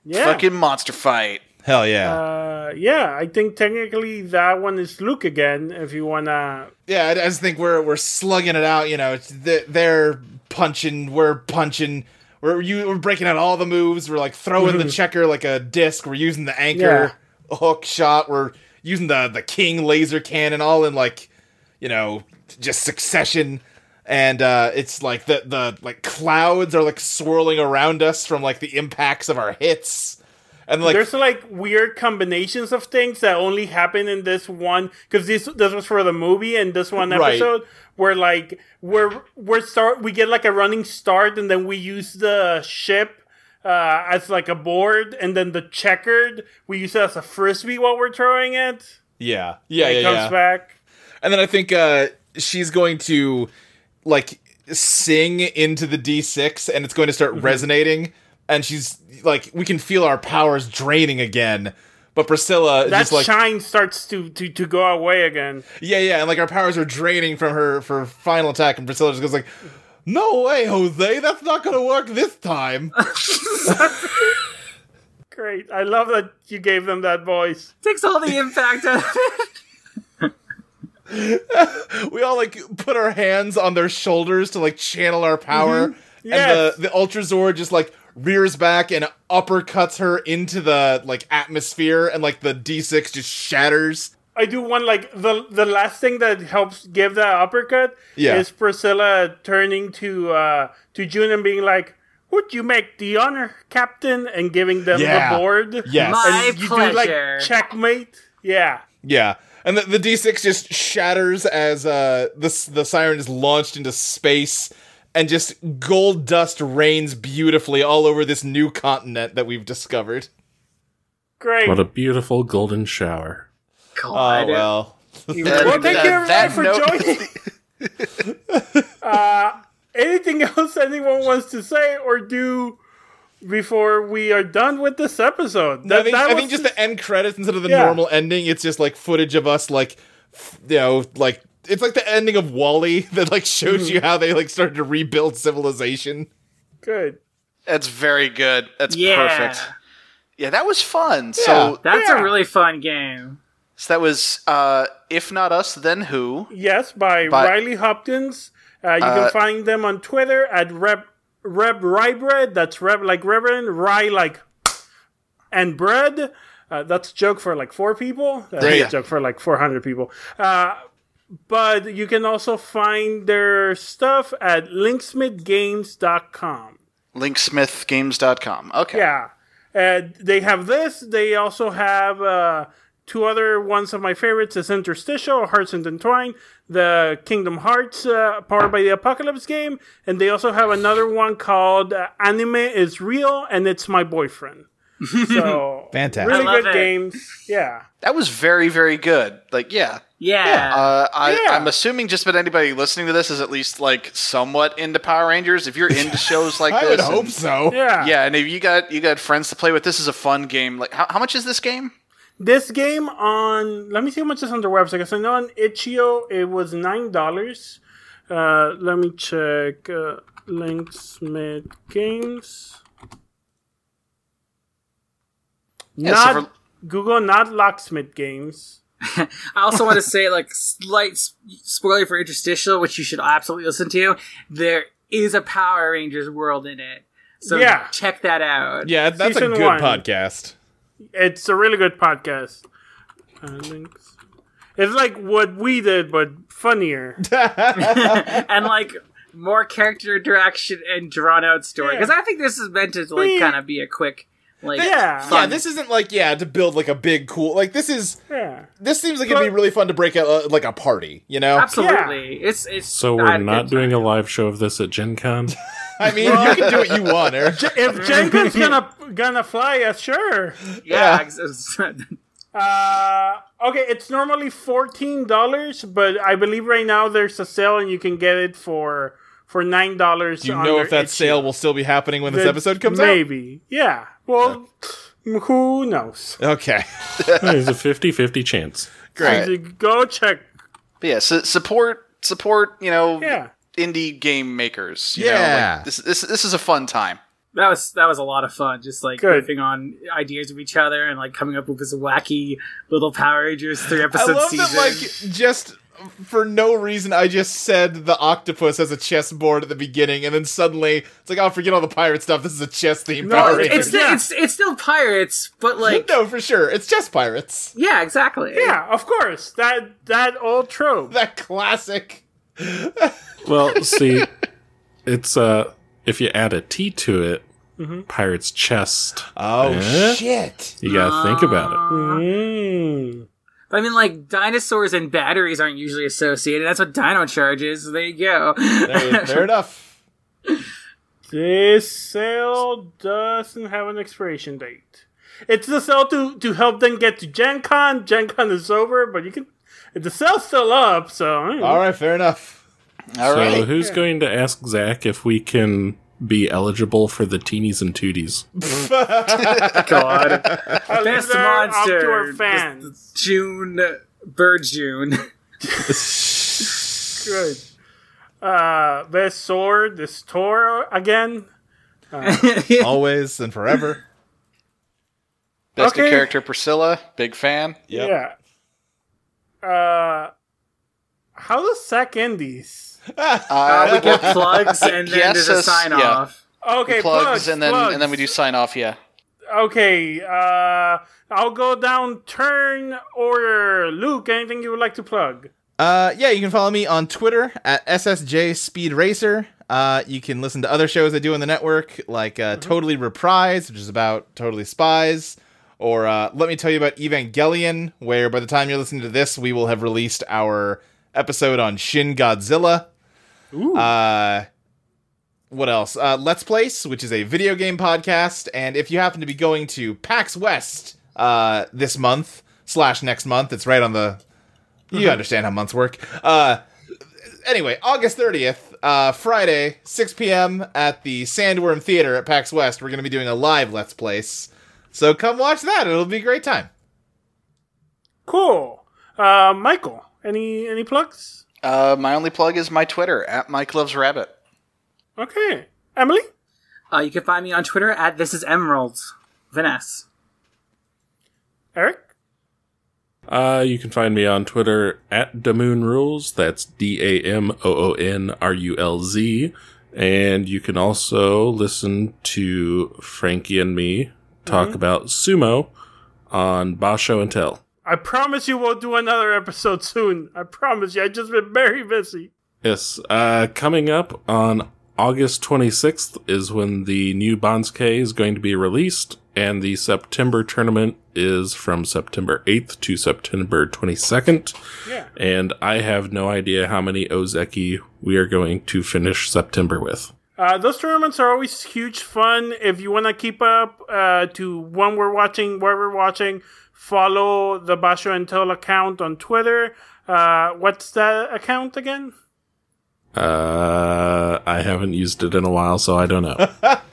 E: Yeah.
G: fucking monster fight.
F: hell yeah,
E: Uh, yeah, I think technically that one is Luke again. If you wanna,
F: yeah. I I just think we're we're slugging it out. You know, it's th- they're punching, we're punching. We're you we're breaking out all the moves. We're like throwing the checker like a disc. We're using the anchor hook shot. We're using the the king laser cannon all in like you know just succession. And uh, it's like the the like clouds are like swirling around us from like the impacts of our hits. And like
E: there's like weird combinations of things that only happen in this one because this this was for the movie and this one
F: Right.
E: episode where like we're we're start we get like a running start and then we use the ship uh, as like a board and then the checkered we use it as a frisbee while we're throwing it.
F: yeah, yeah,
E: It
F: yeah,
E: comes
F: yeah.
E: back.
F: And then I think uh, she's going to like sing into the D6 and it's going to start resonating. And she's like, we can feel our powers draining again. But Priscilla is
E: That
F: just like
E: shine starts to, to, to go away again.
F: Yeah, yeah, and like our powers are draining from her for final attack, and Priscilla just goes like, "No way, Jose, that's not gonna work this time."
E: Great. I love that you gave them that voice.
H: Takes all the impact out of it.
F: we all like put our hands on their shoulders to like channel our power,
E: Yes.
F: and the the Ultra Zord just like rears back and uppercuts her into the like atmosphere, and like the D6 just shatters.
E: I do one like the the last thing that helps give that uppercut
F: Yeah.
E: is Priscilla turning to uh to June and being like, Would you make the honor, Captain? and giving them
F: Yeah.
E: the board.
F: Yes,
H: My-
E: And you do like
H: pleasure.
E: checkmate. Yeah.
F: yeah. And the, the D6 just shatters as uh, the, s- the siren is launched into space, and just gold dust rains beautifully all over this new continent that we've discovered.
E: Great.
I: What a beautiful golden shower.
F: Oh,
H: God.
F: well.
E: well, thank you everybody
G: that
E: for
G: note-
E: joining. uh, anything else anyone wants to say or do before we are done with this episode?
F: I think, I think
E: was-
F: just the end credits instead of the
E: Yeah.
F: normal ending, it's just like footage of us, like, f- you know, like. It's like the ending of Wally that like
E: Hmm.
F: shows you how they like started to rebuild civilization.
E: good.
G: That's very good. That's
H: Yeah.
G: perfect. Yeah, that was fun.
F: Yeah.
G: So,
H: That's
E: Yeah.
H: a really fun game.
G: so that was uh, if not us, then who?
E: Yes, by
G: By-
E: Riley Hopkins. Uh, you can
G: Uh,
E: find them on Twitter at Reb Reb Rye Bread. That's Reb like Reverend Rye like and bread. Uh, that's a joke for like four people. That's
G: Yeah.
E: a joke for like four hundred people. Uh, but you can also find their stuff at linksmithgames.com.
G: Linksmithgames.com. Okay.
E: Yeah. Uh, they have this. They also have uh, two other ones of my favorites: is Interstitial, Hearts Entwined, the Kingdom Hearts uh, powered by the Apocalypse game, and they also have another one called uh, Anime is Real and It's My Boyfriend. So
F: Fantastic.
E: really
H: I love
E: good
H: it.
E: games. Yeah,
G: That was very, very good. Like, yeah.
H: Yeah.
G: Uh, I,
E: Yeah.
G: I'm assuming just about anybody listening to this is at least like somewhat into Power Rangers. If you're into shows like
F: I
G: this,
F: would
G: and-
F: hope so.
E: yeah,
G: Yeah, and if you got you got friends to play with, this is a fun game. Like, how, how much is this game?
E: This game on let me see how much is on their website. Because I know on itch.io it was nine dollars. Uh, let me check uh, Linksmith Games.
G: Yeah,
E: not
G: so for-
E: Google, not Locksmith Games.
H: I also want to say, like, slight s- spoiler for Interstitial, which you should absolutely listen to. There is a Power Rangers world in it, so
E: Yeah.
H: check that out.
F: Yeah, that's
E: Season
F: a good
E: one.
F: podcast.
E: It's a really good podcast. Uh, links. It's like what we did, but funnier.
H: and like more character direction and drawn out story because I think this is meant to like
E: Yeah.
H: kind of be a quick like
E: Yeah.
F: Yeah,
H: fun.
F: this isn't like yeah to build like a big cool like this is
E: Yeah.
F: this seems like it'd be really fun to break out uh, like a party, you know?
H: absolutely it's it's
I: So
H: I
I: we're
H: had a
I: not
H: good
I: doing
H: time.
I: a live show of this at Gen Con.
F: I mean, you can do what you want, Eric.
E: If Jenkins gonna gonna fly us, sure.
F: yeah.
H: yeah, ex- ex-
E: Uh, okay, it's normally fourteen dollars, but I believe right now there's a sale and you can get it for for nine dollars.
F: Do you know if that sale will still be happening when this episode comes out?
E: Maybe, yeah. Well, who knows?
F: Okay.
I: There's a 50 50 chance.
G: Great.
E: Go check.
G: But yeah, su- support support. You know,
E: Yeah.
G: indie game makers. you know,
F: Yeah.
G: like, this this this is a fun time.
H: that was that was a lot of fun just like
E: Good.
H: riffing on ideas with each other and like coming up with this wacky little Power Rangers three
F: I
H: episode
F: love
H: season
F: that, like, just for no reason, I just said the octopus as a chessboard at the beginning, and then suddenly it's like, oh, forget all the pirate stuff. This is a chess themed
E: No,
F: Power
E: it's-
F: Rangers.
H: it's,
E: Yeah.
H: it's it's still pirates but like
F: no, for sure. It's chess pirates.
H: yeah exactly
E: Yeah, of course. That that old trope.
F: That classic.
I: Well, see, it's uh, if you add a T to it, Pirate's Chest.
F: Oh,
I: Eh?
F: shit.
I: You gotta think about it.
E: Mm.
H: But I mean, like dinosaurs and batteries aren't usually associated. That's what Dino Charge is. So there you go.
F: There, fair enough.
E: This sale doesn't have an expiration date. It's the sale to, to help them get to Gen Con. Gen Con is over, but you can. The sale's still up, so. I don't know.
F: All right, fair enough.
G: All
I: so,
G: right.
I: who's going to ask Zach if we can be eligible for the teenies and tooties.
H: God.
E: I leave
H: Best
E: that Up to
H: monster.
E: our
H: Just-
E: fans.
H: June. Bird June.
E: Good. Uh, best sword, this Tor again.
F: Always and forever.
G: Best new
E: Okay.
G: character Priscilla, big fan.
E: Yeah. Uh, how does Sack end these?
G: Uh,
H: we get plugs and then
G: Yes,
H: there's a
G: us-
H: sign
G: yeah.
H: off.
E: Okay,
G: plugs,
E: plugs,
G: and then and then we do
E: plugs.
G: sign off. Yeah.
E: Okay, uh, I'll go down turn order. Luke, anything you would like to plug?
F: Uh, yeah, you can follow me on Twitter at SSJ Speed Racer. Uh, you can listen to other shows I do on the network, like uh, Totally Reprise, which is about Totally Spies, or uh, Let Me Tell You About Evangelion, where by the time you're listening to this, we will have released our episode on Shin Godzilla. Uh, what else? Uh, Let's Place, which is a video game podcast, and if you happen to be going to PAX West uh, this month slash next month, it's right on the you understand how months work. Uh, anyway, August 30th, uh, Friday, 6 p.m. at the Sandworm Theater at PAX West, we're going to be doing a live Let's Place. So come watch that. It'll be a great time.
E: Cool. Uh, Michael, any any plugs?
G: Uh, my only plug is my Twitter at Mike Loves Rabbit.
E: Okay, Emily.
H: Uh, you can find me on Twitter at This Is Emeralds. Vanessa.
E: Eric?
I: Uh, you can find me on Twitter at Damoon Rules. That's D A M O O N R U L Z. And you can also listen to Frankie and me talk about sumo on Basho and Tell.
E: I promise you we'll do another episode soon. I promise you. I've just been very busy.
I: Yes. Uh, coming up on August 26th is when the new Bonsuke is going to be released, and the September tournament is from September 8th to September 22nd.
E: Yeah.
I: And I have no idea how many Ozeki we are going to finish September with.
E: Uh, those tournaments are always huge fun. If you want to keep up uh, to when we're watching, where we're watching, follow the Basho and Tell account on Twitter. Uh, what's that account again?
I: Uh, I haven't used it in a while, so I don't know.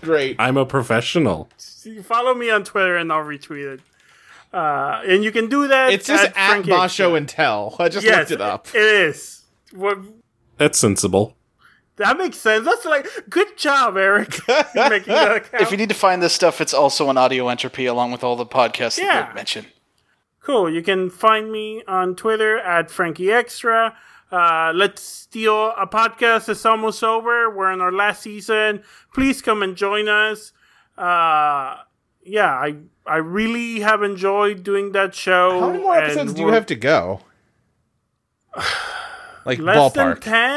F: Great.
I: I'm a professional.
E: See, Follow me on Twitter and I'll retweet it. Uh, and you can do that.
F: It's just at
E: Frankie
F: Basho
E: Extra.
F: and Tell. I just
E: yes,
F: looked it up.
E: It is. What,
I: That's sensible.
E: that makes sense. That's like good job, Eric. making that account.
G: If you need to find this stuff, it's also on Audio Entropy along with all the podcasts that
E: Yeah.
G: we've mentioned.
E: Cool. You can find me on Twitter at Frankie Extra. Uh, let's steal a podcast. It's almost over. We're in our last season. Please come and join us. Uh, yeah, I I really have enjoyed doing that show.
F: how many more
E: and
F: episodes do you
E: we're-
F: have to go? Like
E: Less
F: ballpark.
E: than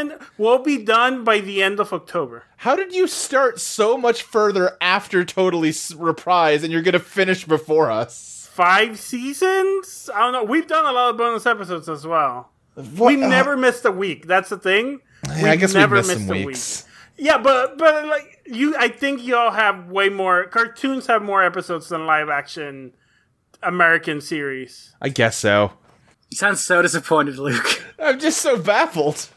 E: ten. We'll be done by the end of October.
F: How did you start so much further after Totally S- Reprise and you're going to finish before us?
E: Five seasons? I don't know. We've done a lot of bonus episodes as well. We never missed a week. That's the thing.
F: Yeah, I guess we
E: never
F: missed some
E: missed a week.
F: weeks.
E: Yeah, but but like you, I think y'all have way more cartoons have more episodes than live action American series.
F: I guess so.
H: You sound so disappointed, Luke.
F: I'm just so baffled.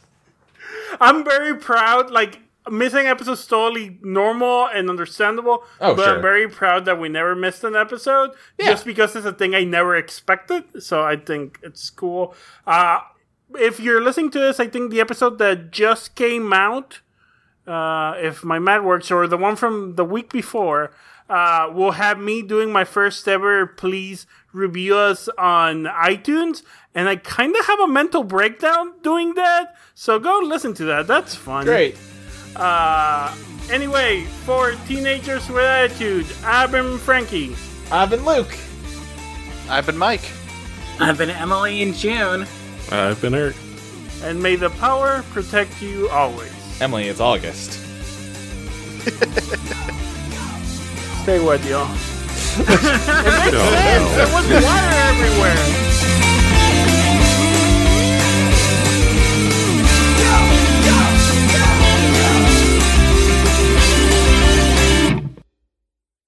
E: I'm very proud. Like missing episodes is totally normal and understandable.
F: Oh,
E: but
F: sure.
E: I'm very proud that we never missed an episode just because it's a thing I never expected. So I think it's cool. Uh, if you're listening to this, I think the episode that just came out, uh, if my math works, or the one from the week before, uh, will have me doing my first ever please review us on iTunes. And I kind of have a mental breakdown doing that. So go listen to that. That's fun.
F: Great.
E: Uh, anyway, for Teenagers with Attitude, I've been Frankie.
F: I've been Luke.
G: I've been Mike.
H: I've been Emily and June.
I: I've been Eric.
E: And may the power protect you always.
F: Emily, it's August.
E: Stay with y'all.
I: No, no.
E: There was water everywhere.